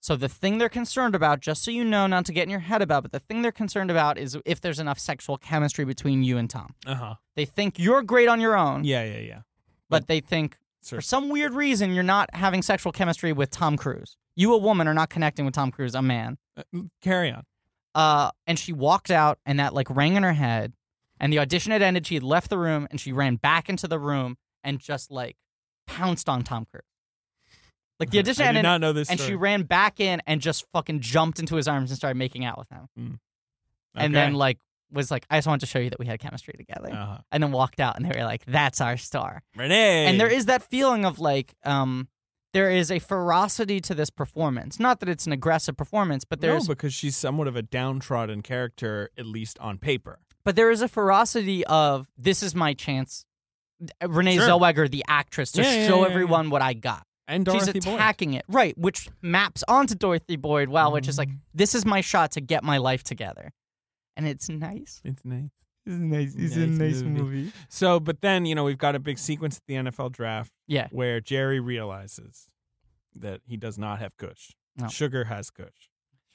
[SPEAKER 3] "So the thing they're concerned about, just so you know, not to get in your head about, but the thing they're concerned about is if there's enough sexual chemistry between you and Tom.
[SPEAKER 2] Uh huh.
[SPEAKER 3] They think you're great on your own,
[SPEAKER 2] Yeah, yeah, yeah.
[SPEAKER 3] but they think."
[SPEAKER 2] Sure.
[SPEAKER 3] For some weird reason, you're not having sexual chemistry with Tom Cruise. You, a woman, are not connecting with Tom Cruise, a man.
[SPEAKER 2] Uh, carry on.
[SPEAKER 3] uh, and she walked out, and that like rang in her head. And the audition had ended. She had left the room, and she ran back into the room and just like pounced on Tom Cruise. Like the audition
[SPEAKER 2] Mm-hmm. I did
[SPEAKER 3] ended,
[SPEAKER 2] not know this.
[SPEAKER 3] and she
[SPEAKER 2] story.
[SPEAKER 3] ran back in and just fucking jumped into his arms and started making out with him. And
[SPEAKER 2] Okay.
[SPEAKER 3] then like was like, I just wanted to show you that we had chemistry together.
[SPEAKER 2] uh-huh.
[SPEAKER 3] And then walked out, and they were like, "That's our star."
[SPEAKER 2] Renee.
[SPEAKER 3] And there is that feeling of like, um, there is a ferocity to this performance. Not that it's an aggressive performance, but
[SPEAKER 2] no
[SPEAKER 3] there's
[SPEAKER 2] because she's somewhat of a downtrodden character, at least on paper.
[SPEAKER 3] but there is a ferocity of this is my chance. Renee
[SPEAKER 2] Sure.
[SPEAKER 3] Zellweger, the actress, to
[SPEAKER 2] Yeah, yeah,
[SPEAKER 3] show
[SPEAKER 2] yeah, yeah.
[SPEAKER 3] everyone what I got.
[SPEAKER 2] And Dorothy
[SPEAKER 3] She's
[SPEAKER 2] Boyd.
[SPEAKER 3] attacking it, right? Which maps onto Dorothy Boyd. Wow, which is like
[SPEAKER 2] Mm.
[SPEAKER 3] this is my shot to get my life together, and it's nice.
[SPEAKER 2] It's nice.
[SPEAKER 3] It's nice.
[SPEAKER 2] it's a Nice nice movie. So, but then you know we've got a big sequence at the NFL draft
[SPEAKER 3] Yeah.
[SPEAKER 2] where Jerry realizes that he does not have Kush.
[SPEAKER 3] No.
[SPEAKER 2] Sugar has Kush.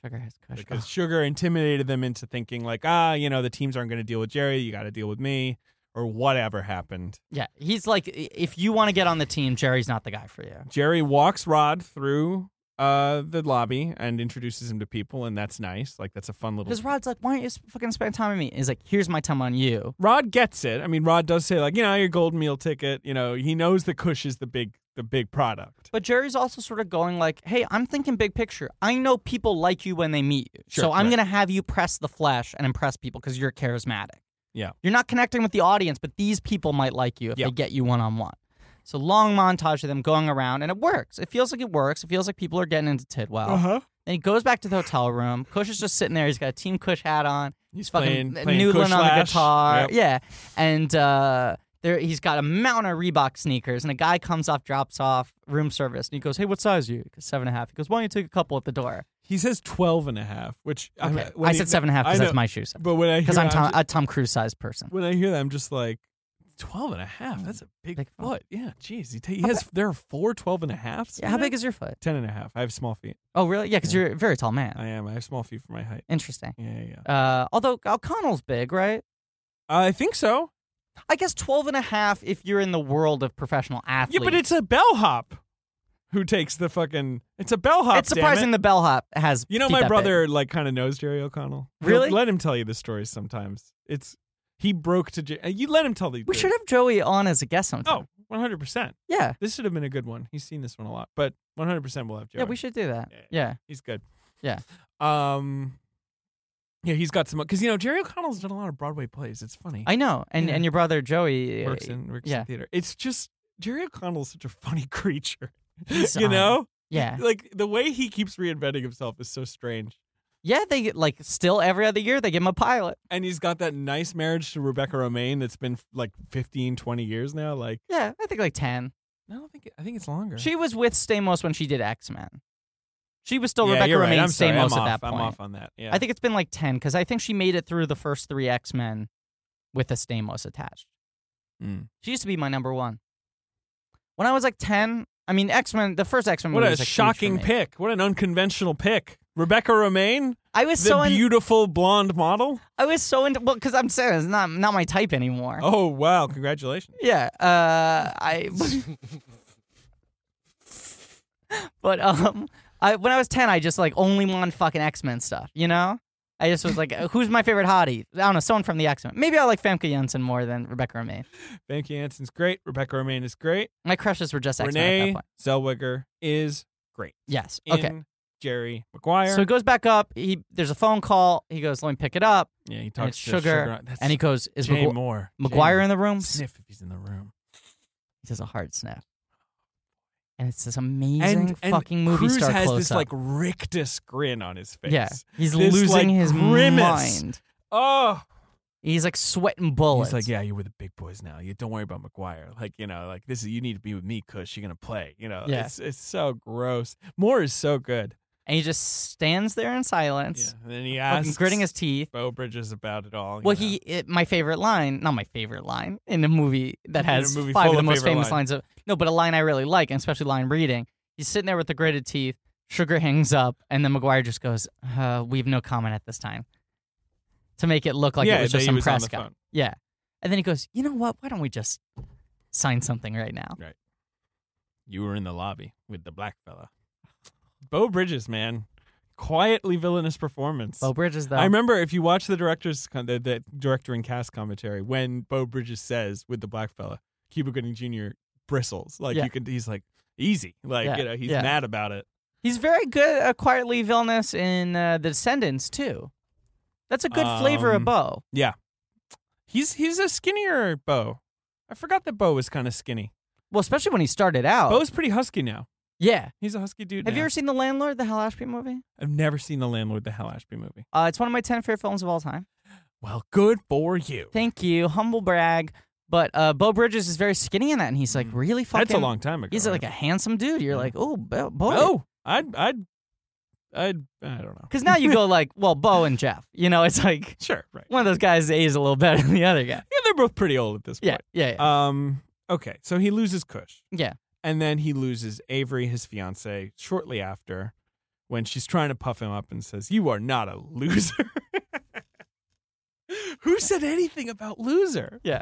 [SPEAKER 3] Sugar has Kush.
[SPEAKER 2] because Sugar intimidated them into thinking like, ah, you know, the teams aren't going to deal with Jerry. You got to deal with me, or whatever happened.
[SPEAKER 3] Yeah, he's like, "I- if you want to get on the team, Jerry's not the guy for you.
[SPEAKER 2] Jerry walks Rod through uh, the lobby and introduces him to people, and that's nice. Like that's a fun little.
[SPEAKER 3] Because Rod's like, why don't you s- fucking spend time with me? He's like, here's my time on you.
[SPEAKER 2] Rod gets it. I mean, Rod does say like, you know, your golden meal ticket. You know, he knows the Kush is the big, the big product.
[SPEAKER 3] But Jerry's also sort of going like, "Hey, I'm thinking big picture. I know people like you when they meet you,
[SPEAKER 2] Sure,
[SPEAKER 3] so I'm
[SPEAKER 2] right.
[SPEAKER 3] gonna have you press the flesh and impress people because you're charismatic.
[SPEAKER 2] Yeah.
[SPEAKER 3] you're not connecting with the audience, but these people might like you if they
[SPEAKER 2] Yep.
[SPEAKER 3] get you one on one. So long montage of them going around, and it works. It feels like it works. It feels like people are getting into Tidwell.
[SPEAKER 2] huh.
[SPEAKER 3] Then he goes back to the hotel room. Kush is just sitting there. He's got a Team Kush hat on.
[SPEAKER 2] He's
[SPEAKER 3] Fucking
[SPEAKER 2] playing, playing
[SPEAKER 3] noodling
[SPEAKER 2] Kush
[SPEAKER 3] on the
[SPEAKER 2] Lash.
[SPEAKER 3] guitar.
[SPEAKER 2] Yep.
[SPEAKER 3] Yeah. And uh, there he's got a mountain of Reebok sneakers, and a guy comes off, drops off room service, and he goes, Hey, what size are you? He goes, Seven and a half. He goes, Why don't you take a couple at the door?
[SPEAKER 2] He says 12 and a half, which
[SPEAKER 3] Okay.
[SPEAKER 2] when
[SPEAKER 3] I
[SPEAKER 2] he-
[SPEAKER 3] said seven and a half
[SPEAKER 2] I
[SPEAKER 3] because that's
[SPEAKER 2] know,
[SPEAKER 3] my shoes.
[SPEAKER 2] But when I
[SPEAKER 3] Because
[SPEAKER 2] hear
[SPEAKER 3] I'm
[SPEAKER 2] it,
[SPEAKER 3] Tom,
[SPEAKER 2] just-
[SPEAKER 3] a Tom Cruise sized person.
[SPEAKER 2] when I hear that, I'm just like, 12 and a half? That's a big,
[SPEAKER 3] Mm. Big foot.
[SPEAKER 2] foot. Yeah, jeez. He, ta- he has, there are four 12 and a halves?
[SPEAKER 3] Yeah, how big is your foot?
[SPEAKER 2] 10 and a half. I have small feet.
[SPEAKER 3] Oh, really? Yeah, because
[SPEAKER 2] Yeah.
[SPEAKER 3] you're a very tall man.
[SPEAKER 2] I am. I have small feet for my height.
[SPEAKER 3] Interesting.
[SPEAKER 2] Yeah, yeah, yeah.
[SPEAKER 3] Uh, although O'Connell's big, right?
[SPEAKER 2] I think so.
[SPEAKER 3] I guess 12 and a half if you're in the world of professional athletes.
[SPEAKER 2] Yeah, but it's a bellhop. who takes the fucking. It's a bellhop.
[SPEAKER 3] it's surprising
[SPEAKER 2] damn it.
[SPEAKER 3] the bellhop has.
[SPEAKER 2] You know,
[SPEAKER 3] feet
[SPEAKER 2] my
[SPEAKER 3] that
[SPEAKER 2] brother like kind of knows Jerry O'Connell. He'll
[SPEAKER 3] Really?
[SPEAKER 2] let him tell you the stories sometimes. It's he broke to Jer- you. Let him tell the.
[SPEAKER 3] big. We should have Joey on as a guest sometime.
[SPEAKER 2] Oh, 100 percent.
[SPEAKER 3] yeah,
[SPEAKER 2] This should have been a good one. He's seen this one a lot, but 100 percent we'll have Joey.
[SPEAKER 3] yeah, we should do that.
[SPEAKER 2] Yeah.
[SPEAKER 3] Yeah,
[SPEAKER 2] He's good.
[SPEAKER 3] Yeah.
[SPEAKER 2] Um. Yeah, he's got some because you know Jerry O'Connell's done a lot of Broadway plays. It's funny.
[SPEAKER 3] I know. And
[SPEAKER 2] Yeah.
[SPEAKER 3] and your brother Joey uh,
[SPEAKER 2] works in works
[SPEAKER 3] yeah.
[SPEAKER 2] in theater. It's just Jerry O'Connell's such a funny creature.
[SPEAKER 3] He's,
[SPEAKER 2] you
[SPEAKER 3] um,
[SPEAKER 2] know,
[SPEAKER 3] Yeah,
[SPEAKER 2] like the way he keeps reinventing himself is so strange.
[SPEAKER 3] yeah. They get, like still every other year they give him a pilot.
[SPEAKER 2] And he's got that nice marriage to Rebecca Romaine that's been like 15, 20 years now. Like,
[SPEAKER 3] Yeah, I think like ten.
[SPEAKER 2] I don't think it, I think it's longer.
[SPEAKER 3] She was with Stamos when she did X Men. She was still
[SPEAKER 2] yeah,
[SPEAKER 3] Rebecca
[SPEAKER 2] you're right.
[SPEAKER 3] Romaine
[SPEAKER 2] I'm sorry.
[SPEAKER 3] Stamos
[SPEAKER 2] I'm
[SPEAKER 3] at
[SPEAKER 2] off.
[SPEAKER 3] that point.
[SPEAKER 2] I'm off on that. Yeah,
[SPEAKER 3] I think it's been like ten because I think she made it through the first three X Men with a Stamos attached.
[SPEAKER 2] Mm.
[SPEAKER 3] She used to be my number one. When I was like ten, I mean X Men, the first X Men.
[SPEAKER 2] What a
[SPEAKER 3] Mm. was, like, huge for
[SPEAKER 2] shocking
[SPEAKER 3] me.
[SPEAKER 2] pick! What an unconventional pick, Rebecca Romaine,
[SPEAKER 3] I was
[SPEAKER 2] the
[SPEAKER 3] so in-
[SPEAKER 2] beautiful blonde model.
[SPEAKER 3] I was so into well because I'm saying it's not not my type anymore.
[SPEAKER 2] Oh wow! Congratulations.
[SPEAKER 3] Yeah. Uh, I. but um, I when I was ten, I just like only wanted fucking X Men stuff. You know, I just was like, who's my favorite hottie? I don't know, someone from the X Men. Maybe I like Famke Janssen more than Rebecca Romaine.
[SPEAKER 2] Banky Hansen's great. Rebecca Romaine is great.
[SPEAKER 3] My crushes were just X Men at that
[SPEAKER 2] Renee
[SPEAKER 3] point.
[SPEAKER 2] Zellweger is
[SPEAKER 3] Yes.
[SPEAKER 2] in
[SPEAKER 3] Okay.
[SPEAKER 2] Jerry Maguire.
[SPEAKER 3] So he goes back up. He there's a phone call. He goes, let me pick it up,
[SPEAKER 2] yeah, he
[SPEAKER 3] and
[SPEAKER 2] talks
[SPEAKER 3] it's
[SPEAKER 2] to
[SPEAKER 3] sugar,
[SPEAKER 2] That's
[SPEAKER 3] and he goes, is
[SPEAKER 2] Jay
[SPEAKER 3] McGu-
[SPEAKER 2] Moore.
[SPEAKER 3] McGuire
[SPEAKER 2] Jay
[SPEAKER 3] in the room?
[SPEAKER 2] Moore. sniff if he's in the room.
[SPEAKER 3] He does a hard snap. And it's this amazing
[SPEAKER 2] and
[SPEAKER 3] fucking movie
[SPEAKER 2] Cruz
[SPEAKER 3] star
[SPEAKER 2] has
[SPEAKER 3] close
[SPEAKER 2] this
[SPEAKER 3] up.
[SPEAKER 2] like rictus grin on his face.
[SPEAKER 3] Yeah, he's
[SPEAKER 2] This,
[SPEAKER 3] losing
[SPEAKER 2] like,
[SPEAKER 3] his
[SPEAKER 2] grimace.
[SPEAKER 3] mind.
[SPEAKER 2] Oh,
[SPEAKER 3] He's like sweating bullets.
[SPEAKER 2] he's like, yeah, you're with the big boys now. You don't worry about McGuire. Like, you know, like this is you need to be with me, Cush. You're gonna play. You know,
[SPEAKER 3] Yeah.
[SPEAKER 2] it's it's so gross. Moore is so good.
[SPEAKER 3] and he just stands there in
[SPEAKER 2] Yeah,
[SPEAKER 3] silence,
[SPEAKER 2] and then he
[SPEAKER 3] fucking
[SPEAKER 2] asks
[SPEAKER 3] gritting his teeth.
[SPEAKER 2] Bo Bridges about it all. you
[SPEAKER 3] Well,
[SPEAKER 2] know.
[SPEAKER 3] he it, my favorite line, not my favorite line in a movie that
[SPEAKER 2] In a
[SPEAKER 3] has
[SPEAKER 2] movie full
[SPEAKER 3] five of the
[SPEAKER 2] of
[SPEAKER 3] most
[SPEAKER 2] favorite
[SPEAKER 3] famous
[SPEAKER 2] lines.
[SPEAKER 3] lines of no, but a line I really like, and especially line reading. He's sitting there with the gritted teeth. Sugar hangs up, and then McGuire just goes, uh, "We have no comment at this time," to make it look like
[SPEAKER 2] yeah,
[SPEAKER 3] it was
[SPEAKER 2] that
[SPEAKER 3] just
[SPEAKER 2] he
[SPEAKER 3] some
[SPEAKER 2] was on the
[SPEAKER 3] press guy.
[SPEAKER 2] phone.
[SPEAKER 3] Yeah, and then he goes, "You know what? Why don't we just sign something right now?"
[SPEAKER 2] You were in the lobby with the black fella. Bo Bridges, man. Quietly villainous performance.
[SPEAKER 3] Bo Bridges, though,
[SPEAKER 2] I remember if you watch the director's con- the, the director and cast commentary when Bo Bridges says with the black fella, Cuba Gooding Jr. bristles like
[SPEAKER 3] Yeah.
[SPEAKER 2] you can. He's like easy, like
[SPEAKER 3] Yeah,
[SPEAKER 2] you know he's
[SPEAKER 3] yeah.
[SPEAKER 2] mad about it.
[SPEAKER 3] He's very good at quietly villainous in uh, The Descendants too. That's a good flavor of
[SPEAKER 2] Um,
[SPEAKER 3] Bo.
[SPEAKER 2] He's he's a skinnier Bo. I forgot that Bo was kind of skinny.
[SPEAKER 3] Well, especially when he started out.
[SPEAKER 2] Bo's pretty husky now.
[SPEAKER 3] yeah.
[SPEAKER 2] He's a husky dude.
[SPEAKER 3] Oh. Have you
[SPEAKER 2] now.
[SPEAKER 3] ever seen The Landlord, the Hal Ashby movie?
[SPEAKER 2] I've never seen the Landlord, the Hal Ashby movie.
[SPEAKER 3] Uh, it's one of my ten favorite films of all time.
[SPEAKER 2] Well, good for you.
[SPEAKER 3] Thank you, humble brag. But uh, Bo Bridges is very skinny in that, and he's like
[SPEAKER 2] Mm.
[SPEAKER 3] really fucking.
[SPEAKER 2] That's a long time ago.
[SPEAKER 3] He's like a handsome dude. You're
[SPEAKER 2] Yeah.
[SPEAKER 3] like, oh, Bo. Bo.
[SPEAKER 2] oh, I'd I'd I'd I don't know.
[SPEAKER 3] Because now you go like, well, Bo and Jeff. You know, it's like
[SPEAKER 2] Sure, right.
[SPEAKER 3] one of those guys aged a little better than the other guy.
[SPEAKER 2] Yeah, they're both pretty old at this
[SPEAKER 3] Yeah,
[SPEAKER 2] point.
[SPEAKER 3] yeah, yeah.
[SPEAKER 2] Um. Okay, so he loses Kush.
[SPEAKER 3] Yeah.
[SPEAKER 2] And then he loses Avery, his fiance, shortly after, when she's trying to puff him up and says, "You are not a loser." Who said anything about loser?
[SPEAKER 3] Yeah.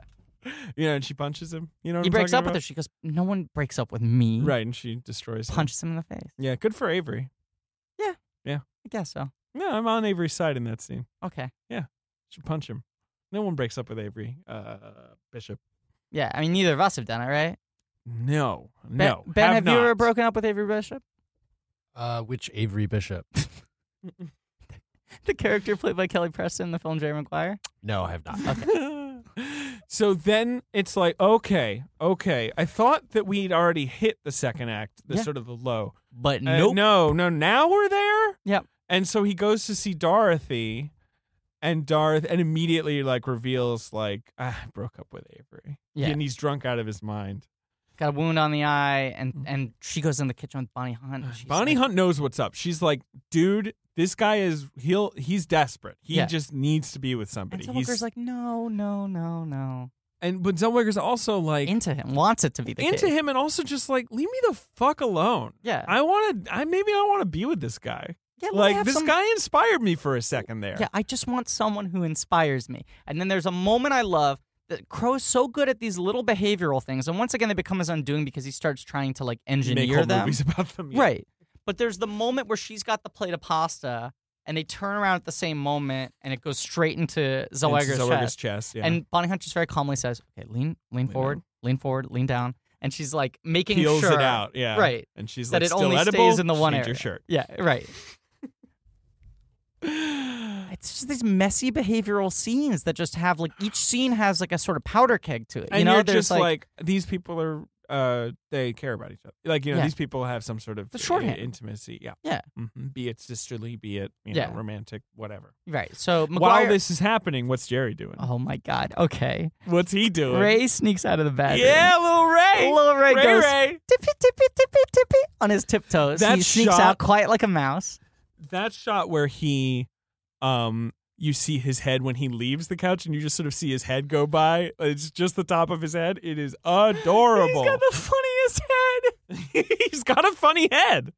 [SPEAKER 2] You know, and she punches him. You know, what
[SPEAKER 3] he
[SPEAKER 2] I'm
[SPEAKER 3] breaks
[SPEAKER 2] talking
[SPEAKER 3] up with her. She goes, no one breaks up with me.
[SPEAKER 2] about? Right, and she destroys him.
[SPEAKER 3] Punches him in the face.
[SPEAKER 2] Yeah, good for Avery.
[SPEAKER 3] I guess so.
[SPEAKER 2] No, I'm on Avery's side in that scene.
[SPEAKER 3] Okay.
[SPEAKER 2] Should punch him. No one breaks up with Avery. Uh, Bishop.
[SPEAKER 3] Yeah, I mean, neither of us have done it, right?
[SPEAKER 2] No,
[SPEAKER 3] Ben,
[SPEAKER 2] no.
[SPEAKER 3] Ben, have, you
[SPEAKER 2] not.
[SPEAKER 3] ever broken up with Avery Bishop?
[SPEAKER 4] Uh, which Avery Bishop?
[SPEAKER 3] The character played by Kelly Preston in the film Jerry Maguire?
[SPEAKER 4] No, I have not.
[SPEAKER 2] so then it's like, okay, okay. I thought that we'd already hit the second act, the
[SPEAKER 3] Yeah.
[SPEAKER 2] sort of the low.
[SPEAKER 3] But
[SPEAKER 2] Uh,
[SPEAKER 3] nope.
[SPEAKER 2] No, no. Now we're there.
[SPEAKER 3] Yep.
[SPEAKER 2] And so he goes to see Dorothy, and Darth, and immediately like reveals like "Ah, I broke up with Avery.
[SPEAKER 3] Yeah.
[SPEAKER 2] And he's drunk out of his mind.
[SPEAKER 3] Got a wound on the eye, and, and she goes in the kitchen with Bonnie Hunt. and she's
[SPEAKER 2] Mm. Bonnie
[SPEAKER 3] like-
[SPEAKER 2] Hunt knows what's up. She's like, dude, this guy is he'll he's desperate. He
[SPEAKER 3] Yeah.
[SPEAKER 2] just needs to be with
[SPEAKER 3] And
[SPEAKER 2] somebody.
[SPEAKER 3] Zellweger's
[SPEAKER 2] he's
[SPEAKER 3] like, no, no, no, no.
[SPEAKER 2] and but Zellweger's also like
[SPEAKER 3] Into him. Wants it to be the
[SPEAKER 2] into
[SPEAKER 3] case.
[SPEAKER 2] him and also just like leave me the fuck alone.
[SPEAKER 3] Yeah.
[SPEAKER 2] I want to I maybe I want to be with this guy.
[SPEAKER 3] yeah, let me
[SPEAKER 2] like
[SPEAKER 3] have
[SPEAKER 2] this
[SPEAKER 3] some-
[SPEAKER 2] guy inspired me for a second there.
[SPEAKER 3] Yeah, I just want someone who inspires me. And then there's a moment I love. uh, Crow is so good at these little behavioral things, and once again they become his undoing because he starts trying to like
[SPEAKER 2] Make
[SPEAKER 3] engineer
[SPEAKER 2] whole
[SPEAKER 3] them.
[SPEAKER 2] movies about them. yeah.
[SPEAKER 3] Right. But there's the moment where she's got the plate of pasta and they turn around at the same moment and it goes straight into
[SPEAKER 2] Into
[SPEAKER 3] Zellweger's
[SPEAKER 2] Zellweger's
[SPEAKER 3] chest.
[SPEAKER 2] chest. Yeah.
[SPEAKER 3] And Bonnie Hunt just very calmly says, Okay, lean lean forward, lean forward, lean down. And she's like making
[SPEAKER 2] peels
[SPEAKER 3] sure
[SPEAKER 2] it out. Yeah.
[SPEAKER 3] Right.
[SPEAKER 2] And she's
[SPEAKER 3] that
[SPEAKER 2] like,
[SPEAKER 3] it
[SPEAKER 2] still
[SPEAKER 3] only
[SPEAKER 2] edible?
[SPEAKER 3] stays in the one
[SPEAKER 2] Change
[SPEAKER 3] area.
[SPEAKER 2] your shirt.
[SPEAKER 3] Yeah, right. It's just these messy behavioral scenes that just have like each scene has like a sort of powder keg to it.
[SPEAKER 2] and
[SPEAKER 3] you know,
[SPEAKER 2] you're
[SPEAKER 3] there's
[SPEAKER 2] just like, these people are uh they care about each other like you know
[SPEAKER 3] Yeah.
[SPEAKER 2] these people have some sort of
[SPEAKER 3] The
[SPEAKER 2] i-
[SPEAKER 3] shorthand.
[SPEAKER 2] intimacy yeah
[SPEAKER 3] Yeah.
[SPEAKER 2] hmm be it sisterly be it you
[SPEAKER 3] Yeah.
[SPEAKER 2] know romantic whatever
[SPEAKER 3] right. So McGuire,
[SPEAKER 2] while this is happening what's jerry doing
[SPEAKER 3] Oh my god. Okay.
[SPEAKER 2] what's he doing
[SPEAKER 3] Ray sneaks out of the bathroom.
[SPEAKER 2] yeah little ray
[SPEAKER 3] Little Ray,
[SPEAKER 2] ray,
[SPEAKER 3] goes
[SPEAKER 2] Ray.
[SPEAKER 3] tippy tippy tippy tippy on his tiptoes.
[SPEAKER 2] That
[SPEAKER 3] he sneaks
[SPEAKER 2] shot-
[SPEAKER 3] out quiet like a mouse.
[SPEAKER 2] that shot where he um you see his head when he leaves the couch and you just sort of see his head go by it's just the top of his head it is adorable
[SPEAKER 3] He's got the funniest head.
[SPEAKER 2] he's got a funny head.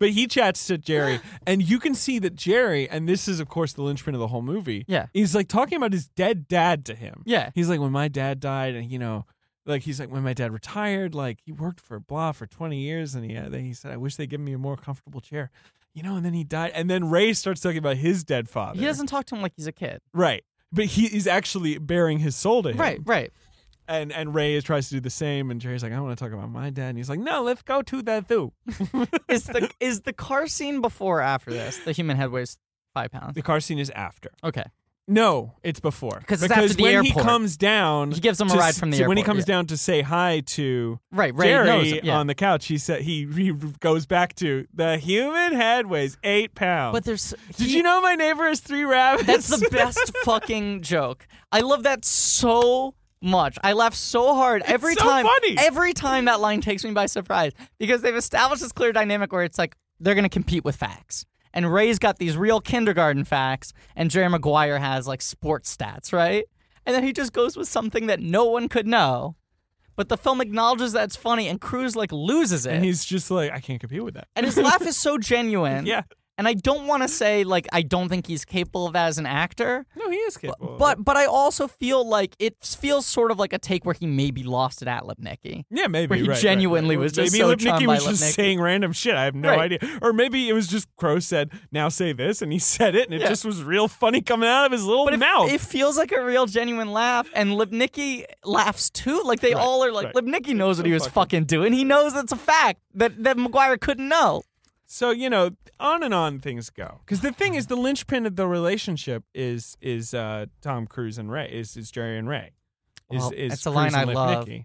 [SPEAKER 2] But he chats to Jerry, and you can see that Jerry, and this is, of course, the linchpin of the whole movie,
[SPEAKER 3] Yeah.
[SPEAKER 2] is like talking about his dead dad to him.
[SPEAKER 3] Yeah.
[SPEAKER 2] He's like, when my dad died, and you know, like he's like, when my dad retired, like he worked for blah for 20 years, and he, uh, then he said, I wish they'd give me a more comfortable chair, you know, and then he died. And then Ray starts talking about his dead father.
[SPEAKER 3] He doesn't talk to him like he's a kid.
[SPEAKER 2] Right. But he is actually bearing his soul to him
[SPEAKER 3] Right, right.
[SPEAKER 2] and and Ray is- tries to do the same, and Jerry's like, I want to talk about my dad, and he's like, No, let's go to the zoo.
[SPEAKER 3] Is the is the car scene before or after this? The human head weighs five pounds.
[SPEAKER 2] the car scene is after.
[SPEAKER 3] Okay.
[SPEAKER 2] No, it's before
[SPEAKER 3] 'Cause it's
[SPEAKER 2] because
[SPEAKER 3] after the
[SPEAKER 2] when he
[SPEAKER 3] airport.
[SPEAKER 2] comes down,
[SPEAKER 3] He gives them a
[SPEAKER 2] to
[SPEAKER 3] ride
[SPEAKER 2] s-
[SPEAKER 3] from the
[SPEAKER 2] to- When he
[SPEAKER 3] airport,
[SPEAKER 2] comes down to say hi to
[SPEAKER 3] Right, Ray
[SPEAKER 2] Jerry
[SPEAKER 3] knows him, yeah.
[SPEAKER 2] on the couch, he said he, he goes back to the human head weighs eight pounds.
[SPEAKER 3] But there's
[SPEAKER 2] did
[SPEAKER 3] he-
[SPEAKER 2] you know my neighbor has three rabbits?
[SPEAKER 3] That's the best fucking joke. I love that so much. I laugh so hard every
[SPEAKER 2] so
[SPEAKER 3] time.
[SPEAKER 2] funny.
[SPEAKER 3] Every time that line takes me by surprise because they've established this clear dynamic where it's like they're going to compete with facts. And Ray's got these real kindergarten facts, and Jerry Maguire has like sports stats, right? And then he just goes with something that no one could know. But the film acknowledges that it's funny, and Cruz like loses it.
[SPEAKER 2] and he's just like, I can't compete with that.
[SPEAKER 3] And his laugh is so genuine.
[SPEAKER 2] Yeah.
[SPEAKER 3] And I don't want to say like I don't think he's capable of that as an actor.
[SPEAKER 2] No, he is capable. of it.
[SPEAKER 3] But but I also feel like it feels sort of like a take where he maybe lost it at Lipnicki.
[SPEAKER 2] yeah, maybe
[SPEAKER 3] where he
[SPEAKER 2] right, right,
[SPEAKER 3] genuinely
[SPEAKER 2] right.
[SPEAKER 3] was just
[SPEAKER 2] maybe
[SPEAKER 3] so
[SPEAKER 2] Lipnicki
[SPEAKER 3] charmed by
[SPEAKER 2] was just
[SPEAKER 3] Lipnicki.
[SPEAKER 2] saying random shit. I have no
[SPEAKER 3] Right.
[SPEAKER 2] idea, or maybe it was just Crow said, "Now say this," and he said it, and it
[SPEAKER 3] Yeah.
[SPEAKER 2] just was real funny coming out of his little
[SPEAKER 3] But it,
[SPEAKER 2] mouth.
[SPEAKER 3] it feels like a real genuine laugh, and Lipnicki laughs too. Like they all are
[SPEAKER 2] right.
[SPEAKER 3] like Lipnicki knows what
[SPEAKER 2] so
[SPEAKER 3] he was
[SPEAKER 2] fucking-
[SPEAKER 3] fucking, doing. He knows that's a fact that that McGuire couldn't know.
[SPEAKER 2] So you know, on and on things go. Because the thing is, the linchpin of the relationship is is uh, Tom Cruise and Ray. Is is Jerry and Ray? Is
[SPEAKER 3] Well,
[SPEAKER 2] is
[SPEAKER 3] that's a
[SPEAKER 2] Cruise
[SPEAKER 3] line
[SPEAKER 2] and
[SPEAKER 3] I love.
[SPEAKER 2] Lipnicki.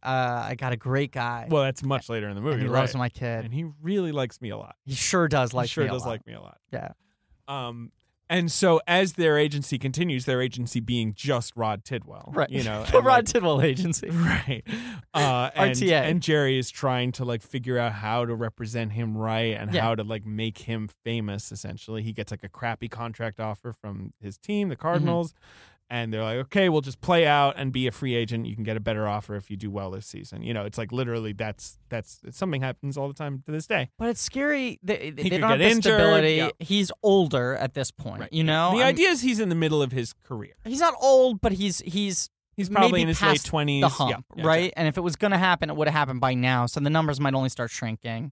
[SPEAKER 3] Uh, I got a great guy.
[SPEAKER 2] Well, that's much later in the movie.
[SPEAKER 3] and he
[SPEAKER 2] right?
[SPEAKER 3] loves my kid.
[SPEAKER 2] and he really likes me a lot.
[SPEAKER 3] He sure does like
[SPEAKER 2] he sure
[SPEAKER 3] me a
[SPEAKER 2] does
[SPEAKER 3] lot.
[SPEAKER 2] like me a lot.
[SPEAKER 3] Yeah.
[SPEAKER 2] Um, and so as their agency continues, their agency being just Rod Tidwell,
[SPEAKER 3] Right.
[SPEAKER 2] You know,
[SPEAKER 3] the
[SPEAKER 2] and,
[SPEAKER 3] Rod
[SPEAKER 2] like,
[SPEAKER 3] Tidwell agency.
[SPEAKER 2] right uh and,
[SPEAKER 3] RTA.
[SPEAKER 2] and jerry is trying to like figure out how to represent him right and
[SPEAKER 3] Yeah.
[SPEAKER 2] how to like make him famous essentially he gets like a crappy contract offer from his team
[SPEAKER 3] Mm-hmm.
[SPEAKER 2] the cardinals and they're like okay we'll just play out and be a free agent you can get a better offer if you do well this season you know it's like literally that's that's something happens all the time to this day
[SPEAKER 3] But it's scary. They, they
[SPEAKER 2] He
[SPEAKER 3] they
[SPEAKER 2] could
[SPEAKER 3] don't have
[SPEAKER 2] get
[SPEAKER 3] the
[SPEAKER 2] injured,
[SPEAKER 3] stability.
[SPEAKER 2] yeah.
[SPEAKER 3] He's older at this point.
[SPEAKER 2] Right.
[SPEAKER 3] You know,
[SPEAKER 2] the
[SPEAKER 3] I'm-
[SPEAKER 2] idea is he's in the middle of his career
[SPEAKER 3] He's not old, but he's he's
[SPEAKER 2] he's probably
[SPEAKER 3] maybe
[SPEAKER 2] in his late
[SPEAKER 3] past
[SPEAKER 2] 20s
[SPEAKER 3] the
[SPEAKER 2] Yeah,
[SPEAKER 3] hump,
[SPEAKER 2] yeah,
[SPEAKER 3] right?
[SPEAKER 2] exactly.
[SPEAKER 3] And if it was going to happen, it would have happened by now. So the numbers might only start shrinking.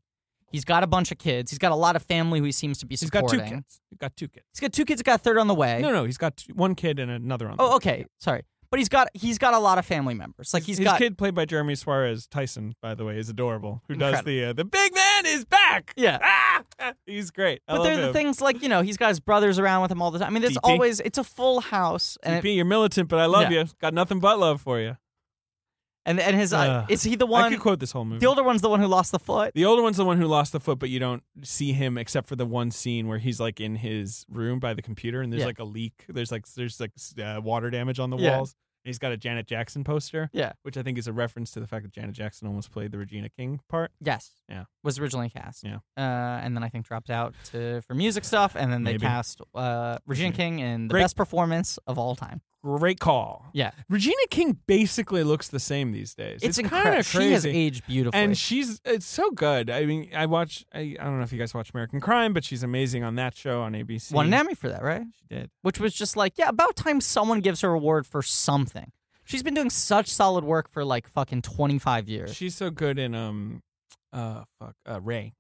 [SPEAKER 3] He's got a bunch of kids. He's got a lot of family who he seems to be
[SPEAKER 2] he's got
[SPEAKER 3] supporting.
[SPEAKER 2] two kids he's got two kids
[SPEAKER 3] He's got two kids. He's got a third on the way.
[SPEAKER 2] no no he's got two, one kid and another on the way.
[SPEAKER 3] Oh, okay. Sorry, but he's got he's got a lot of family members. Like he's
[SPEAKER 2] his
[SPEAKER 3] got
[SPEAKER 2] kid played by Jeremy Suarez Tyson, by the way, is adorable. Who does
[SPEAKER 3] Incredible.
[SPEAKER 2] the uh, the big man is back?
[SPEAKER 3] Yeah.
[SPEAKER 2] ah, he's great. I
[SPEAKER 3] But
[SPEAKER 2] love
[SPEAKER 3] they're the
[SPEAKER 2] him.
[SPEAKER 3] things like you know he's got his brothers around with him all the time. I mean, it's
[SPEAKER 2] DP.
[SPEAKER 3] always it's a full house, and it-
[SPEAKER 2] DP, you're militant, but I love
[SPEAKER 3] Yeah.
[SPEAKER 2] you. Got nothing but love for you.
[SPEAKER 3] and and his uh,
[SPEAKER 2] Ugh.
[SPEAKER 3] is he the
[SPEAKER 2] I
[SPEAKER 3] one?
[SPEAKER 2] could quote this whole movie.
[SPEAKER 3] The older one's the one who lost the foot.
[SPEAKER 2] The older one's the one who lost the foot, but you don't see him except for the one scene where he's like in his room by the computer, and there's
[SPEAKER 3] Yeah.
[SPEAKER 2] like a leak. There's like there's like s- uh, water damage on the
[SPEAKER 3] Yeah.
[SPEAKER 2] walls. And he's got a Janet Jackson poster,
[SPEAKER 3] Yeah.
[SPEAKER 2] which I think is a reference to the fact that Janet Jackson almost played the Regina King part.
[SPEAKER 3] Yes.
[SPEAKER 2] Yeah.
[SPEAKER 3] Was originally cast.
[SPEAKER 2] Yeah.
[SPEAKER 3] Uh, and then I think dropped out to for music stuff, and then they
[SPEAKER 2] Maybe.
[SPEAKER 3] cast uh, Regina
[SPEAKER 2] Regina.
[SPEAKER 3] King in the
[SPEAKER 2] Great.
[SPEAKER 3] best performance of all time.
[SPEAKER 2] Great call.
[SPEAKER 3] Yeah.
[SPEAKER 2] Regina King basically looks the same these days.
[SPEAKER 3] It's,
[SPEAKER 2] It's,
[SPEAKER 3] incredible.
[SPEAKER 2] kind of crazy.
[SPEAKER 3] She has aged beautifully.
[SPEAKER 2] and she's it's so good. I mean, I watch. I, I don't know if you guys watch American Crime, but she's amazing on that show on ABC.
[SPEAKER 3] won an Emmy for that, right?
[SPEAKER 2] She did.
[SPEAKER 3] Which was just like, yeah, about time someone gives her a award for something. She's been doing such solid work for like fucking 25 years.
[SPEAKER 2] She's so good in um, uh, fuck, uh, Ray,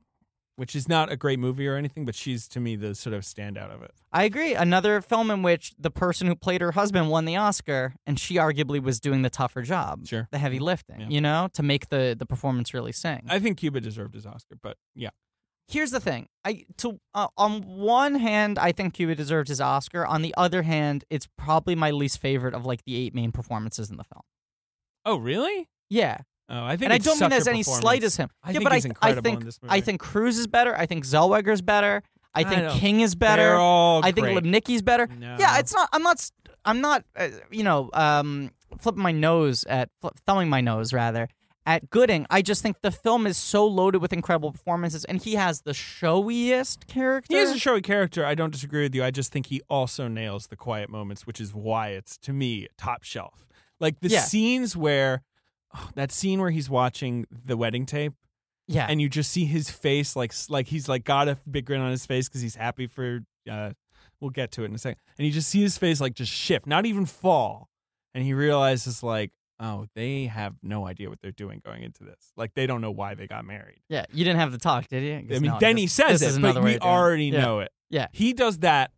[SPEAKER 2] which is not a great movie or anything, but she's to me the sort of standout of it.
[SPEAKER 3] I agree. Another film in which the person who played her husband won the Oscar, and she arguably was doing the tougher job,
[SPEAKER 2] Sure.
[SPEAKER 3] the heavy lifting,
[SPEAKER 2] Yeah.
[SPEAKER 3] you know, to make the the performance really sing.
[SPEAKER 2] I think Cuba deserved his Oscar, but yeah,
[SPEAKER 3] Here's the thing. I to uh, on one hand, I think Cuba deserved his Oscar. On the other hand, it's probably my least favorite of like the eight main performances in the film.
[SPEAKER 2] Oh, really?
[SPEAKER 3] Yeah,
[SPEAKER 2] Oh, I think.
[SPEAKER 3] and I
[SPEAKER 2] it's
[SPEAKER 3] don't mean
[SPEAKER 2] such a
[SPEAKER 3] there's any slight
[SPEAKER 2] performance.
[SPEAKER 3] as him.
[SPEAKER 2] I
[SPEAKER 3] yeah,
[SPEAKER 2] think
[SPEAKER 3] but
[SPEAKER 2] he's
[SPEAKER 3] I, I
[SPEAKER 2] incredible
[SPEAKER 3] think
[SPEAKER 2] in this movie.
[SPEAKER 3] I think Cruz is better. I think Zellweger's better. I
[SPEAKER 2] I
[SPEAKER 3] think
[SPEAKER 2] don't-
[SPEAKER 3] King is better.
[SPEAKER 2] They're all
[SPEAKER 3] I think
[SPEAKER 2] Oh, great.
[SPEAKER 3] Lipnicki's better.
[SPEAKER 2] No.
[SPEAKER 3] Yeah, it's not. I'm not. s- I'm not. Uh, you know, um, flipping my nose at fl- thumbing my nose rather at Gooding. I just think the film is so loaded with incredible performances, and he has the showiest character.
[SPEAKER 2] He is a showy character. I don't disagree with you. I just think he also nails the quiet moments, which is why it's to me top shelf. Like the
[SPEAKER 3] Yeah.
[SPEAKER 2] scenes where oh, that scene where he's watching the wedding tape
[SPEAKER 3] yeah,
[SPEAKER 2] and you just see his face like like he's like got a big grin on his face cuz he's happy for uh we'll get to it in a second. And you just see his face like just shift, not even fall. And he realizes like oh, they have no idea what they're doing going into this. Like they don't know why they got married.
[SPEAKER 3] yeah. You didn't have the talk, did you? 'Cause
[SPEAKER 2] I mean,
[SPEAKER 3] no,
[SPEAKER 2] then
[SPEAKER 3] this-
[SPEAKER 2] he says
[SPEAKER 3] this is
[SPEAKER 2] it,
[SPEAKER 3] another
[SPEAKER 2] but
[SPEAKER 3] way
[SPEAKER 2] we
[SPEAKER 3] of doing it.
[SPEAKER 2] already
[SPEAKER 3] Yeah.
[SPEAKER 2] know it.
[SPEAKER 3] Yeah.
[SPEAKER 2] he does that.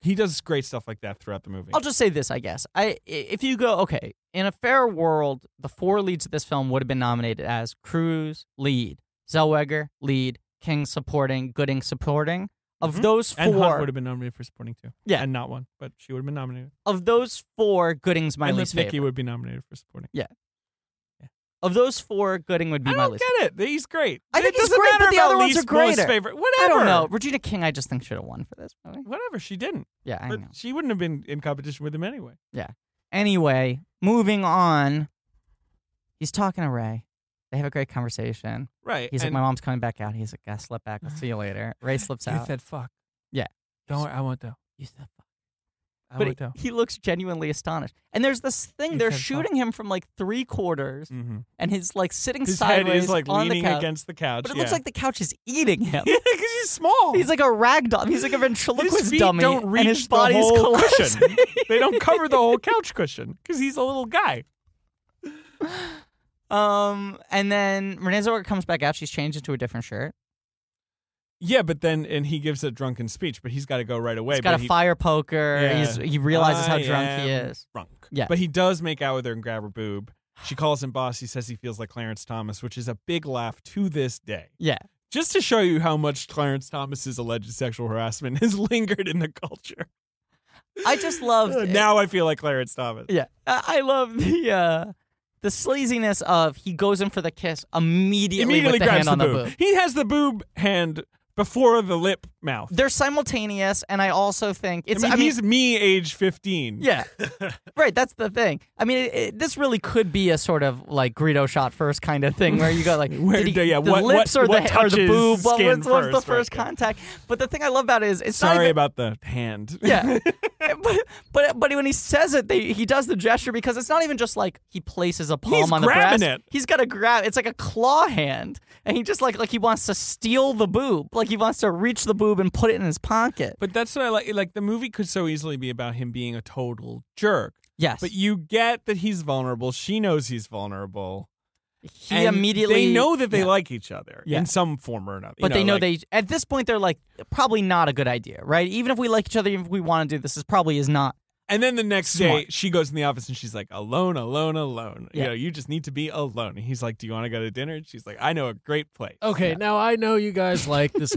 [SPEAKER 2] He does great stuff like that throughout the movie.
[SPEAKER 3] I'll just say this, I guess. I i- if you go okay, in a fair world, the four leads of this film would have been nominated as Cruz lead, Zellweger lead, King supporting, Gooding supporting. Of
[SPEAKER 2] Mhm.
[SPEAKER 3] those
[SPEAKER 2] and Hunt
[SPEAKER 3] four,
[SPEAKER 2] would have been nominated for supporting too.
[SPEAKER 3] Yeah.
[SPEAKER 2] and not one, but she would have been nominated.
[SPEAKER 3] of those four, Gooding's my
[SPEAKER 2] and
[SPEAKER 3] least
[SPEAKER 2] Lipnicki
[SPEAKER 3] favorite.
[SPEAKER 2] would be nominated for supporting.
[SPEAKER 3] Of those four, Gooding would be
[SPEAKER 2] I
[SPEAKER 3] my
[SPEAKER 2] don't
[SPEAKER 3] least.
[SPEAKER 2] get it. He's great.
[SPEAKER 3] I think
[SPEAKER 2] it
[SPEAKER 3] he's
[SPEAKER 2] doesn't
[SPEAKER 3] great,
[SPEAKER 2] matter
[SPEAKER 3] but the
[SPEAKER 2] about
[SPEAKER 3] other ones
[SPEAKER 2] least,
[SPEAKER 3] are greater.
[SPEAKER 2] Most favorite. Whatever.
[SPEAKER 3] I don't know. Regina King, I just think should have won for this movie.
[SPEAKER 2] Whatever. She didn't.
[SPEAKER 3] Yeah, I
[SPEAKER 2] but
[SPEAKER 3] know.
[SPEAKER 2] she wouldn't have been in competition with him anyway.
[SPEAKER 3] Anyway, moving on. He's talking to Ray. They have a great conversation.
[SPEAKER 2] Right.
[SPEAKER 3] He's
[SPEAKER 2] and
[SPEAKER 3] like, my mom's coming back out. He's like, I slept back. I'll see you later. Ray slips
[SPEAKER 2] you
[SPEAKER 3] out.
[SPEAKER 2] said fuck.
[SPEAKER 3] Yeah.
[SPEAKER 2] Don't worry. I won't though.
[SPEAKER 3] You said fuck.
[SPEAKER 2] I
[SPEAKER 3] But
[SPEAKER 2] won't though.
[SPEAKER 3] he, he looks genuinely astonished. And there's this thing,
[SPEAKER 2] You
[SPEAKER 3] they're
[SPEAKER 2] said fuck.
[SPEAKER 3] shooting him from like three quarters,
[SPEAKER 2] Mhm.
[SPEAKER 3] and he's like sitting
[SPEAKER 2] His head
[SPEAKER 3] sideways
[SPEAKER 2] is like
[SPEAKER 3] on
[SPEAKER 2] leaning
[SPEAKER 3] the couch.
[SPEAKER 2] against the couch.
[SPEAKER 3] but it
[SPEAKER 2] yeah.
[SPEAKER 3] looks like the couch is eating him.
[SPEAKER 2] yeah, because he's small.
[SPEAKER 3] He's like a rag doll. He's like a ventriloquist
[SPEAKER 2] his feet
[SPEAKER 3] dummy,
[SPEAKER 2] don't reach
[SPEAKER 3] and his
[SPEAKER 2] the
[SPEAKER 3] body's
[SPEAKER 2] whole
[SPEAKER 3] collapsing.
[SPEAKER 2] cushion. they don't cover the whole couch cushion because he's a little guy.
[SPEAKER 3] um, and then Renee Zellweger comes back out. She's changed into a different shirt.
[SPEAKER 2] Yeah, but then and he gives a drunken speech, but he's got to go right away.
[SPEAKER 3] He's got
[SPEAKER 2] but
[SPEAKER 3] a
[SPEAKER 2] he,
[SPEAKER 3] fire poker.
[SPEAKER 2] Yeah.
[SPEAKER 3] He's, he realizes how
[SPEAKER 2] I
[SPEAKER 3] drunk he
[SPEAKER 2] am
[SPEAKER 3] is.
[SPEAKER 2] Drunk.
[SPEAKER 3] Yeah.
[SPEAKER 2] but he does make out with her and grab her boob. She calls him boss. He says he feels like Clarence Thomas, which is a big laugh to this day.
[SPEAKER 3] Yeah.
[SPEAKER 2] Just to show you how much Clarence Thomas's alleged sexual harassment has lingered in the culture.
[SPEAKER 3] I just love
[SPEAKER 2] Uh, now I feel like Clarence Thomas.
[SPEAKER 3] Yeah, I I love the uh, the sleaziness of he goes in for the kiss immediately,
[SPEAKER 2] Immediately
[SPEAKER 3] with the
[SPEAKER 2] grabs
[SPEAKER 3] hand on
[SPEAKER 2] boob.
[SPEAKER 3] the boob.
[SPEAKER 2] He has the boob hand before the lip mouth.
[SPEAKER 3] They're simultaneous, and I also think it's.
[SPEAKER 2] I mean, he's me, age fifteen.
[SPEAKER 3] yeah, right. That's the thing. I mean, it, it, this really could be a sort of like Greedo shot first kind of thing where you go like,
[SPEAKER 2] Where-
[SPEAKER 3] did he,
[SPEAKER 2] yeah,
[SPEAKER 3] the
[SPEAKER 2] what-
[SPEAKER 3] lips
[SPEAKER 2] what-
[SPEAKER 3] or,
[SPEAKER 2] what
[SPEAKER 3] the, or the
[SPEAKER 2] touches
[SPEAKER 3] boob? What
[SPEAKER 2] skin
[SPEAKER 3] was, what was the
[SPEAKER 2] first,
[SPEAKER 3] first
[SPEAKER 2] right, yeah.
[SPEAKER 3] contact? But the thing I love about it is it's not
[SPEAKER 2] Sorry
[SPEAKER 3] even,
[SPEAKER 2] about the hand.
[SPEAKER 3] Yeah, but but but when he says it, they, he does the gesture because it's not even just like he places a palm
[SPEAKER 2] He's
[SPEAKER 3] on the
[SPEAKER 2] grabbing
[SPEAKER 3] breast.
[SPEAKER 2] it.
[SPEAKER 3] He's got to grab. It's like a claw hand, and he just like like he wants to steal the boob, like he wants to reach the boob and put it in his pocket.
[SPEAKER 2] But that's what I like. Like the movie could so easily be about him being a total jerk.
[SPEAKER 3] yes,
[SPEAKER 2] But you get that he's vulnerable. She knows he's vulnerable.
[SPEAKER 3] he
[SPEAKER 2] And
[SPEAKER 3] immediately
[SPEAKER 2] They know that they
[SPEAKER 3] Yeah.
[SPEAKER 2] like each other
[SPEAKER 3] Yeah.
[SPEAKER 2] in some form or another. You
[SPEAKER 3] But they know
[SPEAKER 2] like-
[SPEAKER 3] they at this point they're like probably not a good idea, right? Even if we like each other, even if we want to do this, this probably is not.
[SPEAKER 2] And then the next day,
[SPEAKER 3] Smart.
[SPEAKER 2] she goes in the office and she's like, "Alone, alone, alone.
[SPEAKER 3] Yeah.
[SPEAKER 2] You know, you just need to be alone." And he's like, "Do you want to go to dinner?" And she's like, "I know a great place."
[SPEAKER 4] Okay, now I know you guys like this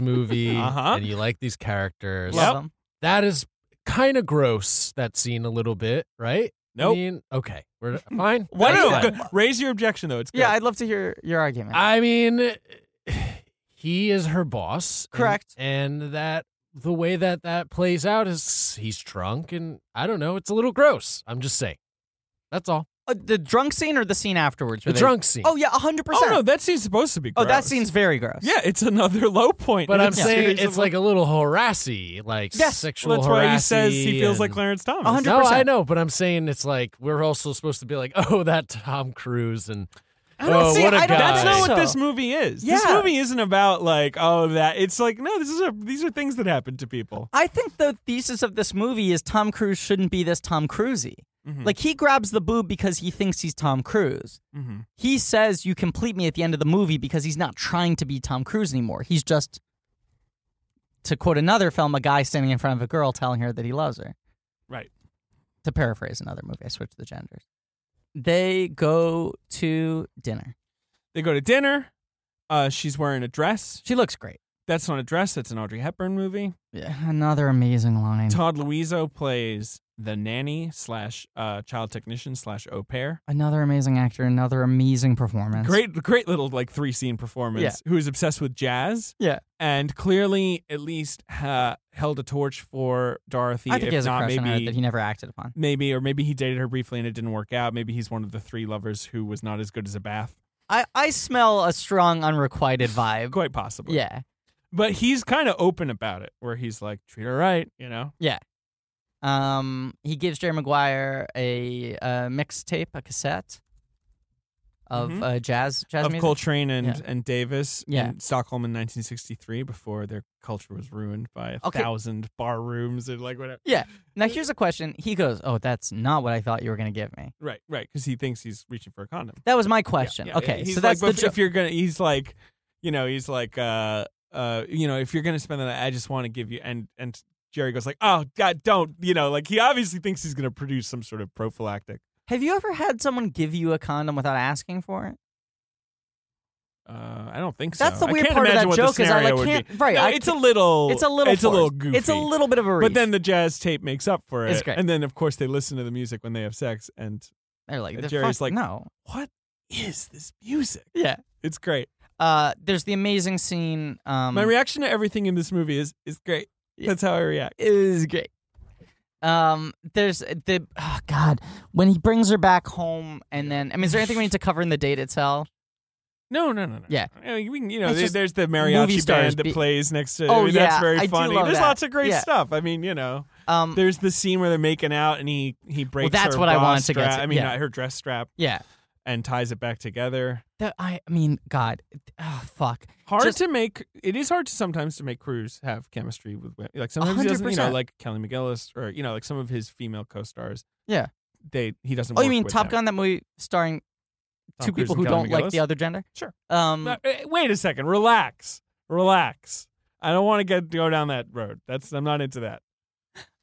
[SPEAKER 4] movie
[SPEAKER 2] Uh-huh.
[SPEAKER 4] and you like these characters.
[SPEAKER 2] Yep.
[SPEAKER 3] Love him.
[SPEAKER 4] That is kind of gross. That scene a little bit, right? I
[SPEAKER 2] Nope.
[SPEAKER 4] mean, okay, we're fine.
[SPEAKER 3] Why
[SPEAKER 2] I don't know.
[SPEAKER 4] That's fine.
[SPEAKER 2] Good. Raise your objection though. It's good.
[SPEAKER 3] Yeah, I'd love to hear your argument.
[SPEAKER 4] I mean, he is her boss, and-
[SPEAKER 3] Correct.
[SPEAKER 4] And, that the way that that plays out is he's drunk, and I don't know. It's a little gross. I'm just saying. That's all.
[SPEAKER 3] Uh, the drunk scene or the scene afterwards?
[SPEAKER 4] The
[SPEAKER 3] where they-
[SPEAKER 4] drunk scene.
[SPEAKER 3] Oh yeah, hundred
[SPEAKER 2] oh
[SPEAKER 3] percent.
[SPEAKER 2] no, that scene's supposed to be.
[SPEAKER 3] Oh,
[SPEAKER 2] Gross.
[SPEAKER 3] that scene's very gross.
[SPEAKER 2] Yeah, it's another low point.
[SPEAKER 4] But
[SPEAKER 2] in
[SPEAKER 4] I'm
[SPEAKER 2] the
[SPEAKER 4] saying
[SPEAKER 2] series
[SPEAKER 4] it's
[SPEAKER 2] of-
[SPEAKER 4] like a little harassy, like
[SPEAKER 3] Yes,
[SPEAKER 4] sexual
[SPEAKER 2] Well, that's why he says
[SPEAKER 4] harassy
[SPEAKER 2] he feels like
[SPEAKER 4] and-
[SPEAKER 2] Clarence Thomas.
[SPEAKER 3] 100
[SPEAKER 4] No, I know, but I'm saying it's like we're also supposed to be like, oh, that Tom Cruise and
[SPEAKER 2] I don't
[SPEAKER 4] oh,
[SPEAKER 2] see-
[SPEAKER 4] what a
[SPEAKER 3] I don't
[SPEAKER 4] guy.
[SPEAKER 2] That's not
[SPEAKER 3] So-
[SPEAKER 2] what this movie is. This
[SPEAKER 3] Yeah.
[SPEAKER 2] movie isn't about like oh that. It's like no, this is a, these are things that happen to people.
[SPEAKER 3] I think the thesis of this movie is Tom Cruise shouldn't be this Tom Cruisey.
[SPEAKER 2] Mhm.
[SPEAKER 3] Like he grabs the boob because he thinks he's Tom Cruise.
[SPEAKER 2] Mhm.
[SPEAKER 3] He says, "You complete me" at the end of the movie because he's not trying to be Tom Cruise anymore. He's just, to quote another film, a guy standing in front of a girl telling her that he loves her.
[SPEAKER 2] Right.
[SPEAKER 3] To paraphrase another movie, I switched the genders. They go to dinner.
[SPEAKER 2] They go to dinner. Uh, she's wearing a dress.
[SPEAKER 3] She looks great.
[SPEAKER 2] That's not a dress. That's an Audrey Hepburn movie.
[SPEAKER 3] Yeah, Another amazing line.
[SPEAKER 2] Todd Luizo plays the nanny slash uh, child technician slash au pair.
[SPEAKER 3] Another amazing actor. Another amazing performance.
[SPEAKER 2] Great, great little like three scene performance. Who is obsessed with jazz
[SPEAKER 3] Yeah.
[SPEAKER 2] and clearly at least ha- held a torch for Dorothy.
[SPEAKER 3] I think
[SPEAKER 2] if
[SPEAKER 3] he has
[SPEAKER 2] not,
[SPEAKER 3] a crush
[SPEAKER 2] maybe
[SPEAKER 3] on her that he never acted upon.
[SPEAKER 2] maybe or maybe he dated her briefly and it didn't work out. Maybe he's one of the three lovers who was not as good as a bath.
[SPEAKER 3] I, I smell a strong unrequited vibe.
[SPEAKER 2] Quite possibly.
[SPEAKER 3] yeah.
[SPEAKER 2] But he's kind of open about it, where he's like, "Treat her right," you know.
[SPEAKER 3] Um, he gives Jerry Maguire a, uh mixtape, a cassette of
[SPEAKER 2] Mhm.
[SPEAKER 3] uh, jazz jazz
[SPEAKER 2] of
[SPEAKER 3] music.
[SPEAKER 2] Coltrane and,
[SPEAKER 3] Yeah.
[SPEAKER 2] and Davis
[SPEAKER 3] Yeah.
[SPEAKER 2] in Stockholm in 1963 before their culture was ruined by a
[SPEAKER 3] Okay.
[SPEAKER 2] thousand bar rooms and like whatever.
[SPEAKER 3] Now here's a question. He goes, "Oh, that's not what I thought you were going to give me."
[SPEAKER 2] Right, right, because he thinks he's reaching for a condom.
[SPEAKER 3] That was my
[SPEAKER 2] Yeah,
[SPEAKER 3] question.
[SPEAKER 2] yeah,
[SPEAKER 3] okay,
[SPEAKER 2] yeah. He's
[SPEAKER 3] so that's
[SPEAKER 2] like,
[SPEAKER 3] the
[SPEAKER 2] "But
[SPEAKER 3] jo-
[SPEAKER 2] if you're gonna, he's like, you know, he's like, uh, uh, you know, if you're gonna spend the night, I just want to give you. And and Jerry goes like, oh God, don't, you know, like he obviously thinks he's gonna produce some sort of prophylactic.
[SPEAKER 3] Have you ever had someone give you a condom without asking for it?
[SPEAKER 2] Uh, I don't think so.
[SPEAKER 3] That's the weird
[SPEAKER 2] I can't
[SPEAKER 3] part of
[SPEAKER 2] imagine
[SPEAKER 3] that
[SPEAKER 2] what
[SPEAKER 3] joke
[SPEAKER 2] the
[SPEAKER 3] is I
[SPEAKER 2] scenario
[SPEAKER 3] like
[SPEAKER 2] would
[SPEAKER 3] can't
[SPEAKER 2] be.
[SPEAKER 3] right.
[SPEAKER 2] No,
[SPEAKER 3] I
[SPEAKER 2] it's a
[SPEAKER 3] can't-
[SPEAKER 2] little.
[SPEAKER 3] it's a little
[SPEAKER 2] It's a little
[SPEAKER 3] forced.
[SPEAKER 2] goofy.
[SPEAKER 3] It's a little bit of a reach.
[SPEAKER 2] But then the jazz tape makes up for
[SPEAKER 3] It's
[SPEAKER 2] it.
[SPEAKER 3] great.
[SPEAKER 2] And then of course they listen to the music when they have sex and
[SPEAKER 3] they're like,
[SPEAKER 2] and
[SPEAKER 3] "The
[SPEAKER 2] Jerry's
[SPEAKER 3] fuck,
[SPEAKER 2] like-
[SPEAKER 3] "No."
[SPEAKER 2] what is this music?
[SPEAKER 3] Yeah.
[SPEAKER 2] It's great.
[SPEAKER 3] Uh, there's the amazing scene um
[SPEAKER 2] My reaction to everything in this movie is is great.
[SPEAKER 3] Yeah.
[SPEAKER 2] That's how I react.
[SPEAKER 3] is great. Um, there's the oh God when he brings her back home, and then I mean, is there anything we need to cover in the date itself?
[SPEAKER 2] No, no, no, no.
[SPEAKER 3] Yeah.
[SPEAKER 2] I mean, we can, you know,
[SPEAKER 3] It's
[SPEAKER 2] there's,
[SPEAKER 3] just
[SPEAKER 2] there's the
[SPEAKER 3] movie
[SPEAKER 2] mariachi
[SPEAKER 3] stars
[SPEAKER 2] band that
[SPEAKER 3] be-
[SPEAKER 2] plays next to.
[SPEAKER 3] Oh,
[SPEAKER 2] I mean,
[SPEAKER 3] yeah,
[SPEAKER 2] that's very
[SPEAKER 3] I do
[SPEAKER 2] funny.
[SPEAKER 3] love
[SPEAKER 2] there's
[SPEAKER 3] that.
[SPEAKER 2] lots of great
[SPEAKER 3] Yeah.
[SPEAKER 2] stuff. I mean, you know,
[SPEAKER 3] Um,
[SPEAKER 2] there's the scene where they're making out and he he breaks
[SPEAKER 3] that's
[SPEAKER 2] her
[SPEAKER 3] what I
[SPEAKER 2] bra
[SPEAKER 3] wanted to get
[SPEAKER 2] strap-
[SPEAKER 3] to,
[SPEAKER 2] I mean,
[SPEAKER 3] yeah.
[SPEAKER 2] uh, her dress strap
[SPEAKER 3] yeah,
[SPEAKER 2] and ties it back together.
[SPEAKER 3] The- I, I mean, God, oh, fuck,
[SPEAKER 2] Hard
[SPEAKER 3] Just-
[SPEAKER 2] to make. It is hard to sometimes to make crews have chemistry with women. Like sometimes he doesn't. You know,
[SPEAKER 3] 100%.
[SPEAKER 2] like Kelly McGillis or you know, like some of his female co-stars.
[SPEAKER 3] Yeah.
[SPEAKER 2] They he doesn't.
[SPEAKER 3] Oh, you
[SPEAKER 2] work
[SPEAKER 3] mean
[SPEAKER 2] with
[SPEAKER 3] Top
[SPEAKER 2] them.
[SPEAKER 3] Gun, that movie starring
[SPEAKER 2] Tom
[SPEAKER 3] two
[SPEAKER 2] Cruise
[SPEAKER 3] people
[SPEAKER 2] and
[SPEAKER 3] who
[SPEAKER 2] Kelly
[SPEAKER 3] don't like
[SPEAKER 2] McGillis?
[SPEAKER 3] the other gender?
[SPEAKER 2] Sure.
[SPEAKER 3] Um,
[SPEAKER 2] Uh, eh, Wait a second. Relax. Relax. I don't want to get go down that road. That's I'm not into that.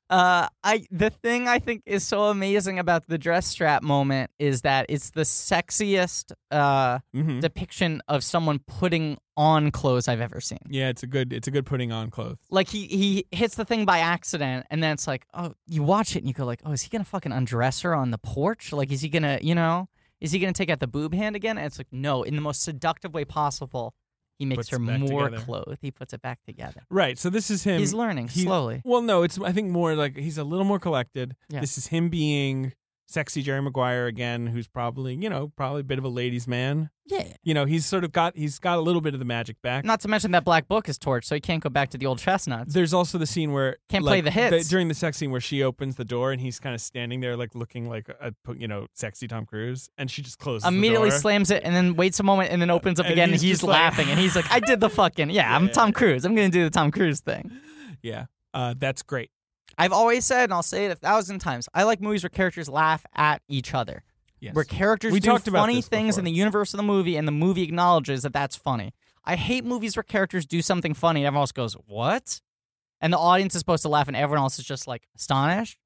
[SPEAKER 3] uh, I the thing I think is so amazing about the dress strap moment is that it's the sexiest uh
[SPEAKER 2] hmm
[SPEAKER 3] depiction of someone putting on clothes I've ever seen.
[SPEAKER 2] Yeah, it's a good it's a good putting on clothes.
[SPEAKER 3] like he he hits the thing by accident and then it's like oh you watch it and you go like oh is he gonna fucking undress her on the porch like is he gonna you know is he gonna take out the boob hand again and it's like no in the most seductive way possible he makes
[SPEAKER 2] Puts
[SPEAKER 3] her
[SPEAKER 2] it back
[SPEAKER 3] more
[SPEAKER 2] together.
[SPEAKER 3] clothed he puts it back together
[SPEAKER 2] Right. So this is him.
[SPEAKER 3] he's learning
[SPEAKER 2] he-
[SPEAKER 3] slowly
[SPEAKER 2] well, no, it's I think more like he's a little more collected.
[SPEAKER 3] Yeah.
[SPEAKER 2] This is him being sexy Jerry Maguire again, who's probably you know probably a bit of a ladies' man.
[SPEAKER 3] yeah
[SPEAKER 2] You know, he's sort of got he's got a little bit of the magic back.
[SPEAKER 3] not to mention that black book is torched so he can't go back to the old chestnuts
[SPEAKER 2] There's also the scene where
[SPEAKER 3] Can't
[SPEAKER 2] like,
[SPEAKER 3] play the hits.
[SPEAKER 2] during the sex scene where she opens the door and he's kind of standing there like looking like a you know sexy Tom Cruise, and she just closes
[SPEAKER 3] immediately
[SPEAKER 2] the door.
[SPEAKER 3] slams it and then waits a moment and then opens up
[SPEAKER 2] And
[SPEAKER 3] again and
[SPEAKER 2] he's
[SPEAKER 3] he's
[SPEAKER 2] just like-
[SPEAKER 3] laughing and he's like i did the fucking yeah i'm
[SPEAKER 2] Yeah.
[SPEAKER 3] tom cruise i'm gonna do the tom cruise thing
[SPEAKER 2] yeah, uh, that's great.
[SPEAKER 3] I've always said, and I'll say it a thousand times, I like movies where characters laugh at each other,
[SPEAKER 2] Yes.
[SPEAKER 3] where characters
[SPEAKER 2] We
[SPEAKER 3] do
[SPEAKER 2] talked about
[SPEAKER 3] funny
[SPEAKER 2] this
[SPEAKER 3] things in
[SPEAKER 2] before.
[SPEAKER 3] the universe of the movie, and the movie acknowledges that that's funny. I hate movies where characters do something funny, and everyone else goes, "What?" And the audience is supposed to laugh, and everyone else is just like astonished.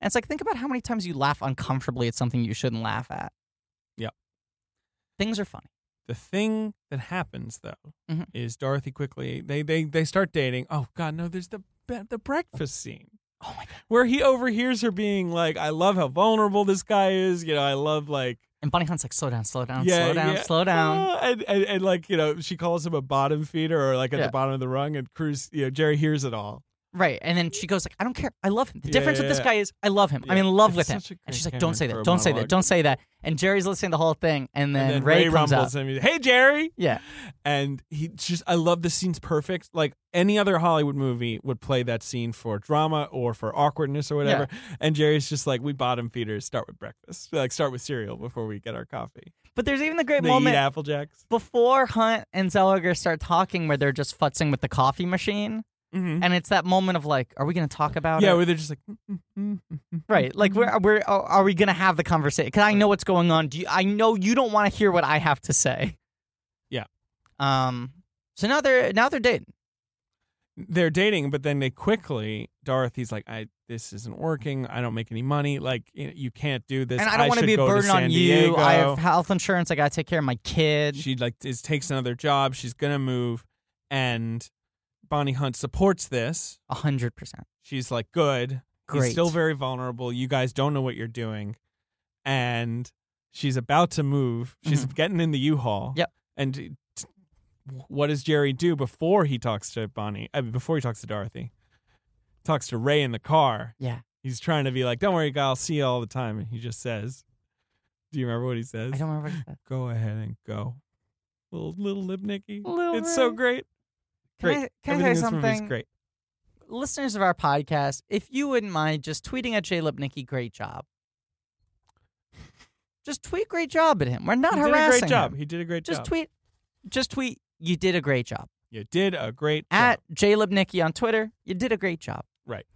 [SPEAKER 3] And it's like, think about how many times you laugh uncomfortably at something you shouldn't laugh at.
[SPEAKER 2] Yep.
[SPEAKER 3] Things are funny.
[SPEAKER 2] the thing that happens though
[SPEAKER 3] Mhm.
[SPEAKER 2] is Dorothy quickly they they they start dating. Oh God, no! There's the be- the breakfast scene.
[SPEAKER 3] Oh my god!
[SPEAKER 2] where he overhears her being like, "I love how vulnerable this guy is." You know, I love like,
[SPEAKER 3] And Bunny Hunt's like, "Slow down, slow down,
[SPEAKER 2] yeah,
[SPEAKER 3] slow down,
[SPEAKER 2] yeah.
[SPEAKER 3] slow down."
[SPEAKER 2] Ah, and, and and like you know, she calls him a bottom feeder or like at
[SPEAKER 3] Yeah.
[SPEAKER 2] the bottom of the rung, and Cruz, you know, Jerry hears it all.
[SPEAKER 3] Right. And then she goes like, I don't care. I love him. The
[SPEAKER 2] Yeah,
[SPEAKER 3] difference
[SPEAKER 2] yeah,
[SPEAKER 3] with this
[SPEAKER 2] yeah.
[SPEAKER 3] guy is I love him. I'm
[SPEAKER 2] Yeah.
[SPEAKER 3] in love
[SPEAKER 2] It's
[SPEAKER 3] with him.
[SPEAKER 2] such a
[SPEAKER 3] And
[SPEAKER 2] great
[SPEAKER 3] she's like, Don't say
[SPEAKER 2] cameo for a
[SPEAKER 3] that. Don't say that.
[SPEAKER 2] monologue.
[SPEAKER 3] Don't say that. And Jerry's listening to the whole thing. And then,
[SPEAKER 2] And then Ray,
[SPEAKER 3] Ray, comes
[SPEAKER 2] rumbles
[SPEAKER 3] up.
[SPEAKER 2] him. He's, hey, Jerry.
[SPEAKER 3] Yeah.
[SPEAKER 2] And he just, I love the scene's perfect. Like any other Hollywood movie would play that scene for drama or for awkwardness or whatever. And Jerry's just like, we bottom feeders start with breakfast. Like, start with cereal before we get our coffee.
[SPEAKER 3] But there's even the great
[SPEAKER 2] They
[SPEAKER 3] moment
[SPEAKER 2] eat Apple Jacks.
[SPEAKER 3] before Hunt and Zellweger start talking where they're just futzing with the coffee machine.
[SPEAKER 2] Mhm.
[SPEAKER 3] and it's that moment of like, are we going to talk about
[SPEAKER 2] Yeah,
[SPEAKER 3] it?
[SPEAKER 2] where they're just like, mm, mm, mm, mm, mm.
[SPEAKER 3] right. Like, we're, we're are are we going to have the conversation? Because I know what's going on. Do you, I know you don't want to hear what I have to say.
[SPEAKER 2] Yeah.
[SPEAKER 3] Um. So now they're now they're dating.
[SPEAKER 2] they're dating, but then they quickly Dorothy's like, I this isn't working. I don't make any money. Like you, know, you can't do this.
[SPEAKER 3] and I don't want
[SPEAKER 2] should
[SPEAKER 3] to be a
[SPEAKER 2] go
[SPEAKER 3] burden
[SPEAKER 2] San
[SPEAKER 3] on you. I
[SPEAKER 2] Diego."
[SPEAKER 3] have health insurance. I got to take care of my kid.
[SPEAKER 2] she like is takes another job. She's gonna move, and Bonnie Hunt supports this.
[SPEAKER 3] A hundred percent.
[SPEAKER 2] She's like, good.
[SPEAKER 3] Great.
[SPEAKER 2] He's still very vulnerable. You guys don't know what you're doing, and she's about to move. She's getting in the U-Haul.
[SPEAKER 3] Mm-hmm. Yep.
[SPEAKER 2] And t- t- what does Jerry do before he talks to Bonnie? I mean, before he talks to Dorothy, talks to Ray in the car.
[SPEAKER 3] Yeah.
[SPEAKER 2] He's trying to be like, "Don't worry, guy. I'll see you all the time." And he just says, "Do you remember what he says?"
[SPEAKER 3] I don't remember. What it said.
[SPEAKER 2] go ahead and go. Little little Lipnicki.
[SPEAKER 3] Little
[SPEAKER 2] it's so
[SPEAKER 3] Ray.
[SPEAKER 2] great.
[SPEAKER 3] Can
[SPEAKER 2] Great.
[SPEAKER 3] I, can
[SPEAKER 2] Everything
[SPEAKER 3] I
[SPEAKER 2] in
[SPEAKER 3] say
[SPEAKER 2] this movie is
[SPEAKER 3] something?
[SPEAKER 2] great.
[SPEAKER 3] Listeners of our podcast, if you wouldn't mind just tweeting at Jay Lipnicki, great job. Just tweet great job at him. We're not
[SPEAKER 2] he
[SPEAKER 3] harassing
[SPEAKER 2] did a great job.
[SPEAKER 3] him.
[SPEAKER 2] He did a great
[SPEAKER 3] Just
[SPEAKER 2] job.
[SPEAKER 3] tweet just tweet you did a great job.
[SPEAKER 2] You did a great
[SPEAKER 3] At
[SPEAKER 2] job.
[SPEAKER 3] Jay Lipnicki on Twitter, you did a great job.
[SPEAKER 2] Right.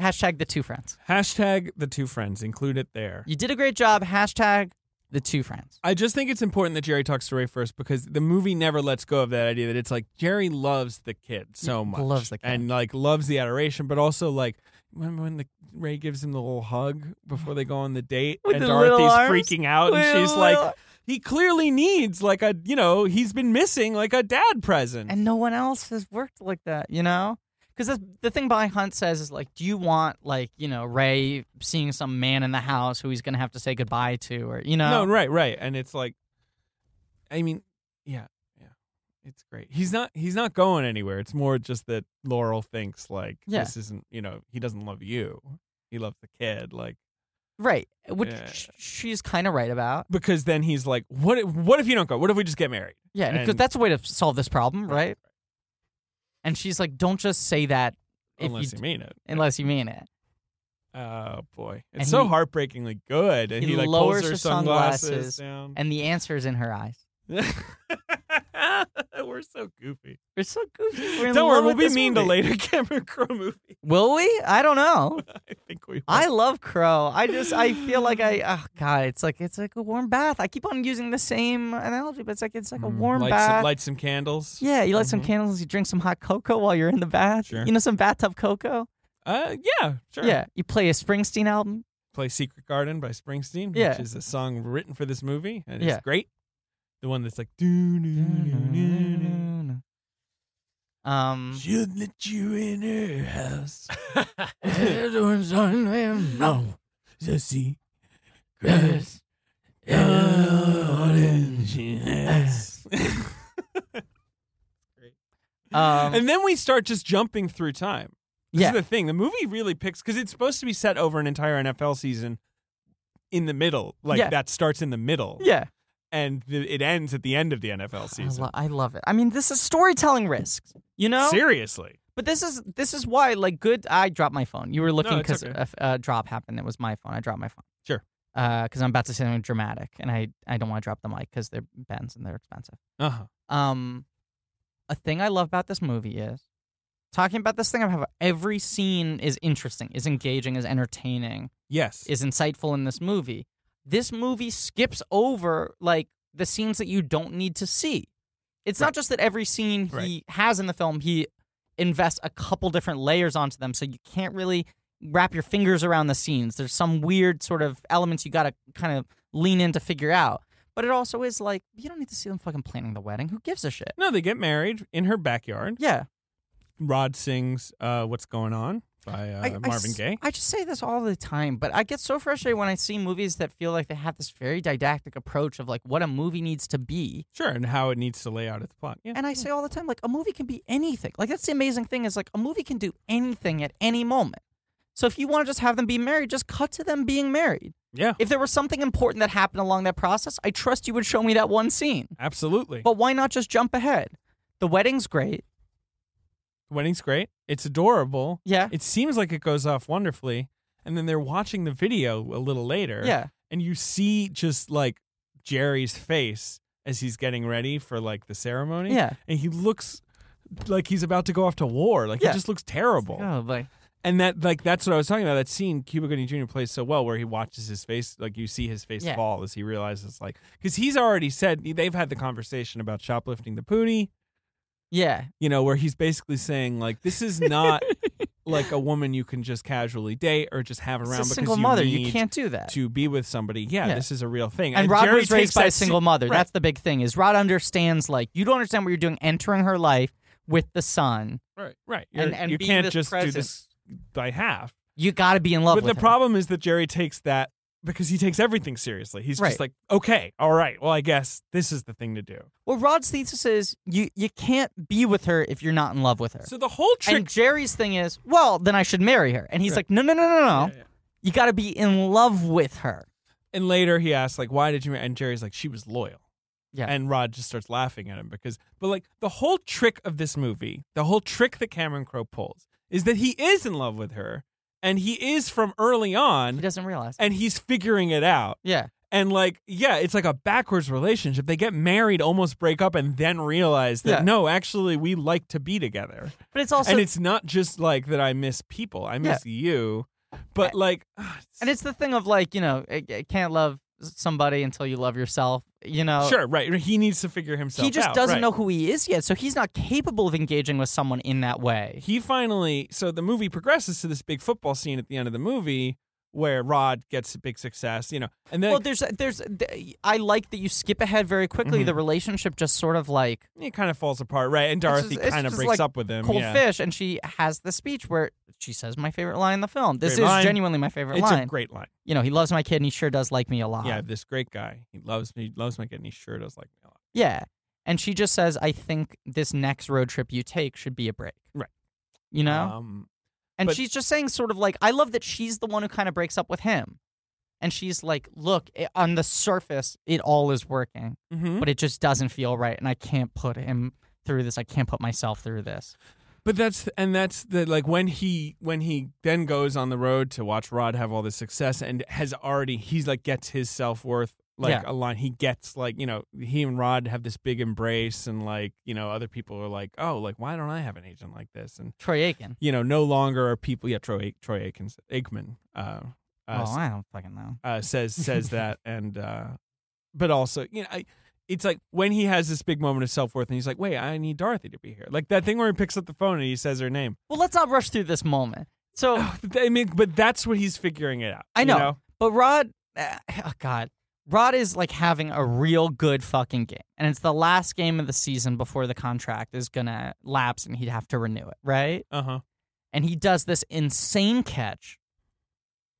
[SPEAKER 3] Hashtag the two friends.
[SPEAKER 2] Hashtag the two friends. Include it there.
[SPEAKER 3] You did a great job. Hashtag the two friends.
[SPEAKER 2] I just think it's important that Jerry talks to Ray first because the movie never lets go of that idea that it's like Jerry loves the kid so much,
[SPEAKER 3] loves the kid.
[SPEAKER 2] and like loves the adoration, but also like when when the Ray gives him the little hug before they go on the date,
[SPEAKER 3] With
[SPEAKER 2] and
[SPEAKER 3] the little
[SPEAKER 2] Dorothy's
[SPEAKER 3] arms.
[SPEAKER 2] freaking out,
[SPEAKER 3] With
[SPEAKER 2] and
[SPEAKER 3] the
[SPEAKER 2] she's like,
[SPEAKER 3] little-
[SPEAKER 2] he clearly needs like a you know he's been missing like a dad present.
[SPEAKER 3] and no one else has worked like that, you know? Because the thing by Hunt says is like, do you want like you know Ray seeing some man in the house who he's gonna have to say goodbye to, or you know?
[SPEAKER 2] No, right, right. And it's like I mean, yeah, yeah. It's great. He's not he's not going anywhere. It's more just that Laurel thinks like
[SPEAKER 3] Yeah.
[SPEAKER 2] this isn't, you know, he doesn't love you. He loves the kid like
[SPEAKER 3] right, which
[SPEAKER 2] Yeah.
[SPEAKER 3] sh- she's kind of right about.
[SPEAKER 2] because then he's like what if, what if you don't go? What if we just get married?
[SPEAKER 3] Yeah, because
[SPEAKER 2] And-
[SPEAKER 3] that's a way to solve this problem, right? And she's like, don't just say that if
[SPEAKER 2] Unless you,
[SPEAKER 3] you,
[SPEAKER 2] mean it.
[SPEAKER 3] unless you mean it.
[SPEAKER 2] oh boy. It's
[SPEAKER 3] And
[SPEAKER 2] so
[SPEAKER 3] he-
[SPEAKER 2] heartbreakingly good and
[SPEAKER 3] he
[SPEAKER 2] he, like
[SPEAKER 3] lowers
[SPEAKER 2] pulls her
[SPEAKER 3] her
[SPEAKER 2] sunglasses,
[SPEAKER 3] sunglasses
[SPEAKER 2] down.
[SPEAKER 3] And the answer is in her eyes.
[SPEAKER 2] We're so goofy.
[SPEAKER 3] We're so goofy. We're in
[SPEAKER 2] Don't worry,
[SPEAKER 3] love
[SPEAKER 2] we'll
[SPEAKER 3] with
[SPEAKER 2] be
[SPEAKER 3] this
[SPEAKER 2] mean to
[SPEAKER 3] movie.
[SPEAKER 2] later Cameron Crowe movie.
[SPEAKER 3] Will we? I don't know.
[SPEAKER 2] I think we will.
[SPEAKER 3] I love Crow. I just I feel like I oh god, it's like it's like a warm bath. I keep on using the same analogy, but it's like it's like a
[SPEAKER 2] Mm,
[SPEAKER 3] warm
[SPEAKER 2] light
[SPEAKER 3] bath.
[SPEAKER 2] Some, light some candles.
[SPEAKER 3] yeah, you light some
[SPEAKER 2] Mhm.
[SPEAKER 3] candles, you drink some hot cocoa while you're in the bath.
[SPEAKER 2] Sure.
[SPEAKER 3] You know some bathtub cocoa?
[SPEAKER 2] Uh, yeah, sure.
[SPEAKER 3] Yeah, you play a Springsteen album.
[SPEAKER 2] Play Secret Garden by Springsteen,
[SPEAKER 3] Yeah.
[SPEAKER 2] which is a song written for this movie, and
[SPEAKER 3] Yeah.
[SPEAKER 2] it's great. The one that's like, doo doo doo doo.
[SPEAKER 3] Um
[SPEAKER 2] Should let you in her house.
[SPEAKER 4] no.
[SPEAKER 2] The sea.
[SPEAKER 3] um,
[SPEAKER 2] and then we start just jumping through time. This
[SPEAKER 3] yeah.
[SPEAKER 2] is the thing. The movie really picks because it's supposed to be set over an entire NFL season in the middle. Like
[SPEAKER 3] Yeah.
[SPEAKER 2] that starts in the middle.
[SPEAKER 3] yeah.
[SPEAKER 2] And th- it ends at the end of the NFL
[SPEAKER 3] I,
[SPEAKER 2] season.
[SPEAKER 3] lo- I love it. I mean, this is storytelling risks, you know?
[SPEAKER 2] Seriously.
[SPEAKER 3] But this is this is why like good. I dropped my phone. You were looking
[SPEAKER 2] it's
[SPEAKER 3] because
[SPEAKER 2] okay.
[SPEAKER 3] a, f- a drop happened. It was my phone. I dropped my phone.
[SPEAKER 2] Sure.
[SPEAKER 3] Because I'm about to say something dramatic, and I I don't want to drop the mic because they're Ben's and they're expensive.
[SPEAKER 2] Uh huh.
[SPEAKER 3] Um, a thing I love about this movie is talking about this thing. I have every scene is interesting, is engaging, is entertaining,
[SPEAKER 2] Yes.
[SPEAKER 3] is insightful in this movie. This movie skips over like the scenes that you don't need to see. It's not just that every scene he
[SPEAKER 2] Right.
[SPEAKER 3] has in the film, he invests a couple different layers onto them, so you can't really wrap your fingers around the scenes. There's some weird sort of elements you got to kind of lean in to figure out. But it also is like you don't need to see them fucking planning the wedding. Who gives a shit?
[SPEAKER 2] no, they get married in her backyard.
[SPEAKER 3] Yeah,
[SPEAKER 2] Rod sings uh, "What's Going On" by uh,
[SPEAKER 3] I- I
[SPEAKER 2] Marvin
[SPEAKER 3] s-
[SPEAKER 2] Gaye.
[SPEAKER 3] I just say this all the time, but I get so frustrated when I see movies that feel like they have this very didactic approach of like what a movie needs to be.
[SPEAKER 2] Sure, and how it needs to lay out its plot. Yeah.
[SPEAKER 3] And I say all the time, like a movie can be anything. Like that's the amazing thing is like a movie can do anything at any moment. So if you want to just have them be married, just cut to them being married.
[SPEAKER 2] yeah.
[SPEAKER 3] If there was something important that happened along that process, I trust you would show me that one scene.
[SPEAKER 2] Absolutely.
[SPEAKER 3] But why not just jump ahead? The wedding's great.
[SPEAKER 2] Wedding's great. It's adorable.
[SPEAKER 3] Yeah.
[SPEAKER 2] It seems like it goes off wonderfully. And then they're watching the video a little later.
[SPEAKER 3] Yeah.
[SPEAKER 2] And you see just like Jerry's face as he's getting ready for like the ceremony.
[SPEAKER 3] Yeah.
[SPEAKER 2] And he looks like he's about to go off to war. Like
[SPEAKER 3] Yeah.
[SPEAKER 2] he just looks terrible.
[SPEAKER 3] Oh boy.
[SPEAKER 2] And that like that's what I was talking about. That scene Cuba Gooding Jr. plays so well, where he watches his face, like you see his face
[SPEAKER 3] Yeah.
[SPEAKER 2] fall as he realizes, like, because he's already said they've had the conversation about shoplifting the pootie.
[SPEAKER 3] Yeah.
[SPEAKER 2] You know, where he's basically saying like, this is not like a woman you can just casually date or just have
[SPEAKER 3] It's
[SPEAKER 2] around
[SPEAKER 3] a
[SPEAKER 2] because
[SPEAKER 3] single
[SPEAKER 2] you
[SPEAKER 3] mother.
[SPEAKER 2] Need
[SPEAKER 3] You can't do that.
[SPEAKER 2] to be with somebody. Yeah,
[SPEAKER 3] Yeah.
[SPEAKER 2] this is a real thing.
[SPEAKER 3] and Rod
[SPEAKER 2] Jerry
[SPEAKER 3] was
[SPEAKER 2] takes
[SPEAKER 3] raised by a
[SPEAKER 2] that
[SPEAKER 3] single
[SPEAKER 2] se-
[SPEAKER 3] mother.
[SPEAKER 2] Right.
[SPEAKER 3] That's the big thing. Is Rod understands like you don't understand what you're doing entering her life with the son.
[SPEAKER 2] right, right.
[SPEAKER 3] And-
[SPEAKER 2] You're-
[SPEAKER 3] and
[SPEAKER 2] you
[SPEAKER 3] being
[SPEAKER 2] can't
[SPEAKER 3] this
[SPEAKER 2] just do
[SPEAKER 3] present.
[SPEAKER 2] this by half.
[SPEAKER 3] You got to be in love
[SPEAKER 2] but
[SPEAKER 3] with
[SPEAKER 2] the
[SPEAKER 3] him.
[SPEAKER 2] problem is that Jerry takes that because he takes everything seriously. He's
[SPEAKER 3] Right.
[SPEAKER 2] just like, okay, all right, well, I guess this is the thing to do.
[SPEAKER 3] Well, Rod's thesis is you you can't be with her if you're not in love with her.
[SPEAKER 2] So the whole trick,
[SPEAKER 3] and Jerry's thing is, well, then I should marry her. And he's
[SPEAKER 2] Right.
[SPEAKER 3] like, no, no, no, no, no.
[SPEAKER 2] yeah.
[SPEAKER 3] You got to be in love with her.
[SPEAKER 2] and later he asks like, why did you? mar-" And Jerry's like, she was loyal.
[SPEAKER 3] Yeah.
[SPEAKER 2] And Rod just starts laughing at him because, but like the whole trick of this movie, the whole trick that Cameron Crowe pulls is that he is in love with her, and he is from early
[SPEAKER 3] He
[SPEAKER 2] on,
[SPEAKER 3] doesn't realize.
[SPEAKER 2] and he's figuring it out.
[SPEAKER 3] yeah.
[SPEAKER 2] And like, yeah, it's like a backwards relationship. They get married, almost break up, and then realize that
[SPEAKER 3] Yeah.
[SPEAKER 2] no, actually, we like to be together.
[SPEAKER 3] But it's also
[SPEAKER 2] and it's not just like that. I miss people. I miss you, but like,
[SPEAKER 3] Uh,
[SPEAKER 2] ah, it's-
[SPEAKER 3] And it's the thing of like, you know, I, I can't love somebody until you love yourself, you know.
[SPEAKER 2] sure, right? He needs to figure himself.
[SPEAKER 3] oh. He just
[SPEAKER 2] out,
[SPEAKER 3] doesn't
[SPEAKER 2] right.
[SPEAKER 3] know who he is yet, so he's not capable of engaging with someone in that way.
[SPEAKER 2] He finally. So the movie progresses to this big football scene at the end of the movie where Rod gets a big success. You know, and then
[SPEAKER 3] Well, there's there's I like that you skip ahead very quickly.
[SPEAKER 2] Mm-hmm.
[SPEAKER 3] The relationship just sort of like
[SPEAKER 2] it kind of falls apart, right? And
[SPEAKER 3] just-
[SPEAKER 2] Dorothy
[SPEAKER 3] it's
[SPEAKER 2] kind of
[SPEAKER 3] just
[SPEAKER 2] breaks
[SPEAKER 3] like
[SPEAKER 2] up with him.
[SPEAKER 3] cold
[SPEAKER 2] Um, yeah.
[SPEAKER 3] fish, and she has the speech where she says my favorite line in the film. This
[SPEAKER 2] Great
[SPEAKER 3] is
[SPEAKER 2] line.
[SPEAKER 3] genuinely my favorite
[SPEAKER 2] It's
[SPEAKER 3] line.
[SPEAKER 2] a great line.
[SPEAKER 3] you know, he loves my kid, and he sure does like me a lot.
[SPEAKER 2] Yeah, this great guy. He loves me. He loves my kid. And he sure does like me a lot.
[SPEAKER 3] Yeah. And she just says, I think this next road trip you take should be a break.
[SPEAKER 2] Right.
[SPEAKER 3] You know?
[SPEAKER 2] Um,
[SPEAKER 3] and
[SPEAKER 2] but-
[SPEAKER 3] she's just saying, sort of like, I love that she's the one who kind of breaks up with him. And she's like, look, i on the surface, it all is working,
[SPEAKER 2] mhm.
[SPEAKER 3] but it just doesn't feel right. And I can't put him through this. I can't put myself through this.
[SPEAKER 2] But that's and that's the like when he when he then goes on the road to watch Rod have all this success and has already he's like gets his self worth like
[SPEAKER 3] Yeah.
[SPEAKER 2] a line he gets like you know he and Rod have this big embrace and like you know other people are like oh like why don't I have an agent like this and
[SPEAKER 3] Troy Aiken.
[SPEAKER 2] you know no longer are people yeah Troy Aik- Troy Aikens Aikman uh, uh,
[SPEAKER 3] oh, I don't fucking know.
[SPEAKER 2] uh, says says that, and uh, but also you know, I, it's like when he has this big moment of self worth, and he's like, "Wait, I need Dorothy to be here." Like that thing where he picks up the phone and he says her name.
[SPEAKER 3] Well, let's not rush through this moment. So
[SPEAKER 2] I mean, but that's what he's figuring it out.
[SPEAKER 3] I
[SPEAKER 2] you
[SPEAKER 3] know. But Rod, uh, oh God, Rod is like having a real good fucking game, and it's the last game of the season before the contract is gonna lapse, and he'd have to renew it, right?
[SPEAKER 2] Uh huh.
[SPEAKER 3] And he does this insane catch,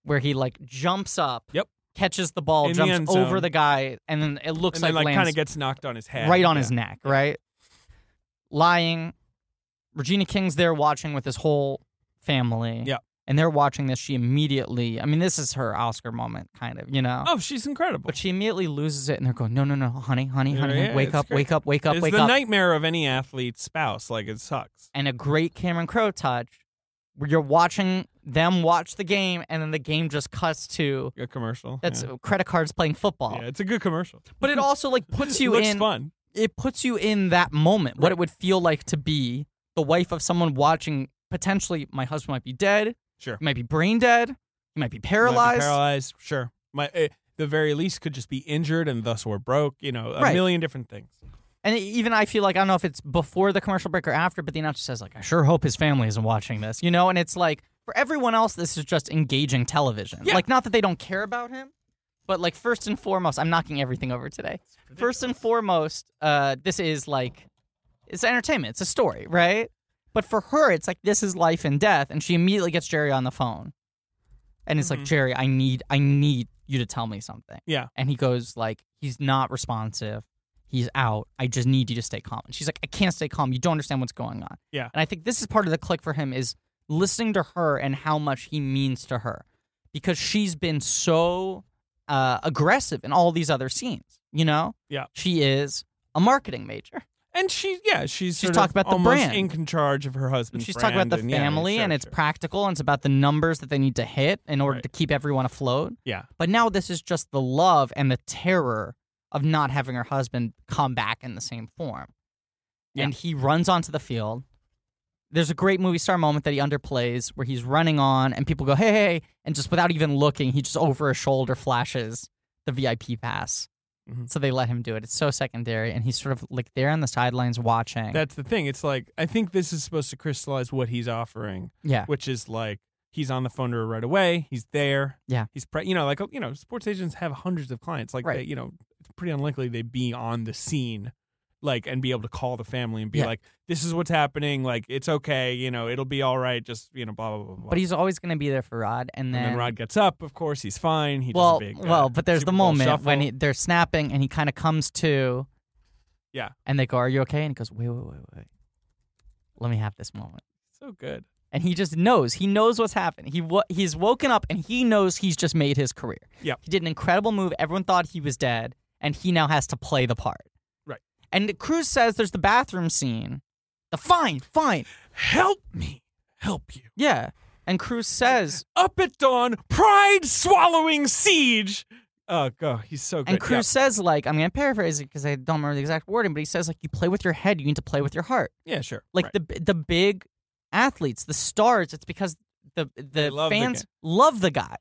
[SPEAKER 3] where he like jumps up,
[SPEAKER 2] Yep.
[SPEAKER 3] catches the ball,
[SPEAKER 2] In the
[SPEAKER 3] jumps
[SPEAKER 2] end zone.
[SPEAKER 3] over the guy, and then it looks
[SPEAKER 2] And then
[SPEAKER 3] like
[SPEAKER 2] like kind
[SPEAKER 3] lands
[SPEAKER 2] of gets knocked on his head,
[SPEAKER 3] right on
[SPEAKER 2] Yeah.
[SPEAKER 3] his neck, right? Lying. Regina King's there watching with his whole family.
[SPEAKER 2] Yeah.
[SPEAKER 3] And they're watching this. She immediately, I mean, this is her Oscar moment, kind of, you know?
[SPEAKER 2] Oh, she's incredible.
[SPEAKER 3] But she immediately loses it and they're going, no, no, no, honey, honey,
[SPEAKER 2] Yeah,
[SPEAKER 3] honey,
[SPEAKER 2] yeah,
[SPEAKER 3] wake
[SPEAKER 2] it's
[SPEAKER 3] up,
[SPEAKER 2] great.
[SPEAKER 3] wake up, wake up,
[SPEAKER 2] it's
[SPEAKER 3] wake
[SPEAKER 2] the
[SPEAKER 3] up.
[SPEAKER 2] nightmare of any athlete's spouse. Like it sucks.
[SPEAKER 3] and a great Cameron Crowe touch where you're watching them watch the game and then the game just cuts to
[SPEAKER 2] A commercial.
[SPEAKER 3] that's
[SPEAKER 2] yeah.
[SPEAKER 3] credit cards playing football.
[SPEAKER 2] Yeah, it's a good commercial.
[SPEAKER 3] But it also like puts you
[SPEAKER 2] looks
[SPEAKER 3] in
[SPEAKER 2] fun.
[SPEAKER 3] it puts you in that moment, what
[SPEAKER 2] Right.
[SPEAKER 3] it would feel like to be the wife of someone watching. Potentially, my husband might be dead.
[SPEAKER 2] Sure.
[SPEAKER 3] He might be brain dead. He might be
[SPEAKER 2] Might
[SPEAKER 3] paralyzed.
[SPEAKER 2] be paralyzed. Sure. My eh, the very least could just be injured and thus we're broke. You know, a
[SPEAKER 3] Right.
[SPEAKER 2] million different things.
[SPEAKER 3] And e, even I feel like I don't know if it's before the commercial break or after, but the announcer says like, "I sure hope his family isn't watching this," you know. And it's like for everyone else, this is just engaging television.
[SPEAKER 2] Yeah.
[SPEAKER 3] Like, not that they don't care about him, but like first and foremost, I'm knocking everything over today. First and foremost, uh, this is like it's entertainment. It's a story, right? But for her, it's like this is life and death, and she immediately gets Jerry on the phone, and it's like Jerry, I need, I need you to tell me something
[SPEAKER 2] Yeah.
[SPEAKER 3] and he goes like he's not responsive he's out i just need you to stay calm and she's like i can't stay calm you don't understand what's going on
[SPEAKER 2] Yeah.
[SPEAKER 3] and i think this is part of the click for him is listening to her and how much he means to her because she's been so uh, aggressive in all these other scenes you know
[SPEAKER 2] Yeah.
[SPEAKER 3] she is a marketing major
[SPEAKER 2] And she, yeah, she's sort
[SPEAKER 3] talked
[SPEAKER 2] of
[SPEAKER 3] about the
[SPEAKER 2] almost
[SPEAKER 3] brand.
[SPEAKER 2] in con- charge of her husband's
[SPEAKER 3] she's talking about the
[SPEAKER 2] brand and, yeah,
[SPEAKER 3] family
[SPEAKER 2] sure,
[SPEAKER 3] and it's
[SPEAKER 2] sure.
[SPEAKER 3] practical and it's about the numbers that they need to hit in order
[SPEAKER 2] Right.
[SPEAKER 3] to keep everyone afloat
[SPEAKER 2] yeah,
[SPEAKER 3] But now this is just the love and the terror of not having her husband come back in the same form.
[SPEAKER 2] Yeah.
[SPEAKER 3] and he runs onto the field. There's a great movie star moment that he underplays where he's running on and people go, hey, hey, and just without even looking, he just over his shoulder flashes the VIP pass.
[SPEAKER 2] Mhm.
[SPEAKER 3] So they let him do it. It's so secondary. And he's sort of like there on the sidelines watching.
[SPEAKER 2] That's the thing. It's like I think this is supposed to crystallize what he's offering,
[SPEAKER 3] yeah.
[SPEAKER 2] which is like he's on the phone to her right away. He's there.
[SPEAKER 3] Yeah.
[SPEAKER 2] He's pre- you know like you know sports agents have hundreds of clients. Like
[SPEAKER 3] Right.
[SPEAKER 2] they, you know it's pretty unlikely they'd be on the scene. Like and be able to call the family and be
[SPEAKER 3] Yeah.
[SPEAKER 2] like, "This is what's happening. Like it's okay. You know it'll be all right. Just you know blah blah blah." blah.
[SPEAKER 3] But he's always going to be there for Rod. And
[SPEAKER 2] and
[SPEAKER 3] then,
[SPEAKER 2] then Rod gets up. Of course, he's fine. He
[SPEAKER 3] well,
[SPEAKER 2] does a big uh,
[SPEAKER 3] well, but there's
[SPEAKER 2] Super
[SPEAKER 3] the
[SPEAKER 2] Bowl
[SPEAKER 3] moment when
[SPEAKER 2] shuffle.
[SPEAKER 3] he, they're snapping and he kind of comes to.
[SPEAKER 2] Yeah.
[SPEAKER 3] And they go, Are you okay? And he goes, Wait, wait, wait, wait. Let me have this moment.
[SPEAKER 2] so good.
[SPEAKER 3] and he just knows. He knows what's happened. He wo- he's woken up and he knows he's just made his career.
[SPEAKER 2] Yep.
[SPEAKER 3] He did an incredible move. Everyone thought he was dead, and he now has to play the part.
[SPEAKER 2] Right.
[SPEAKER 3] And Cruz says there's the bathroom scene. The fine, fine.
[SPEAKER 2] Help me, help you.
[SPEAKER 3] Yeah. And Cruz says,
[SPEAKER 2] up at dawn, pride swallowing siege. Oh god, he's so good.
[SPEAKER 3] and Cruz says, like, I'm gonna paraphrase it because I don't remember the exact wording, but he says, like, you play with your head, you need to play with your heart.
[SPEAKER 2] yeah, yeah, sure.
[SPEAKER 3] Like
[SPEAKER 2] Right.
[SPEAKER 3] the the big athletes, the stars, it's because the the
[SPEAKER 2] love the
[SPEAKER 3] fans love the guy.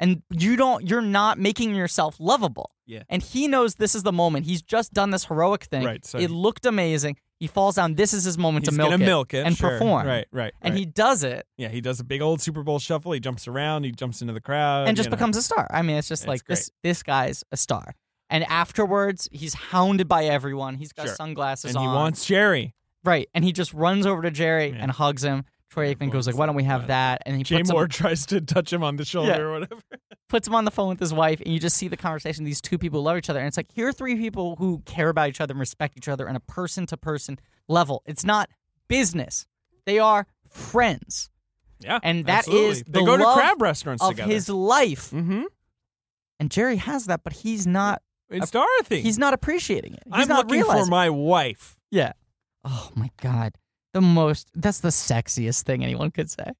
[SPEAKER 3] And you don't you're not making yourself lovable.
[SPEAKER 2] Yeah.
[SPEAKER 3] And he knows this is the moment. He's just done this heroic thing.
[SPEAKER 2] Right, so
[SPEAKER 3] it
[SPEAKER 2] he-
[SPEAKER 3] looked amazing. He falls down. This is his moment
[SPEAKER 2] he's
[SPEAKER 3] to milk
[SPEAKER 2] gonna
[SPEAKER 3] it.
[SPEAKER 2] milk it
[SPEAKER 3] and
[SPEAKER 2] sure.
[SPEAKER 3] perform.
[SPEAKER 2] Right, right.
[SPEAKER 3] and
[SPEAKER 2] right.
[SPEAKER 3] he does it
[SPEAKER 2] yeah, he does a big old Super Bowl shuffle. He jumps around. He jumps into the crowd
[SPEAKER 3] and just
[SPEAKER 2] you know.
[SPEAKER 3] becomes a star. I mean, it's just
[SPEAKER 2] It's
[SPEAKER 3] like this this guy's a star. And afterwards, he's hounded by everyone. He's got
[SPEAKER 2] Sure.
[SPEAKER 3] sunglasses
[SPEAKER 2] And
[SPEAKER 3] on.
[SPEAKER 2] he wants Sherry.
[SPEAKER 3] Right. And he just runs over to Jerry
[SPEAKER 2] Yeah.
[SPEAKER 3] and hugs him. Troy Aikman goes like, "Why don't we have
[SPEAKER 2] Well,
[SPEAKER 3] that?" And he
[SPEAKER 2] Jay
[SPEAKER 3] puts him,
[SPEAKER 2] Moore tries to touch him on the shoulder
[SPEAKER 3] Yeah.
[SPEAKER 2] or whatever.
[SPEAKER 3] puts him on the phone with his wife, and you just see the conversation. These two people love each other, and it's like here are three people who care about each other and respect each other on a person to person level. It's not business; they are friends
[SPEAKER 2] Yeah,
[SPEAKER 3] And that
[SPEAKER 2] absolutely.
[SPEAKER 3] is
[SPEAKER 2] they
[SPEAKER 3] the
[SPEAKER 2] go to
[SPEAKER 3] love
[SPEAKER 2] crab restaurants
[SPEAKER 3] of
[SPEAKER 2] together.
[SPEAKER 3] his life.
[SPEAKER 2] mm-hmm.
[SPEAKER 3] And Jerry has that, but he's not.
[SPEAKER 2] It's Dorothy.
[SPEAKER 3] He's not appreciating it. He's
[SPEAKER 2] I'm
[SPEAKER 3] not
[SPEAKER 2] looking
[SPEAKER 3] realizing.
[SPEAKER 2] for my wife.
[SPEAKER 3] yeah. Oh my god, the most. That's the sexiest thing anyone could say.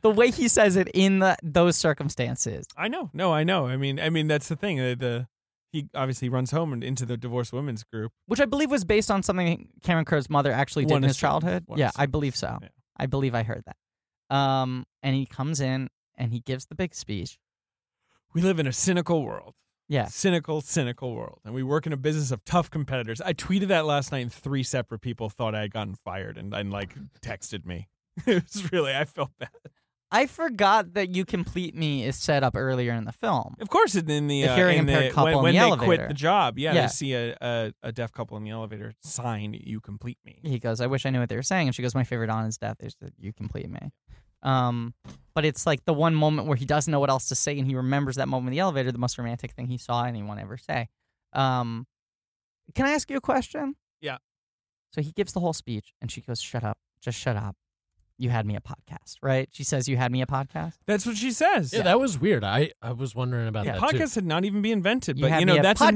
[SPEAKER 3] The way he says it in the, those circumstances.
[SPEAKER 2] I know. No, I know. I mean, I mean that's the thing. The, the he obviously runs home and into the divorced women's group.
[SPEAKER 3] which I believe was based on something Cameron Crowe's mother actually did
[SPEAKER 2] One
[SPEAKER 3] in his
[SPEAKER 2] assumes.
[SPEAKER 3] childhood.
[SPEAKER 2] One
[SPEAKER 3] yeah, I
[SPEAKER 2] assumes.
[SPEAKER 3] believe so.
[SPEAKER 2] Yeah.
[SPEAKER 3] I believe I heard that. Um, and he comes in and he gives the big speech.
[SPEAKER 2] We live in a cynical world.
[SPEAKER 3] Yeah,
[SPEAKER 2] Cynical, cynical world. And we work in a business of tough competitors. I tweeted that last night, and three separate people thought I had gotten fired and, and like texted me. it was really, I felt bad.
[SPEAKER 3] I forgot that "You Complete Me" is set up earlier in the film.
[SPEAKER 2] Of course, in in the,
[SPEAKER 3] The
[SPEAKER 2] uh,
[SPEAKER 3] hearing
[SPEAKER 2] in
[SPEAKER 3] impaired
[SPEAKER 2] the,
[SPEAKER 3] couple
[SPEAKER 2] when,
[SPEAKER 3] in
[SPEAKER 2] when
[SPEAKER 3] the
[SPEAKER 2] they
[SPEAKER 3] elevator.
[SPEAKER 2] quit the job, yeah,
[SPEAKER 3] Yeah.
[SPEAKER 2] they see a, a, a deaf couple in the elevator sign, You complete me.
[SPEAKER 3] He goes, "I wish I knew what they were saying," and she goes, "My favorite on is death is that you complete me." Um, but it's like the one moment where he doesn't know what else to say, and he remembers that moment in the elevator, the most romantic thing he saw anyone ever say. Um, can I ask you a question?
[SPEAKER 2] Yeah.
[SPEAKER 3] So he gives the whole speech, and she goes, "Shut up, just shut up. You had me a podcast, right?" She says, "You had me a podcast."
[SPEAKER 2] That's what she says.
[SPEAKER 4] Yeah, that was weird. I, I was wondering about
[SPEAKER 2] Yeah,
[SPEAKER 4] that too.
[SPEAKER 2] podcasts had not even been invented,
[SPEAKER 3] You
[SPEAKER 2] but
[SPEAKER 3] had
[SPEAKER 2] you know
[SPEAKER 3] me a
[SPEAKER 2] that's
[SPEAKER 3] podcast.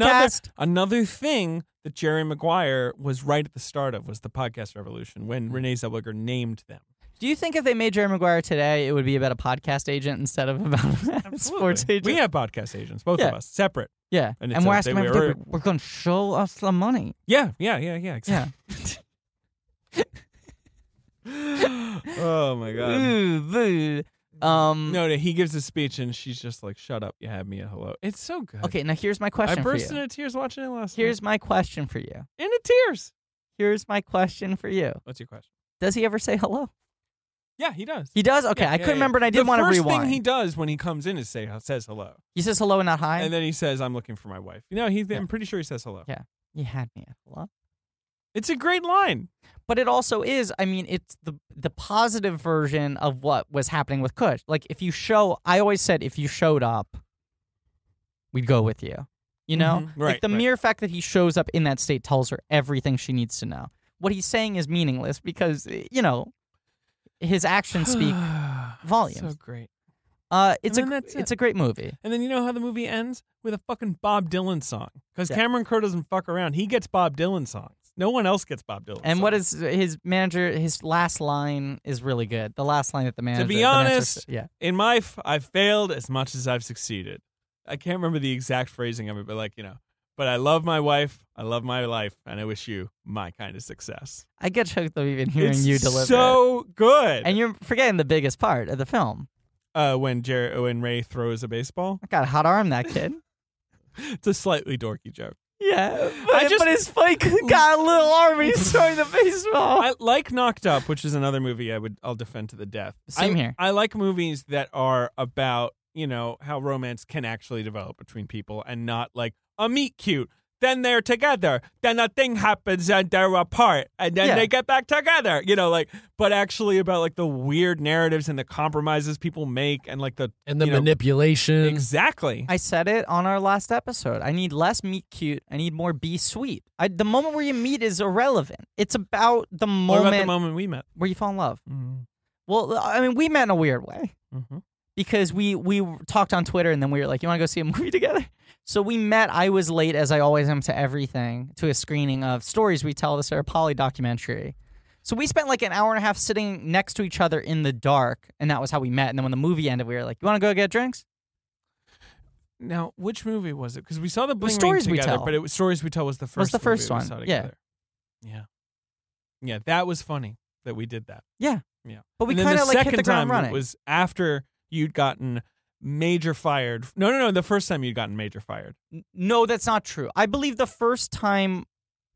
[SPEAKER 2] another another thing that Jerry Maguire was right at the start of was the podcast revolution when
[SPEAKER 3] Mm.
[SPEAKER 2] Renee Zellweger named them.
[SPEAKER 3] Do you think if they made Jerry Maguire today, it would be about a podcast agent instead of about a sports agent?
[SPEAKER 2] We have podcast agents, both
[SPEAKER 3] Yeah.
[SPEAKER 2] of us, separate.
[SPEAKER 3] yeah,
[SPEAKER 2] And
[SPEAKER 3] and,
[SPEAKER 2] it's
[SPEAKER 3] we're
[SPEAKER 2] a-
[SPEAKER 3] asking,
[SPEAKER 2] they
[SPEAKER 3] them,
[SPEAKER 2] were-
[SPEAKER 3] "Dude, we're going to show us the money.
[SPEAKER 2] Yeah, yeah, yeah, yeah.
[SPEAKER 3] Yeah.
[SPEAKER 2] Exactly. oh my god.
[SPEAKER 3] Ooh, boo. Um,
[SPEAKER 2] Mm-hmm. No, no, he gives a speech and she's just like, "Shut up, you had me at hello." It's so good.
[SPEAKER 3] Okay, now here's my
[SPEAKER 2] I
[SPEAKER 3] question for
[SPEAKER 2] burst
[SPEAKER 3] you.
[SPEAKER 2] into tears watching it last.
[SPEAKER 3] Here's my question for you.
[SPEAKER 2] night. into tears.
[SPEAKER 3] Here's my question for you.
[SPEAKER 2] What's your question?
[SPEAKER 3] Does he ever say hello?
[SPEAKER 2] Yeah, he does.
[SPEAKER 3] He does. Okay,
[SPEAKER 2] Yeah,
[SPEAKER 3] I
[SPEAKER 2] yeah,
[SPEAKER 3] couldn't
[SPEAKER 2] yeah.
[SPEAKER 3] remember, and I didn't
[SPEAKER 2] the
[SPEAKER 3] want to
[SPEAKER 2] first
[SPEAKER 3] rewind.
[SPEAKER 2] thing he does when he comes in is say uh, says hello,
[SPEAKER 3] He says hello and not hi.
[SPEAKER 2] and then he says, "I'm looking for my wife." You know, he,
[SPEAKER 3] Yeah.
[SPEAKER 2] I'm pretty sure he says hello.
[SPEAKER 3] Yeah. you had me at hello.
[SPEAKER 2] It's a great line.
[SPEAKER 3] But it also is. I mean, it's the the positive version of what was happening with Kush. Like if you show, I always said if you showed up, we'd go with you. You know,
[SPEAKER 2] Mhm.
[SPEAKER 3] like
[SPEAKER 2] Right,
[SPEAKER 3] the
[SPEAKER 2] right.
[SPEAKER 3] mere fact that he shows up in that state tells her everything she needs to know. What he's saying is meaningless because you know his actions speak volumes.
[SPEAKER 2] So great.
[SPEAKER 3] Uh, it's a
[SPEAKER 2] then that's
[SPEAKER 3] it's
[SPEAKER 2] it.
[SPEAKER 3] a great movie.
[SPEAKER 2] And then you know how the movie ends with a fucking Bob Dylan song because
[SPEAKER 3] Yeah.
[SPEAKER 2] Cameron Crowe doesn't fuck around. He gets Bob Dylan songs. No one else gets Bob Dylan.
[SPEAKER 3] And
[SPEAKER 2] songs.
[SPEAKER 3] what is his manager? His last line is really good. The last line that the manager.
[SPEAKER 2] be
[SPEAKER 3] the manager
[SPEAKER 2] honest,
[SPEAKER 3] said- yeah,
[SPEAKER 2] in my f- I've failed as much as I've succeeded. I can't remember the exact phrasing of it, but like you know, But I love my wife. I love my life, and I wish you my kind of success.
[SPEAKER 3] I get choked up even hearing
[SPEAKER 2] it's
[SPEAKER 3] you deliver. it.
[SPEAKER 2] so good.
[SPEAKER 3] and you're forgetting the biggest part of the film.
[SPEAKER 2] uh, when Jer- when Ray throws a baseball,
[SPEAKER 3] I got a hot arm, that kid.
[SPEAKER 2] it's a slightly dorky joke.
[SPEAKER 3] Yeah, but,
[SPEAKER 2] just-
[SPEAKER 3] but his fight got a little arm. He's throwing the baseball.
[SPEAKER 2] I like Knocked Up, which is another movie I would I'll defend to the death.
[SPEAKER 3] Same
[SPEAKER 2] I,
[SPEAKER 3] here.
[SPEAKER 2] I like movies that are about you know how romance can actually develop between people and not like a meet cute. Then they're together. Then a thing happens and they're apart, and then
[SPEAKER 3] Yeah.
[SPEAKER 2] they get back together. You know, like but actually about like the weird narratives and the compromises people make and like the
[SPEAKER 4] and the
[SPEAKER 2] you know,
[SPEAKER 4] manipulation.
[SPEAKER 2] exactly.
[SPEAKER 3] I said it on our last episode. I need less meet cute. I need more be sweet. I, the moment where you meet is irrelevant. It's about the
[SPEAKER 2] what
[SPEAKER 3] moment,
[SPEAKER 2] about the moment we met?
[SPEAKER 3] where you fall in love.
[SPEAKER 2] Mm-hmm.
[SPEAKER 3] Well, I mean, we met in a weird way because we we talked on Twitter and then we were like, "You want to go see a movie together?" So we met. I was late, as I always am to everything, to a screening of Stories We Tell, the Sarah Polly documentary. So we spent like an hour and a half sitting next to each other in the dark, and that was how we met. And then when the movie ended, we were like, "You want to go get drinks?"
[SPEAKER 2] Now, which movie was it? Because we saw the
[SPEAKER 3] was
[SPEAKER 2] Bling
[SPEAKER 3] Stories
[SPEAKER 2] Ring
[SPEAKER 3] We
[SPEAKER 2] together,
[SPEAKER 3] Tell.
[SPEAKER 2] but it was Stories We Tell was the first.
[SPEAKER 3] Was the first
[SPEAKER 2] movie we
[SPEAKER 3] one,
[SPEAKER 2] saw
[SPEAKER 3] yeah.
[SPEAKER 2] together. Yeah, yeah, that was funny that we did that.
[SPEAKER 3] But we
[SPEAKER 2] And then
[SPEAKER 3] kind
[SPEAKER 2] the
[SPEAKER 3] of like
[SPEAKER 2] second
[SPEAKER 3] hit the ground
[SPEAKER 2] time
[SPEAKER 3] running.
[SPEAKER 2] it was after you'd gotten major fired. No, no, no. The first time you'd gotten major fired.
[SPEAKER 3] N- No, that's not true. I believe the first time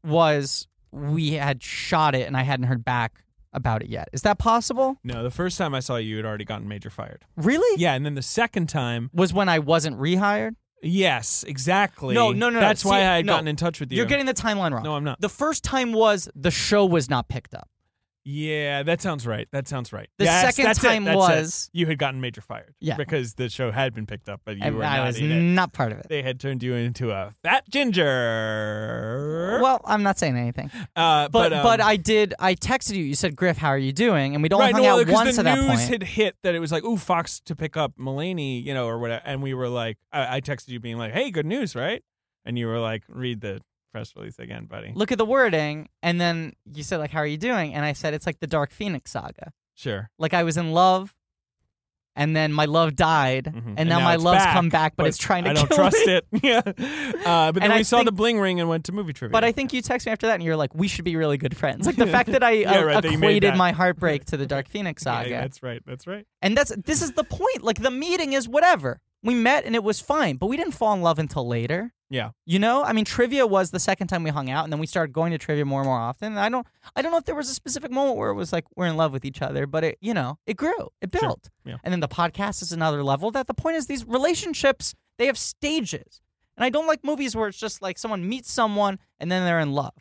[SPEAKER 3] was we had shot it and I hadn't heard back about it yet. Is that possible?
[SPEAKER 2] No, the first time I saw you, you'd already gotten major fired.
[SPEAKER 3] Really?
[SPEAKER 2] Yeah, and then the second time,
[SPEAKER 3] Was when I wasn't rehired?
[SPEAKER 2] yes, exactly.
[SPEAKER 3] No, no, no, no.
[SPEAKER 2] That's why
[SPEAKER 3] See,
[SPEAKER 2] I had
[SPEAKER 3] no.
[SPEAKER 2] gotten in touch with you.
[SPEAKER 3] You're getting the timeline wrong.
[SPEAKER 2] no, I'm not.
[SPEAKER 3] The first time was the show was not picked up.
[SPEAKER 2] Yeah, that sounds right. That sounds right.
[SPEAKER 3] The
[SPEAKER 2] Yes,
[SPEAKER 3] second
[SPEAKER 2] that's it,
[SPEAKER 3] time
[SPEAKER 2] that's it.
[SPEAKER 3] was-
[SPEAKER 2] you had gotten major fired.
[SPEAKER 3] Yeah.
[SPEAKER 2] because the show had been picked up, but you
[SPEAKER 3] and
[SPEAKER 2] were
[SPEAKER 3] I
[SPEAKER 2] not
[SPEAKER 3] was
[SPEAKER 2] in it.
[SPEAKER 3] not part of it.
[SPEAKER 2] They had turned you into a fat ginger.
[SPEAKER 3] Well, I'm not saying anything.
[SPEAKER 2] uh,
[SPEAKER 3] But but,
[SPEAKER 2] um,
[SPEAKER 3] I did I texted you. You said, "Griff, how are you doing?" And we'd only
[SPEAKER 2] right,
[SPEAKER 3] hung
[SPEAKER 2] no,
[SPEAKER 3] out
[SPEAKER 2] 'cause
[SPEAKER 3] once
[SPEAKER 2] the
[SPEAKER 3] at that
[SPEAKER 2] news
[SPEAKER 3] point.
[SPEAKER 2] had hit that it was like, ooh, Fox to pick up Mulaney, you know, or whatever. And we were like, I, I texted you being like, hey, good news, right? And you were like, read the press release again, buddy.
[SPEAKER 3] Look at the wording, and then you said, "Like, how are you doing?" And I said, "It's like the Dark Phoenix saga."
[SPEAKER 2] Sure.
[SPEAKER 3] like I was in love, and then my love died,
[SPEAKER 2] Mhm.
[SPEAKER 3] and, now,
[SPEAKER 2] now
[SPEAKER 3] my
[SPEAKER 2] it's
[SPEAKER 3] love's
[SPEAKER 2] back,
[SPEAKER 3] come back, but, it's trying to
[SPEAKER 2] I don't
[SPEAKER 3] kill
[SPEAKER 2] trust
[SPEAKER 3] me.
[SPEAKER 2] it. yeah. Uh, but then
[SPEAKER 3] And
[SPEAKER 2] we
[SPEAKER 3] I
[SPEAKER 2] saw the
[SPEAKER 3] think-
[SPEAKER 2] bling ring and went to movie trivia.
[SPEAKER 3] But I think you text me after that, and you're like, "We should be really good friends." Like the fact that I
[SPEAKER 2] Yeah,
[SPEAKER 3] uh,
[SPEAKER 2] right, that you made
[SPEAKER 3] equated
[SPEAKER 2] that.
[SPEAKER 3] my heartbreak to the Dark Phoenix
[SPEAKER 2] Yeah,
[SPEAKER 3] saga,
[SPEAKER 2] that's right. That's right.
[SPEAKER 3] and that's this is the point. Like the meeting is whatever. We met and it was fine, but we didn't fall in love until later.
[SPEAKER 2] Yeah.
[SPEAKER 3] You know, I mean, trivia was the second time we hung out, and then we started going to trivia more and more often. And I don't, I don't know if there was a specific moment where it was like we're in love with each other, but it, you know, it grew, it
[SPEAKER 2] Sure.
[SPEAKER 3] built.
[SPEAKER 2] Yeah.
[SPEAKER 3] And then the podcast is another level. That the point is, these relationships they have stages, and I don't like movies where it's just like someone meets someone and then they're in love.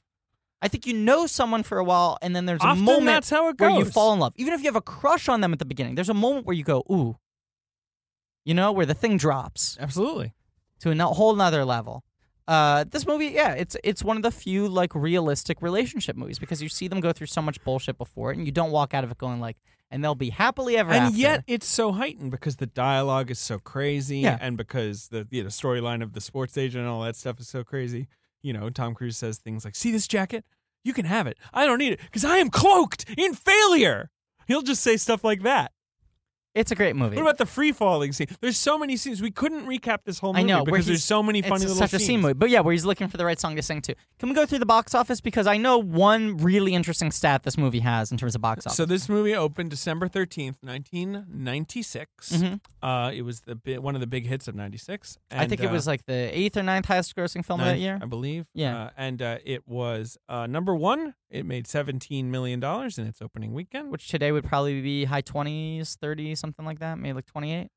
[SPEAKER 3] I think you know someone for a while, and then there's
[SPEAKER 2] Often
[SPEAKER 3] a moment
[SPEAKER 2] that's how it goes.
[SPEAKER 3] where you fall in love. Even if you have a crush on them at the beginning, there's a moment where you go, ooh, you know, where the thing drops
[SPEAKER 2] Absolutely.
[SPEAKER 3] to a no- whole nother level. Uh, this movie, yeah, it's it's one of the few like realistic relationship movies because you see them go through so much bullshit before it, and you don't walk out of it going like, and they'll be happily ever
[SPEAKER 2] and
[SPEAKER 3] after.
[SPEAKER 2] yet it's so heightened because the dialogue is so crazy
[SPEAKER 3] Yeah.
[SPEAKER 2] and because the you know, storyline of the sports agent and all that stuff is so crazy you know tom cruise says things like see this jacket you can have it i don't need it because i am cloaked in failure he'll just say stuff like that
[SPEAKER 3] it's a great movie.
[SPEAKER 2] what about the free falling scene there's so many scenes we couldn't recap this whole
[SPEAKER 3] I
[SPEAKER 2] movie
[SPEAKER 3] know where
[SPEAKER 2] because there's
[SPEAKER 3] he's-
[SPEAKER 2] so many funny
[SPEAKER 3] it's
[SPEAKER 2] little
[SPEAKER 3] such
[SPEAKER 2] scenes
[SPEAKER 3] a scene movie, but yeah, where he's looking for the right song to sing to. Can we go through the box office because I know one really interesting stat this movie has in terms of box office.
[SPEAKER 2] so this movie opened december 13th 1996
[SPEAKER 3] Mhm.
[SPEAKER 2] uh, it was the bi- one of the big hits of 96
[SPEAKER 3] I think it
[SPEAKER 2] And, uh,
[SPEAKER 3] was like the eighth or ninth highest grossing film of that
[SPEAKER 2] ninth,
[SPEAKER 3] year.
[SPEAKER 2] I believe.
[SPEAKER 3] Yeah.
[SPEAKER 2] Uh, and uh, it was uh, number one. It made $17 million in its opening weekend.
[SPEAKER 3] which today would probably be high 20s, 30, something like that, maybe like 28.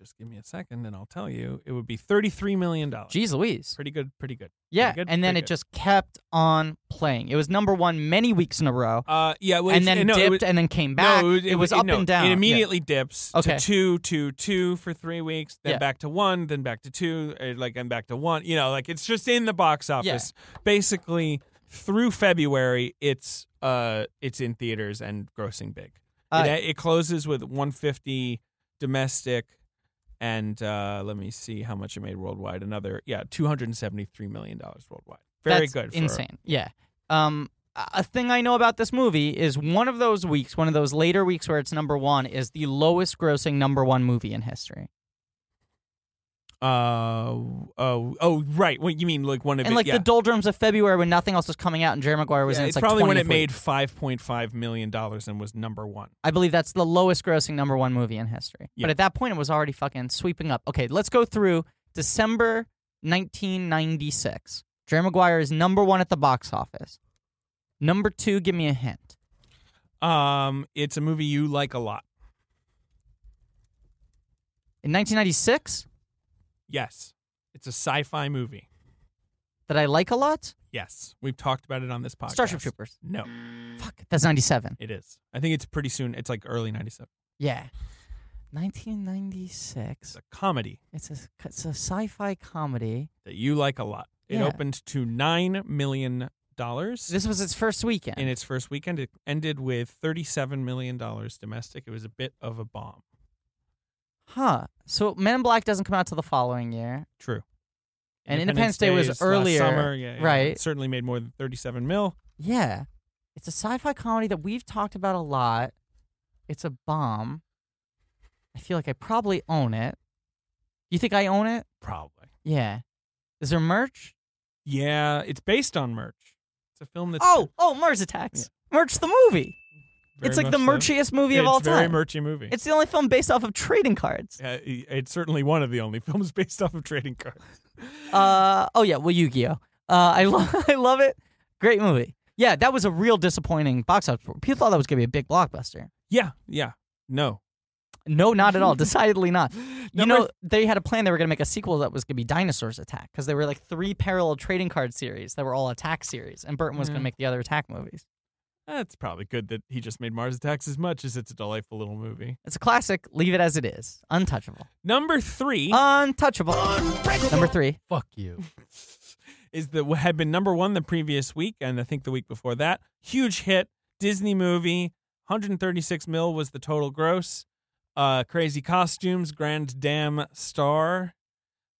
[SPEAKER 2] Just give me a second and I'll tell you. It would be $33 million.
[SPEAKER 3] Jeez Louise.
[SPEAKER 2] Pretty good, pretty good.
[SPEAKER 3] Yeah,
[SPEAKER 2] good,
[SPEAKER 3] and then
[SPEAKER 2] pretty good.
[SPEAKER 3] it just kept on playing. It was number one many weeks in a row,
[SPEAKER 2] Uh, yeah. Well,
[SPEAKER 3] and
[SPEAKER 2] it's-
[SPEAKER 3] then
[SPEAKER 2] no,
[SPEAKER 3] dipped
[SPEAKER 2] it was,
[SPEAKER 3] and then came
[SPEAKER 2] no,
[SPEAKER 3] back.
[SPEAKER 2] it was, it was-
[SPEAKER 3] up
[SPEAKER 2] no,
[SPEAKER 3] and down.
[SPEAKER 2] It
[SPEAKER 3] Yeah.
[SPEAKER 2] immediately dips
[SPEAKER 3] Okay.
[SPEAKER 2] to two, two, two for three weeks, then
[SPEAKER 3] Yeah.
[SPEAKER 2] back to one, then back to two, uh, like and back to one. You know, like it's just in the box office. Basically, through February, it's uh, it's in theaters and grossing big.
[SPEAKER 3] Uh,
[SPEAKER 2] it, it closes with 150 domestic, and uh, let me see how much it made worldwide. Another, yeah, 273 million dollars worldwide. Very
[SPEAKER 3] That's
[SPEAKER 2] good. For,
[SPEAKER 3] Insane. Yeah. Um, a a thing I know about this movie is one of those weeks, one of those later weeks where it's number one, is the lowest grossing number one movie in history.
[SPEAKER 2] Uh oh oh right. What you mean like one of
[SPEAKER 3] And
[SPEAKER 2] it,
[SPEAKER 3] like
[SPEAKER 2] yeah.
[SPEAKER 3] the doldrums of February when nothing else was coming out and Jerry Maguire was
[SPEAKER 2] Yeah,
[SPEAKER 3] in
[SPEAKER 2] it's
[SPEAKER 3] its like
[SPEAKER 2] probably when
[SPEAKER 3] 20th
[SPEAKER 2] it
[SPEAKER 3] week.
[SPEAKER 2] made 5.5 million dollars and was number 1.
[SPEAKER 3] I believe that's the lowest grossing number one movie in history.
[SPEAKER 2] Yeah.
[SPEAKER 3] But at that point, it was already fucking sweeping up. Okay, let's go through December 1996. Jerry Maguire is number one at the box office. Number two, give me a hint.
[SPEAKER 2] Um it's a movie you like a lot.
[SPEAKER 3] In 1996,
[SPEAKER 2] Yes. It's a sci-fi movie.
[SPEAKER 3] that I like a lot,
[SPEAKER 2] Yes. We've talked about it on this podcast.
[SPEAKER 3] Starship Troopers.
[SPEAKER 2] No,
[SPEAKER 3] Fuck, that's 97.
[SPEAKER 2] it is. I think it's pretty soon. It's like early 97.
[SPEAKER 3] Yeah. 1996.
[SPEAKER 2] It's a comedy
[SPEAKER 3] It's a, it's a sci fi comedy.
[SPEAKER 2] that you like a lot. It
[SPEAKER 3] Yeah.
[SPEAKER 2] opened to 9 million dollars.
[SPEAKER 3] This was its first weekend.
[SPEAKER 2] in its first weekend. It ended with $37 million domestic. It was a bit of a bomb.
[SPEAKER 3] Huh. So Men in Black doesn't come out till the following year.
[SPEAKER 2] True.
[SPEAKER 3] And Independence Day was
[SPEAKER 2] is last
[SPEAKER 3] earlier,
[SPEAKER 2] summer. Yeah, yeah.
[SPEAKER 3] right.
[SPEAKER 2] It certainly made more than 37 mil.
[SPEAKER 3] Yeah. It's a sci fi comedy that we've talked about a lot. It's a bomb. I feel like I probably own it. You think I own it?
[SPEAKER 2] Probably.
[SPEAKER 3] Yeah. Is there merch?
[SPEAKER 2] Yeah, it's based on merch. It's a film that's.
[SPEAKER 3] oh, oh, Mars Attacks. Merch the movie.
[SPEAKER 2] very
[SPEAKER 3] it's like
[SPEAKER 2] much
[SPEAKER 3] the
[SPEAKER 2] so.
[SPEAKER 3] merchiest movie
[SPEAKER 2] it's
[SPEAKER 3] of all
[SPEAKER 2] very
[SPEAKER 3] time.
[SPEAKER 2] merchy movie.
[SPEAKER 3] it's the only film based off of trading cards.
[SPEAKER 2] Uh, it's certainly one of the only films based off of trading cards.
[SPEAKER 3] Uh, oh yeah, well Yu-Gi-Oh. Uh, I love I love it. Great movie. Yeah, that was a real disappointing box office. People thought that was gonna be a big blockbuster.
[SPEAKER 2] Yeah, yeah. No.
[SPEAKER 3] No, not at all. Decidedly not. You
[SPEAKER 2] Number-
[SPEAKER 3] know, they had a plan. They were going to make a sequel that was going to be Dinosaurs Attack because they were like three parallel trading card series that were all attack series, and Burton was going
[SPEAKER 2] Yeah.
[SPEAKER 3] to make the other attack movies.
[SPEAKER 2] That's probably good that he just made Mars Attacks as much as it's a delightful little movie.
[SPEAKER 3] It's a classic. Leave it as it is. Untouchable.
[SPEAKER 2] Number three
[SPEAKER 3] Untouchable. Number three.
[SPEAKER 4] Fuck you.
[SPEAKER 2] is the had been number one the previous week, and I think the week before that. Huge hit, Disney movie. 136 mil was the total gross. Uh, crazy costumes, Grand Dam Star,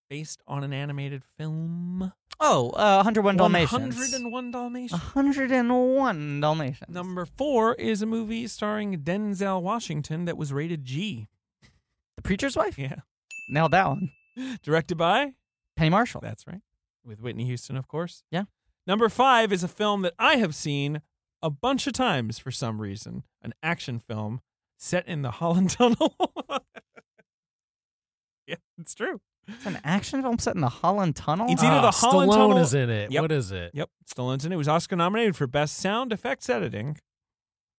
[SPEAKER 2] based on an animated film.
[SPEAKER 3] Oh, uh, 101 Dalmatians.
[SPEAKER 2] 101 Dalmatians.
[SPEAKER 3] 101 Dalmatians.
[SPEAKER 2] Number four is a movie starring Denzel Washington that was rated G.
[SPEAKER 3] the Preacher's Wife?
[SPEAKER 2] Yeah.
[SPEAKER 3] Nailed that one.
[SPEAKER 2] Directed by?
[SPEAKER 3] Penny Marshall.
[SPEAKER 2] That's right. With Whitney Houston, of course.
[SPEAKER 3] Yeah.
[SPEAKER 2] Number five is a film that I have seen a bunch of times for some reason an action film set in the Holland Tunnel. yeah, it's true.
[SPEAKER 3] It's an action film set in the Holland Tunnel.
[SPEAKER 2] It's either
[SPEAKER 4] Ah,
[SPEAKER 2] the Holland
[SPEAKER 4] Stallone
[SPEAKER 2] Tunnel-
[SPEAKER 4] is in it.
[SPEAKER 2] Yep.
[SPEAKER 4] What is it?
[SPEAKER 2] Yep, Stallone's in it. It was Oscar nominated for Best Sound Effects Editing.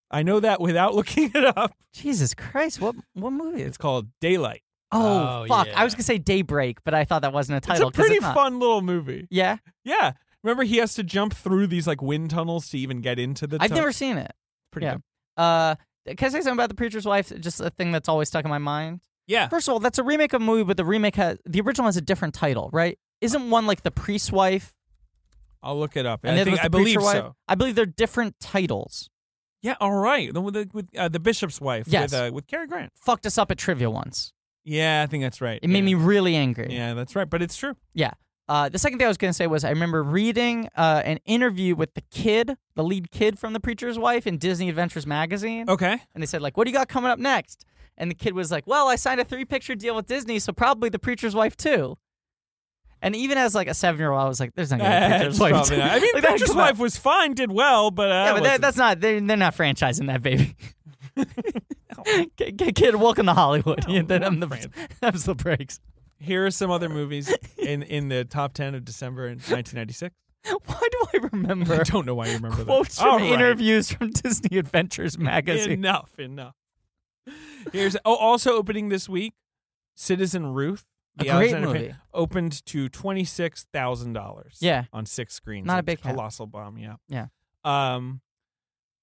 [SPEAKER 2] I know that without looking it up.
[SPEAKER 3] Jesus Christ! What what movie? Is
[SPEAKER 2] It's called Daylight.
[SPEAKER 3] Oh,
[SPEAKER 4] Oh,
[SPEAKER 3] fuck! I
[SPEAKER 4] yeah.
[SPEAKER 3] was gonna say Daybreak, but I thought that wasn't a title.
[SPEAKER 2] it's a
[SPEAKER 3] 'cause
[SPEAKER 2] pretty
[SPEAKER 3] not.
[SPEAKER 2] fun little movie.
[SPEAKER 3] Yeah,
[SPEAKER 2] Yeah. Remember, he has to jump through these like wind tunnels to even get into the.
[SPEAKER 3] I've
[SPEAKER 2] tun-
[SPEAKER 3] never seen it.
[SPEAKER 2] Pretty
[SPEAKER 3] yeah.
[SPEAKER 2] good.
[SPEAKER 3] Uh, can I say something about the preacher's wife? Just a thing that's always stuck in my mind.
[SPEAKER 2] Yeah.
[SPEAKER 3] First of all, that's a remake of a movie, but the remake has the original has a different title, right? Isn't one like the priest's wife?
[SPEAKER 2] I'll look it up.
[SPEAKER 3] the
[SPEAKER 2] I
[SPEAKER 3] other
[SPEAKER 2] think
[SPEAKER 3] was
[SPEAKER 2] I
[SPEAKER 3] the preacher
[SPEAKER 2] believe
[SPEAKER 3] wife?
[SPEAKER 2] so.
[SPEAKER 3] I believe they're different titles.
[SPEAKER 2] Yeah, all right. The with the, with, uh, the bishop's wife
[SPEAKER 3] Yes.
[SPEAKER 2] with uh, with Cary Grant.
[SPEAKER 3] Fucked us up at trivia once.
[SPEAKER 2] Yeah, I think that's right.
[SPEAKER 3] It made me
[SPEAKER 2] yeah.
[SPEAKER 3] really angry.
[SPEAKER 2] Yeah, that's right. But it's true.
[SPEAKER 3] Yeah. Uh, the second thing I was going to say was I remember reading uh, an interview with the kid, the lead kid from The Preacher's Wife in Disney Adventures magazine.
[SPEAKER 2] Okay.
[SPEAKER 3] and they said like, "What do you got coming up next?" And the kid was like, "Well, I signed a three-picture deal with Disney, so probably The Preacher's Wife too." And even as like a seven-year-old, I was like, "There's not gonna be a
[SPEAKER 2] That's
[SPEAKER 3] Preacher's Wife."
[SPEAKER 2] probably
[SPEAKER 3] too."
[SPEAKER 2] not. I mean,
[SPEAKER 3] Like, that
[SPEAKER 2] Preacher's
[SPEAKER 3] come out-
[SPEAKER 2] Wife was fine, did well, but uh,
[SPEAKER 3] Yeah, but that,
[SPEAKER 2] wasn't-
[SPEAKER 3] that's not. They're, they're not franchising that baby. K- k- kid, welcome to Hollywood.
[SPEAKER 2] No,
[SPEAKER 3] yeah, that,
[SPEAKER 2] we're
[SPEAKER 3] I'm the,
[SPEAKER 2] fran-
[SPEAKER 3] that's the breaks.
[SPEAKER 2] here are some other movies in in the top ten of December in 1996.
[SPEAKER 3] Why do I remember
[SPEAKER 2] I don't know why you remember
[SPEAKER 3] quotes
[SPEAKER 2] that. All
[SPEAKER 3] from
[SPEAKER 2] right.
[SPEAKER 3] interviews from Disney Adventures magazine?
[SPEAKER 2] Enough, enough. Here's oh, also opening this week, Citizen Ruth.
[SPEAKER 3] A
[SPEAKER 2] the
[SPEAKER 3] great
[SPEAKER 2] Alexander Payne,
[SPEAKER 3] movie.
[SPEAKER 2] opened to twenty six thousand dollars.
[SPEAKER 3] Yeah.
[SPEAKER 2] on six screens.
[SPEAKER 3] Not a
[SPEAKER 2] It's
[SPEAKER 3] big hit.
[SPEAKER 2] colossal bomb. Yeah,
[SPEAKER 3] Yeah.
[SPEAKER 2] Um,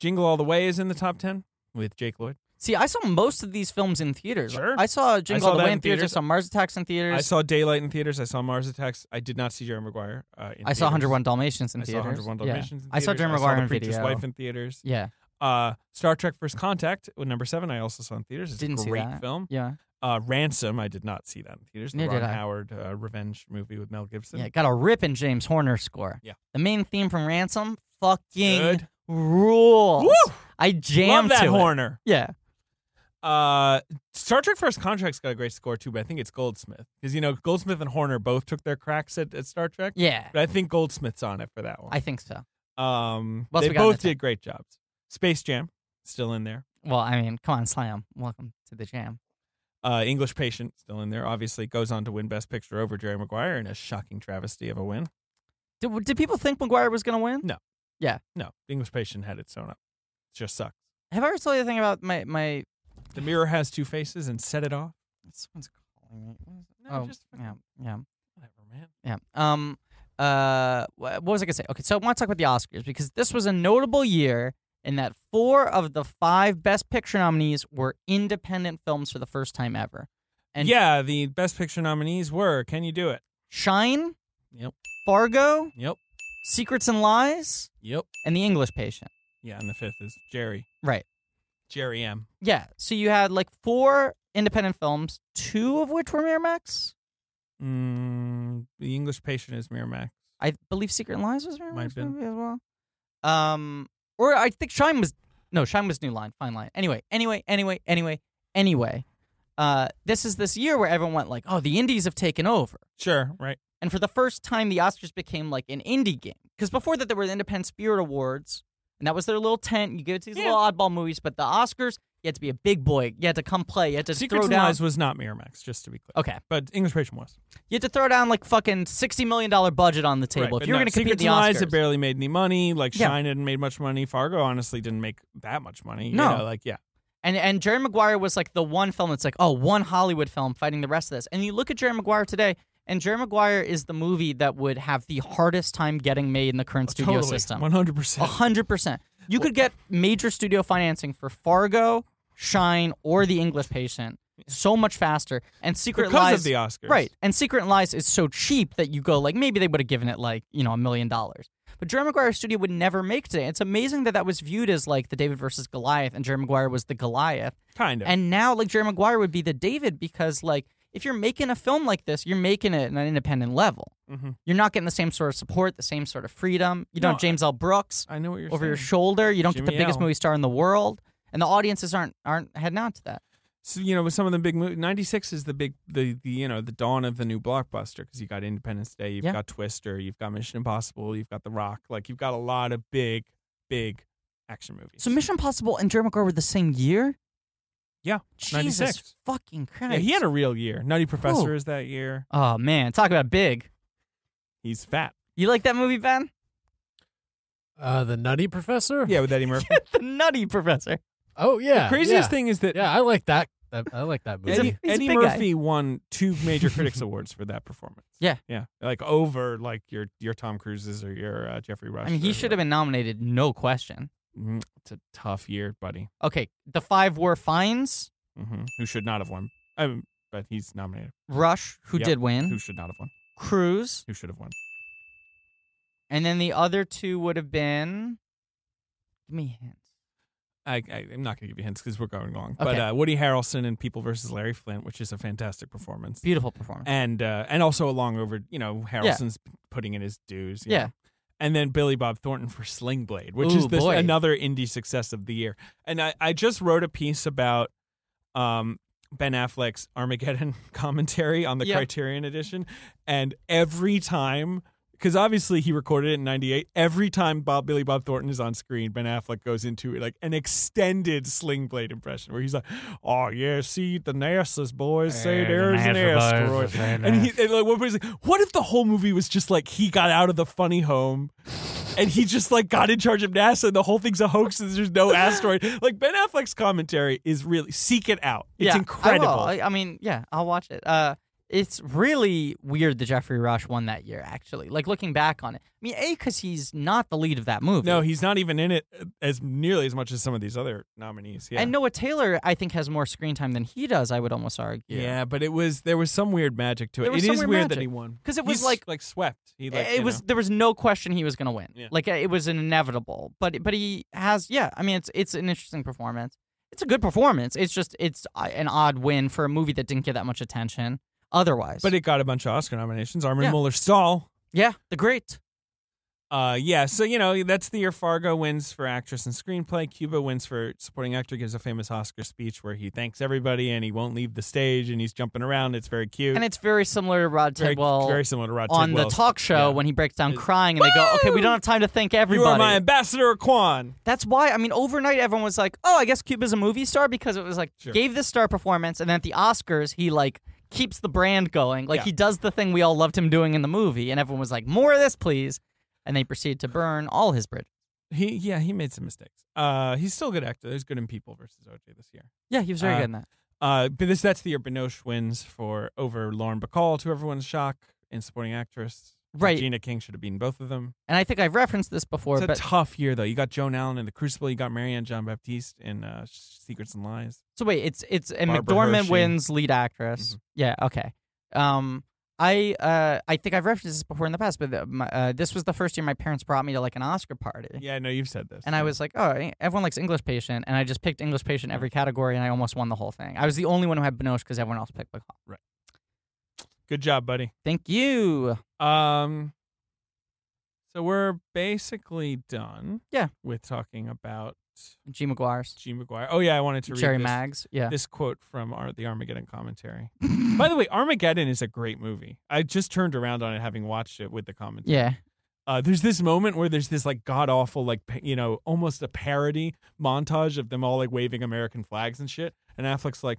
[SPEAKER 2] Jingle All the Way is in the top ten with Jake Lloyd.
[SPEAKER 3] See, I saw most of these films in theaters.
[SPEAKER 2] Sure.
[SPEAKER 3] I saw Jingle
[SPEAKER 2] saw
[SPEAKER 3] All the
[SPEAKER 2] that
[SPEAKER 3] Way
[SPEAKER 2] in
[SPEAKER 3] in theaters.
[SPEAKER 2] theaters.
[SPEAKER 3] I saw Mars Attacks in theaters.
[SPEAKER 2] I saw Daylight in theaters. I saw Mars Attacks. I did not see Jerry Maguire. Uh, in
[SPEAKER 3] I saw
[SPEAKER 2] theaters.
[SPEAKER 3] 101 Dalmatians in
[SPEAKER 2] I saw
[SPEAKER 3] theaters.
[SPEAKER 2] 101
[SPEAKER 3] Yeah.
[SPEAKER 2] Dalmatians. in
[SPEAKER 3] I saw
[SPEAKER 2] theaters.
[SPEAKER 3] Jerry
[SPEAKER 2] I
[SPEAKER 3] Maguire
[SPEAKER 2] saw
[SPEAKER 3] in
[SPEAKER 2] The Preacher's
[SPEAKER 3] video.
[SPEAKER 2] Wife in theaters.
[SPEAKER 3] yeah,
[SPEAKER 2] Uh, Star Trek: First Contact, with number seven, I also saw in theaters. It's
[SPEAKER 3] Didn't
[SPEAKER 2] a
[SPEAKER 3] see
[SPEAKER 2] great
[SPEAKER 3] that.
[SPEAKER 2] film.
[SPEAKER 3] yeah,
[SPEAKER 2] Uh, Ransom, I did not see that in theaters. The
[SPEAKER 3] Neither
[SPEAKER 2] Ron
[SPEAKER 3] did I.
[SPEAKER 2] Howard uh, revenge movie with Mel Gibson.
[SPEAKER 3] yeah. Got a rip in James Horner score.
[SPEAKER 2] Yeah.
[SPEAKER 3] the main theme from Ransom fucking
[SPEAKER 2] Good.
[SPEAKER 3] rules.
[SPEAKER 2] Woo!
[SPEAKER 3] I jammed
[SPEAKER 2] Love that
[SPEAKER 3] to it.
[SPEAKER 2] Horner.
[SPEAKER 3] Yeah,
[SPEAKER 2] Uh, Star Trek First Contract's got a great score too, but I think it's Goldsmith because you know Goldsmith and Horner both took their cracks at, at Star Trek,
[SPEAKER 3] Yeah,
[SPEAKER 2] but I think Goldsmith's on it for that one.
[SPEAKER 3] I think so.
[SPEAKER 2] um,
[SPEAKER 3] What else
[SPEAKER 2] they
[SPEAKER 3] we got in
[SPEAKER 2] both
[SPEAKER 3] the top?
[SPEAKER 2] did great jobs. Space Jam still in there.
[SPEAKER 3] Well, I mean, come on, Slam. Welcome to the jam.
[SPEAKER 2] Uh, English Patient still in there. Obviously, goes on to win Best Picture over Jerry Maguire in a shocking travesty of a win.
[SPEAKER 3] Did, did people think McGuire was going to win?
[SPEAKER 2] No. No, The English Patient had it sewn up. It just sucks.
[SPEAKER 3] Have I ever told you the thing about my my?
[SPEAKER 2] The Mirror has two faces and set it off.
[SPEAKER 3] Someone's calling me. What is it?
[SPEAKER 2] No,
[SPEAKER 3] oh,
[SPEAKER 2] just fucking-
[SPEAKER 3] yeah, yeah.
[SPEAKER 2] Whatever, man.
[SPEAKER 3] Yeah. Um. Uh. wh- What was I gonna say? Okay. So I want to talk about the Oscars because this was a notable year in that four of the five Best Picture nominees were independent films for the first time ever. And
[SPEAKER 2] yeah, the Best Picture nominees were Can You Do It?
[SPEAKER 3] Shine.
[SPEAKER 2] Yep.
[SPEAKER 3] Fargo,
[SPEAKER 2] Yep.
[SPEAKER 3] Secrets and Lies,
[SPEAKER 2] Yep.
[SPEAKER 3] and The English Patient.
[SPEAKER 2] Yeah, and the fifth is Jerry.
[SPEAKER 3] Right.
[SPEAKER 2] Jerry M.
[SPEAKER 3] Yeah. So you had like four independent films, two of which were Miramax.
[SPEAKER 2] Mm, the English Patient is Miramax.
[SPEAKER 3] I believe Secret and Lies was Miramax
[SPEAKER 2] Might have been.
[SPEAKER 3] movie as well. Um, or I think Shine was no, Shine was New Line, Fine Line. Anyway, anyway, anyway, anyway, anyway. Uh, this is this year where everyone went like, oh, the indies have taken over,
[SPEAKER 2] Sure, right.
[SPEAKER 3] and for the first time, the Oscars became like an indie game because before that there were the Independent Spirit Awards, and that was their little tent. You give it to these
[SPEAKER 2] Yeah.
[SPEAKER 3] little oddball movies, but the Oscars, you had to be a big boy. You had to come play. You had to
[SPEAKER 2] Secrets
[SPEAKER 3] throw
[SPEAKER 2] and
[SPEAKER 3] down.
[SPEAKER 2] Lies was not Miramax, just to be clear.
[SPEAKER 3] Okay,
[SPEAKER 2] But English Patient was.
[SPEAKER 3] you had to throw down like fucking sixty million dollar budget on the
[SPEAKER 2] Right,
[SPEAKER 3] table
[SPEAKER 2] but
[SPEAKER 3] if you were
[SPEAKER 2] no,
[SPEAKER 3] going to compete in
[SPEAKER 2] Secrets
[SPEAKER 3] the
[SPEAKER 2] and
[SPEAKER 3] Oscars.
[SPEAKER 2] Lies, it barely made any money. Like
[SPEAKER 3] Yeah.
[SPEAKER 2] Shine hadn't made much money. Fargo honestly didn't make that much money. you
[SPEAKER 3] No.
[SPEAKER 2] know, like yeah,
[SPEAKER 3] And and Jerry Maguire was like the one film that's like, oh, one Hollywood film fighting the rest of this. And you look at Jerry Maguire today, and Jerry Maguire is the movie that would have the hardest time getting made in the current studio system.
[SPEAKER 2] one hundred
[SPEAKER 3] A
[SPEAKER 2] percent.
[SPEAKER 3] hundred percent. You could get major studio financing for Fargo, Shine, or The English Patient so much faster. And Secret
[SPEAKER 2] Because
[SPEAKER 3] Lies
[SPEAKER 2] of the Oscars,
[SPEAKER 3] Right. And Secret and Lies is so cheap that you go like maybe they would have given it like, you know, a million dollars. But Jerry Maguire studio would never make today. It's amazing that that was viewed as like the David versus Goliath and Jerry Maguire was the Goliath.
[SPEAKER 2] Kind of.
[SPEAKER 3] And now like Jerry Maguire would be the David because like if you're making a film like this, you're making it at an independent level.
[SPEAKER 2] Mhm.
[SPEAKER 3] You're not getting the same sort of support, the same sort of freedom. You don't
[SPEAKER 2] No,
[SPEAKER 3] have James L. Brooks
[SPEAKER 2] I know what you're
[SPEAKER 3] over
[SPEAKER 2] saying.
[SPEAKER 3] your shoulder. You don't get
[SPEAKER 2] Jimmy
[SPEAKER 3] the biggest
[SPEAKER 2] L.
[SPEAKER 3] movie star in the world, and the audiences aren't aren't heading out to that.
[SPEAKER 2] so, you know, with some of the big movies, 96 is the big, the, the you know, the dawn of the new blockbuster because you got Independence Day, you've
[SPEAKER 3] Yeah.
[SPEAKER 2] got Twister, you've got Mission Impossible, you've got The Rock. Like, you've got a lot of big, big action movies.
[SPEAKER 3] So Mission Impossible and Jerry Maguire were the same year.
[SPEAKER 2] Yeah,
[SPEAKER 3] Jesus
[SPEAKER 2] 96.
[SPEAKER 3] fucking Christ!
[SPEAKER 2] Yeah, he had a real year. Nutty Professor
[SPEAKER 3] Whew.
[SPEAKER 2] is that year.
[SPEAKER 3] oh man, talk about big.
[SPEAKER 2] He's fat.
[SPEAKER 3] You like that movie, Ben?
[SPEAKER 4] Uh, the Nutty Professor.
[SPEAKER 2] Yeah, with Eddie Murphy.
[SPEAKER 3] the Nutty Professor.
[SPEAKER 4] Oh yeah.
[SPEAKER 2] Craziest
[SPEAKER 4] yeah.
[SPEAKER 2] thing is that
[SPEAKER 4] Yeah, I like that. that I like that
[SPEAKER 3] He's a-
[SPEAKER 4] movie.
[SPEAKER 2] Eddie,
[SPEAKER 3] he's a
[SPEAKER 2] Eddie
[SPEAKER 3] big guy.
[SPEAKER 2] Murphy won two major critics awards for that performance.
[SPEAKER 3] Yeah.
[SPEAKER 2] yeah, like over like your your Tom Cruises or your uh, Jeffrey Rush.
[SPEAKER 3] I mean, he
[SPEAKER 2] or
[SPEAKER 3] should have been nominated, no question.
[SPEAKER 2] whatever. Mm, It's a tough year, buddy.
[SPEAKER 3] Okay, the five were Fines,
[SPEAKER 2] hmm Who should not have won? I mean, but he's nominated.
[SPEAKER 3] Rush, who
[SPEAKER 2] Yep.
[SPEAKER 3] did win,
[SPEAKER 2] Who should not have won?
[SPEAKER 3] Cruz,
[SPEAKER 2] Who should have won?
[SPEAKER 3] and then the other two would have been. Give me a hint.
[SPEAKER 2] I, I, I'm not going to give you hints because we're going long. But
[SPEAKER 3] Okay.
[SPEAKER 2] uh, Woody Harrelson and People versus Larry Flint, which is a fantastic performance,
[SPEAKER 3] Beautiful performance.
[SPEAKER 2] and uh, and also a long over. You know, Harrelson's putting in his dues. you
[SPEAKER 3] Yeah.
[SPEAKER 2] know. And then Billy Bob Thornton for Sling Blade, which
[SPEAKER 3] Ooh,
[SPEAKER 2] is this,
[SPEAKER 3] boy.
[SPEAKER 2] another indie success of the year. And I, I just wrote a piece about um, Ben Affleck's Armageddon commentary on the
[SPEAKER 3] Yeah.
[SPEAKER 2] Criterion edition. And every time, because obviously he recorded it in 98, every time Bob Billy Bob Thornton is on screen, Ben Affleck goes into like an extended sling blade impression where he's like, oh, yeah, see, the NASA's boys say there's an asteroid. And, he, and like, one person's like, what if the whole movie was just like he got out of the funny home and he just like got in charge of NASA and the whole thing's a hoax and there's no asteroid. Like Ben Affleck's commentary is really seek it out. It's
[SPEAKER 3] yeah,
[SPEAKER 2] incredible.
[SPEAKER 3] I, will. I, I mean, yeah, I'll watch it. Uh, it's really weird that Jeffrey Rush won that year. Actually, like looking back on it, I mean, a because he's not the lead of that movie.
[SPEAKER 2] no, he's not even in it as nearly as much as some of these other nominees. Yeah.
[SPEAKER 3] and Noah Taylor, I think, has more screen time than he does. I would almost argue.
[SPEAKER 2] yeah. but it was there was some weird magic to it.
[SPEAKER 3] There was
[SPEAKER 2] it
[SPEAKER 3] some
[SPEAKER 2] is
[SPEAKER 3] weird
[SPEAKER 2] weird
[SPEAKER 3] magic.
[SPEAKER 2] that he won
[SPEAKER 3] 'Cause it was
[SPEAKER 2] He's,
[SPEAKER 3] like-
[SPEAKER 2] like swept. He like
[SPEAKER 3] it
[SPEAKER 2] you
[SPEAKER 3] was
[SPEAKER 2] know.
[SPEAKER 3] there was no question he was going to win.
[SPEAKER 2] Yeah.
[SPEAKER 3] Like it was inevitable. But but he has yeah. I mean, it's it's an interesting performance. It's a good performance. It's just it's uh, an odd win for a movie that didn't get that much attention otherwise.
[SPEAKER 2] but it got a bunch of Oscar nominations. Armin
[SPEAKER 3] Yeah.
[SPEAKER 2] Mueller Stahl
[SPEAKER 3] yeah, the great
[SPEAKER 2] Uh, yeah, so you know that's the year Fargo wins for actress and screenplay. Cuba wins for supporting actor. Gives a famous Oscar speech where he thanks everybody and he won't leave the stage and he's jumping around. It's very cute.
[SPEAKER 3] And it's very similar to Rod
[SPEAKER 2] very,
[SPEAKER 3] Tidwell
[SPEAKER 2] very similar to Rod
[SPEAKER 3] on the
[SPEAKER 2] Tidwell's.
[SPEAKER 3] talk
[SPEAKER 2] yeah.
[SPEAKER 3] show when he breaks down
[SPEAKER 2] It's-
[SPEAKER 3] crying and they go, okay, we don't have time to thank
[SPEAKER 2] You
[SPEAKER 3] everybody.
[SPEAKER 2] are my ambassador, Quan.
[SPEAKER 3] That's why, I mean, overnight everyone was like, oh, I guess Cuba's a movie star because it was like,
[SPEAKER 2] Sure.
[SPEAKER 3] gave this star performance. And then at the Oscars, he like keeps the brand going. Like
[SPEAKER 2] Yeah.
[SPEAKER 3] he does the thing we all loved him doing in the movie. And everyone was like, more of this, please. And they proceeded to burn all his bridges.
[SPEAKER 2] He yeah, he made some mistakes. Uh, he's still a good actor. He's good in People versus OJ this year.
[SPEAKER 3] Yeah, he was very
[SPEAKER 2] Uh,
[SPEAKER 3] good in that.
[SPEAKER 2] Uh, but this that's the year Binoche wins for over Lauren Bacall to everyone's shock in supporting actress.
[SPEAKER 3] Right.
[SPEAKER 2] Gina King should have beaten both of them.
[SPEAKER 3] And I think I've referenced this before,
[SPEAKER 2] it's a
[SPEAKER 3] but
[SPEAKER 2] tough year though. You got Joan Allen in The Crucible. You got Marianne John Baptiste in uh, Secrets and Lies.
[SPEAKER 3] So wait, it's it's and
[SPEAKER 2] Barbara
[SPEAKER 3] McDormand
[SPEAKER 2] Hershey.
[SPEAKER 3] wins lead actress.
[SPEAKER 2] Mhm.
[SPEAKER 3] Yeah, okay. Um, I uh I think I've referenced this before in the past, but the, my, uh, this was the first year my parents brought me to like an Oscar party.
[SPEAKER 2] Yeah, I know you've said this.
[SPEAKER 3] And I
[SPEAKER 2] yeah.
[SPEAKER 3] was like, oh, eh, everyone likes English Patient, and I just picked English Patient every category, and I almost won the whole thing. I was the only one who had Binoche because everyone else picked Bacall.
[SPEAKER 2] good job, buddy.
[SPEAKER 3] Thank you.
[SPEAKER 2] Um, so we're basically done.
[SPEAKER 3] Yeah.
[SPEAKER 2] with talking about
[SPEAKER 3] G. McGuire's.
[SPEAKER 2] G. McGuire. Oh yeah, I wanted to read
[SPEAKER 3] Cherry
[SPEAKER 2] this.
[SPEAKER 3] Mags. Yeah.
[SPEAKER 2] this quote from Ar- the Armageddon commentary. By the way, Armageddon is a great movie. I just turned around on it having watched it with the commentary.
[SPEAKER 3] Yeah.
[SPEAKER 2] Uh, there's this moment where there's this like god awful, like pa- you know, almost a parody montage of them all like waving American flags and shit. And Affleck's like,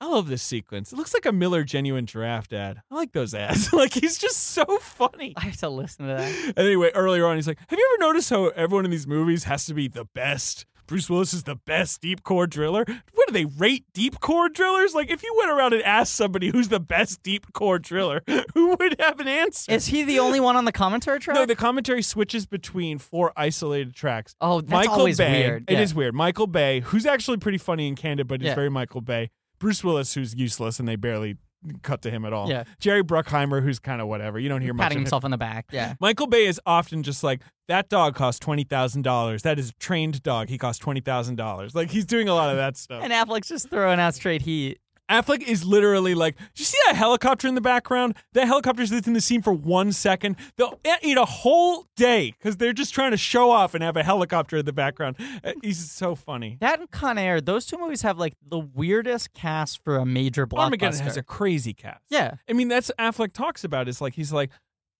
[SPEAKER 2] I love this sequence. It looks like a Miller genuine giraffe ad. I like those ads. like he's just so funny.
[SPEAKER 3] I have to listen to that.
[SPEAKER 2] Anyway, earlier on, he's like, Have you ever noticed how everyone in these movies has to be the best? Bruce Willis is the best deep core driller. What do they rate deep core drillers? Like, if you went around and asked somebody who's the best deep core driller, who would have an answer?
[SPEAKER 3] Is he the only one on the commentary track?
[SPEAKER 2] no, the commentary switches between four isolated tracks.
[SPEAKER 3] oh, that's
[SPEAKER 2] Michael
[SPEAKER 3] always
[SPEAKER 2] Bay.
[SPEAKER 3] weird.
[SPEAKER 2] It
[SPEAKER 3] Yeah.
[SPEAKER 2] is weird. Michael Bay, who's actually pretty funny and candid, but is
[SPEAKER 3] Yeah.
[SPEAKER 2] very Michael Bay. Bruce Willis, who's useless, and they barely cut to him at all.
[SPEAKER 3] Yeah.
[SPEAKER 2] Jerry Bruckheimer, who's kind of whatever. You don't hear much
[SPEAKER 3] patting
[SPEAKER 2] of him.
[SPEAKER 3] himself on the back. Yeah.
[SPEAKER 2] Michael Bay is often just like that dog cost twenty thousand dollars. That is a trained dog. He cost twenty thousand dollars. Like he's doing a lot of that stuff.
[SPEAKER 3] And Affleck's just throwing out straight heat.
[SPEAKER 2] Affleck is literally like, "Did you see that helicopter in the background? That helicopter's that's in the scene for one second. They'll e- eat a whole day because they're just trying to show off and have a helicopter in the background." Uh, He's so funny.
[SPEAKER 3] That and Con Air, those two movies have like the weirdest cast for a major blockbuster.
[SPEAKER 2] Armageddon has a crazy cast.
[SPEAKER 3] yeah.
[SPEAKER 2] I mean that's Affleck talks about. Is like he's like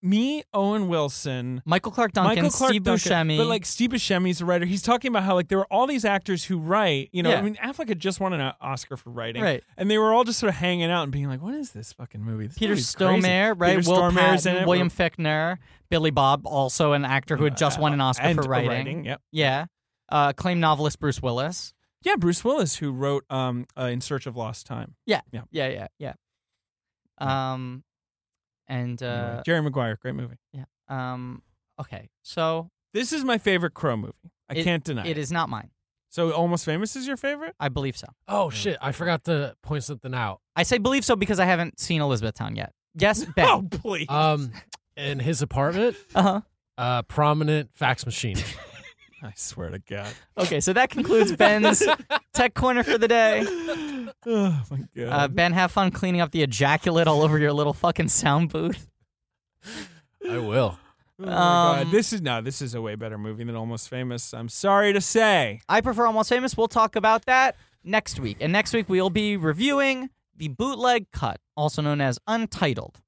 [SPEAKER 2] me, Owen Wilson,
[SPEAKER 3] Michael Clark Duncan,
[SPEAKER 2] Michael Clark
[SPEAKER 3] Steve
[SPEAKER 2] Duncan,
[SPEAKER 3] Buscemi.
[SPEAKER 2] But like Steve Buscemi's a writer. He's talking about how like there were all these actors who write, you know,
[SPEAKER 3] Yeah.
[SPEAKER 2] I mean Affleck had just won an uh, Oscar for writing.
[SPEAKER 3] Right.
[SPEAKER 2] And they were all just sort of hanging out and being like, What is this fucking movie? This
[SPEAKER 3] Peter
[SPEAKER 2] movie's crazy."
[SPEAKER 3] Stomare, right?
[SPEAKER 2] Peter
[SPEAKER 3] Will
[SPEAKER 2] Stormare's
[SPEAKER 3] Patton,
[SPEAKER 2] in it.
[SPEAKER 3] William Fichtner, Billy Bob, also an actor who had just won an Oscar
[SPEAKER 2] and
[SPEAKER 3] for
[SPEAKER 2] a
[SPEAKER 3] writing.
[SPEAKER 2] Yep.
[SPEAKER 3] Yeah. Uh, acclaimed novelist Bruce Willis.
[SPEAKER 2] Yeah, Bruce Willis who wrote um uh, In Search of Lost Time.
[SPEAKER 3] Yeah, yeah, yeah. Um, and
[SPEAKER 2] Hmm. Anyway,
[SPEAKER 3] uh,
[SPEAKER 2] Jerry Maguire, great movie.
[SPEAKER 3] um, okay, so
[SPEAKER 2] This is my favorite Crow movie. I
[SPEAKER 3] It-
[SPEAKER 2] can't deny it.
[SPEAKER 3] it is not mine.
[SPEAKER 2] So Almost Famous is your favorite?
[SPEAKER 3] I believe so.
[SPEAKER 4] Oh shit! I forgot to point something out.
[SPEAKER 3] I say believe so because I haven't seen Elizabethtown yet. Yes, Ben.
[SPEAKER 2] Oh please.
[SPEAKER 4] Um, in his apartment,
[SPEAKER 3] Uh huh.
[SPEAKER 4] uh, prominent fax machine.
[SPEAKER 2] I swear to God.
[SPEAKER 3] Okay, so that concludes Ben's tech corner for the day.
[SPEAKER 2] oh my God.
[SPEAKER 3] Uh, ben, have fun cleaning up the ejaculate all over your little fucking sound booth.
[SPEAKER 4] I will.
[SPEAKER 2] Oh my God.
[SPEAKER 3] Um,
[SPEAKER 2] This is no, this is a way better movie than Almost Famous. I'm sorry to say.
[SPEAKER 3] I prefer Almost Famous. We'll talk about that next week. And next week we'll be reviewing the bootleg cut, also known as Untitled.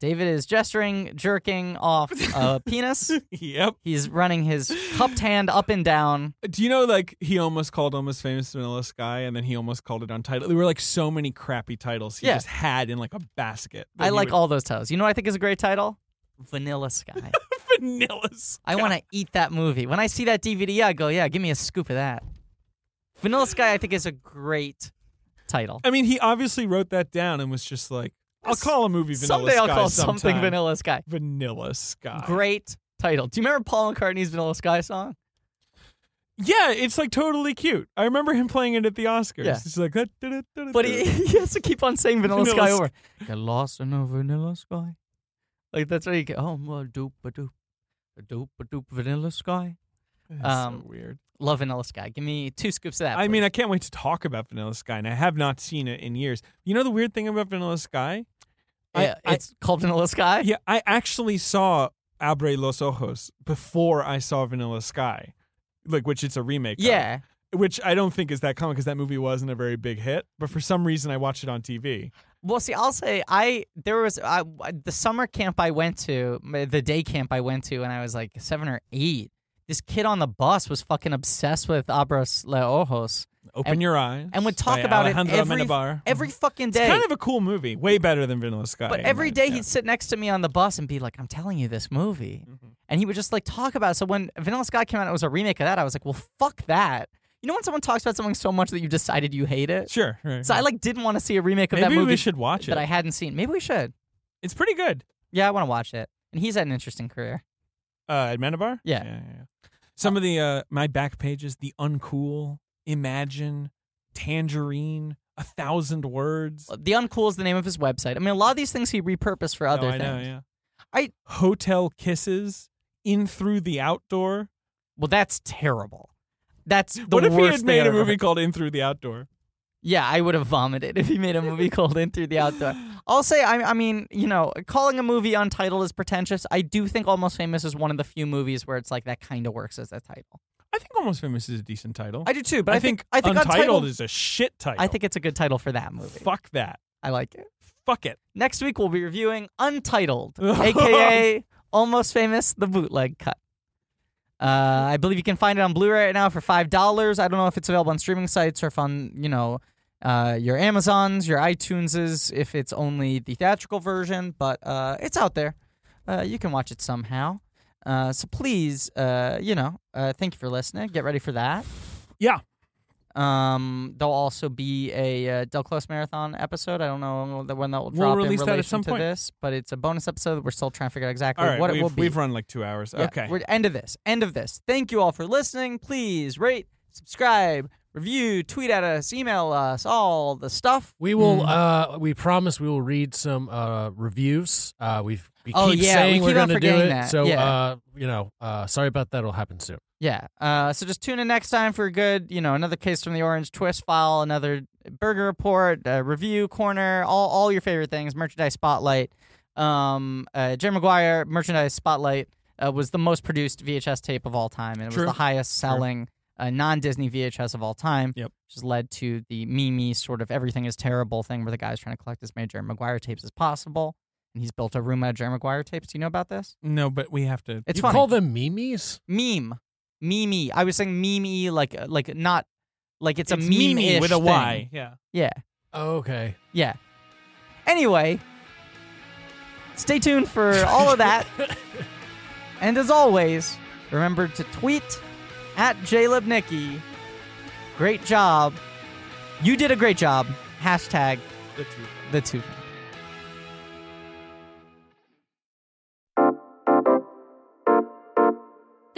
[SPEAKER 3] David is gesturing, jerking off a penis.
[SPEAKER 2] yep.
[SPEAKER 3] He's running his cupped hand up and down.
[SPEAKER 2] Do you know like he almost called Almost Famous Vanilla Sky and then he almost called it Untitled? There were like so many crappy titles he
[SPEAKER 3] Yeah.
[SPEAKER 2] just had in like a basket. that
[SPEAKER 3] I
[SPEAKER 2] he
[SPEAKER 3] like
[SPEAKER 2] would-
[SPEAKER 3] all those titles. You know what I think is a great title? Vanilla Sky.
[SPEAKER 2] Vanilla Sky.
[SPEAKER 3] I want to eat that movie. When I see that DVD, I go, yeah, give me a scoop of that. Vanilla Sky, I think, is a great title.
[SPEAKER 2] I mean, he obviously wrote that down and was just like, I'll call a movie Vanilla
[SPEAKER 3] Someday
[SPEAKER 2] Sky
[SPEAKER 3] I'll call
[SPEAKER 2] sometime.
[SPEAKER 3] something Vanilla Sky.
[SPEAKER 2] Vanilla Sky.
[SPEAKER 3] Great title. Do you remember Paul McCartney's Vanilla Sky song?
[SPEAKER 2] Yeah, it's like totally cute. I remember him playing it at the Oscars.
[SPEAKER 3] Yeah.
[SPEAKER 2] It's like that. da-da-da-da-da.
[SPEAKER 3] But he, he has to keep on saying Vanilla,
[SPEAKER 2] Vanilla
[SPEAKER 3] Sky over. Get lost in a Vanilla Sky. Like that's where you get. Oh, well, doop a doop, a doop a doop Vanilla Sky.
[SPEAKER 2] It's
[SPEAKER 3] um,
[SPEAKER 2] so weird.
[SPEAKER 3] Love Vanilla Sky. Give me two scoops of that.
[SPEAKER 2] I mean,
[SPEAKER 3] please.
[SPEAKER 2] I can't wait to talk about Vanilla Sky, and I have not seen it in years. You know the weird thing about Vanilla Sky? I- I-
[SPEAKER 3] it's called Vanilla Sky.
[SPEAKER 2] Yeah, I actually saw Abre los Ojos before I saw Vanilla Sky, like which it's a remake. of,
[SPEAKER 3] Yeah.
[SPEAKER 2] which I don't think is that common because that movie wasn't a very big hit, but for some reason I watched it on TV.
[SPEAKER 3] Well, see, I'll say I there was I, the summer camp I went to, the day camp I went to, and I was like seven or eight. This kid on the bus was fucking obsessed with Abras Le Ojos
[SPEAKER 2] Open
[SPEAKER 3] And-
[SPEAKER 2] your eyes.
[SPEAKER 3] and would talk
[SPEAKER 2] by
[SPEAKER 3] about
[SPEAKER 2] Alejandro
[SPEAKER 3] it every,
[SPEAKER 2] Amenabar.
[SPEAKER 3] every fucking
[SPEAKER 2] Mm-hmm. It's
[SPEAKER 3] day.
[SPEAKER 2] kind of a cool movie, way better than Vanilla Sky.
[SPEAKER 3] But
[SPEAKER 2] in
[SPEAKER 3] every
[SPEAKER 2] my-
[SPEAKER 3] day
[SPEAKER 2] yeah.
[SPEAKER 3] he'd sit next to me on the bus and be like, "I'm telling you this movie,"
[SPEAKER 2] Mm-hmm.
[SPEAKER 3] and he would just like talk about. It. So when Vanilla Sky came out, it was a remake of that. I was like, "Well, fuck that." You know when someone talks about something so much that you decided you hate it?
[SPEAKER 2] sure. right,
[SPEAKER 3] So I
[SPEAKER 2] right.
[SPEAKER 3] like didn't want to see a remake of
[SPEAKER 2] Maybe
[SPEAKER 3] that movie
[SPEAKER 2] we should watch
[SPEAKER 3] that
[SPEAKER 2] it.
[SPEAKER 3] I hadn't seen. Maybe we should.
[SPEAKER 2] it's pretty good.
[SPEAKER 3] Yeah, I want to watch it. And he's had an interesting career.
[SPEAKER 2] Uh, at Manabar?
[SPEAKER 3] Yeah.
[SPEAKER 2] yeah, yeah. Some of the uh, my back pages, the uncool, imagine, tangerine, a thousand words.
[SPEAKER 3] The Uncool is the name of his website. I mean, a lot of these things he repurposed for other
[SPEAKER 2] No,
[SPEAKER 3] things.
[SPEAKER 2] I know, yeah.
[SPEAKER 3] I-
[SPEAKER 2] hotel kisses in through the outdoor.
[SPEAKER 3] Well, that's terrible. That's the
[SPEAKER 2] what if he
[SPEAKER 3] worst
[SPEAKER 2] had
[SPEAKER 3] thing
[SPEAKER 2] made
[SPEAKER 3] I've
[SPEAKER 2] a
[SPEAKER 3] ever
[SPEAKER 2] movie
[SPEAKER 3] heard.
[SPEAKER 2] called In Through the Outdoor?
[SPEAKER 3] Yeah, I would have vomited if he made a movie called In Through the Outdoor. I'll say, I, I mean, you know, calling a movie untitled is pretentious. I do think Almost Famous is one of the few movies where it's like that kind of works as a title.
[SPEAKER 2] I think Almost Famous is a decent title.
[SPEAKER 3] I do too, but I,
[SPEAKER 2] think,
[SPEAKER 3] I think
[SPEAKER 2] Untitled,
[SPEAKER 3] Untitled.
[SPEAKER 2] is a shit title.
[SPEAKER 3] I think it's a good title for that movie.
[SPEAKER 2] fuck that.
[SPEAKER 3] I like it.
[SPEAKER 2] Fuck it.
[SPEAKER 3] Next week we'll be reviewing Untitled, aka Almost Famous, the bootleg cut. Uh, I believe you can find it on Blu-ray right now for five dollars. I don't know if it's available on streaming sites or if on you know uh, your Amazons, your iTuneses, if it's only the theatrical version, but uh, it's out there. Uh, you can watch it somehow. Uh, so please, uh, you know, uh, thank you for listening. Get ready for that.
[SPEAKER 2] Yeah.
[SPEAKER 3] Um, there'll also be a uh, Del Close Marathon episode. I don't know that when that will
[SPEAKER 2] We'll
[SPEAKER 3] drop
[SPEAKER 2] release
[SPEAKER 3] in
[SPEAKER 2] that at
[SPEAKER 3] relation
[SPEAKER 2] some
[SPEAKER 3] to
[SPEAKER 2] point.
[SPEAKER 3] this, but it's a bonus episode. that We're still trying to figure out exactly
[SPEAKER 2] All right,
[SPEAKER 3] what
[SPEAKER 2] we've,
[SPEAKER 3] it will be.
[SPEAKER 2] we've run like two hours.
[SPEAKER 3] Yeah,
[SPEAKER 2] okay.
[SPEAKER 3] We're, end of this. End of this. Thank you all for listening. Please rate, subscribe, review, tweet at us, email us, all the stuff.
[SPEAKER 4] We will.
[SPEAKER 2] Hmm.
[SPEAKER 4] Uh, we promise we will read some uh, reviews. Uh, we've we
[SPEAKER 3] Oh,
[SPEAKER 4] keep
[SPEAKER 3] yeah,
[SPEAKER 4] saying
[SPEAKER 3] we
[SPEAKER 4] are
[SPEAKER 3] keep on
[SPEAKER 4] going to do
[SPEAKER 3] forgetting
[SPEAKER 4] it.
[SPEAKER 3] that,
[SPEAKER 4] So
[SPEAKER 3] yeah.
[SPEAKER 4] uh, you know, uh, sorry about that. It'll happen soon.
[SPEAKER 3] Yeah. Uh, so just tune in next time for a good, you know, another case from the Orange Twist file, another burger report, uh, review corner, all, all your favorite things, merchandise spotlight. Um, uh, Jerry Maguire merchandise spotlight uh, was the most produced VHS tape of all time, and it
[SPEAKER 2] True.
[SPEAKER 3] was the highest selling uh, non Disney VHS of all time.
[SPEAKER 2] Yep.
[SPEAKER 3] Which has led to the Mimi sort of everything is terrible thing where the guy's trying to collect as many Jerry Maguire tapes as possible. And he's built a room out of Jerry Maguire tapes. Do you know about this?
[SPEAKER 2] no, but we have to.
[SPEAKER 3] It's
[SPEAKER 4] you
[SPEAKER 3] funny
[SPEAKER 4] call them memes?
[SPEAKER 3] meme, meme. I was saying meme, like uh, like not like it's,
[SPEAKER 2] it's
[SPEAKER 3] a meme
[SPEAKER 2] Mimi with a
[SPEAKER 3] thing.
[SPEAKER 2] Y. Yeah.
[SPEAKER 3] Yeah,
[SPEAKER 4] Oh, okay.
[SPEAKER 3] yeah. Anyway, stay tuned for all of that. and as always, remember to tweet at JLibNicky. Great job, you did a great job. Hashtag
[SPEAKER 2] The two.
[SPEAKER 3] the two.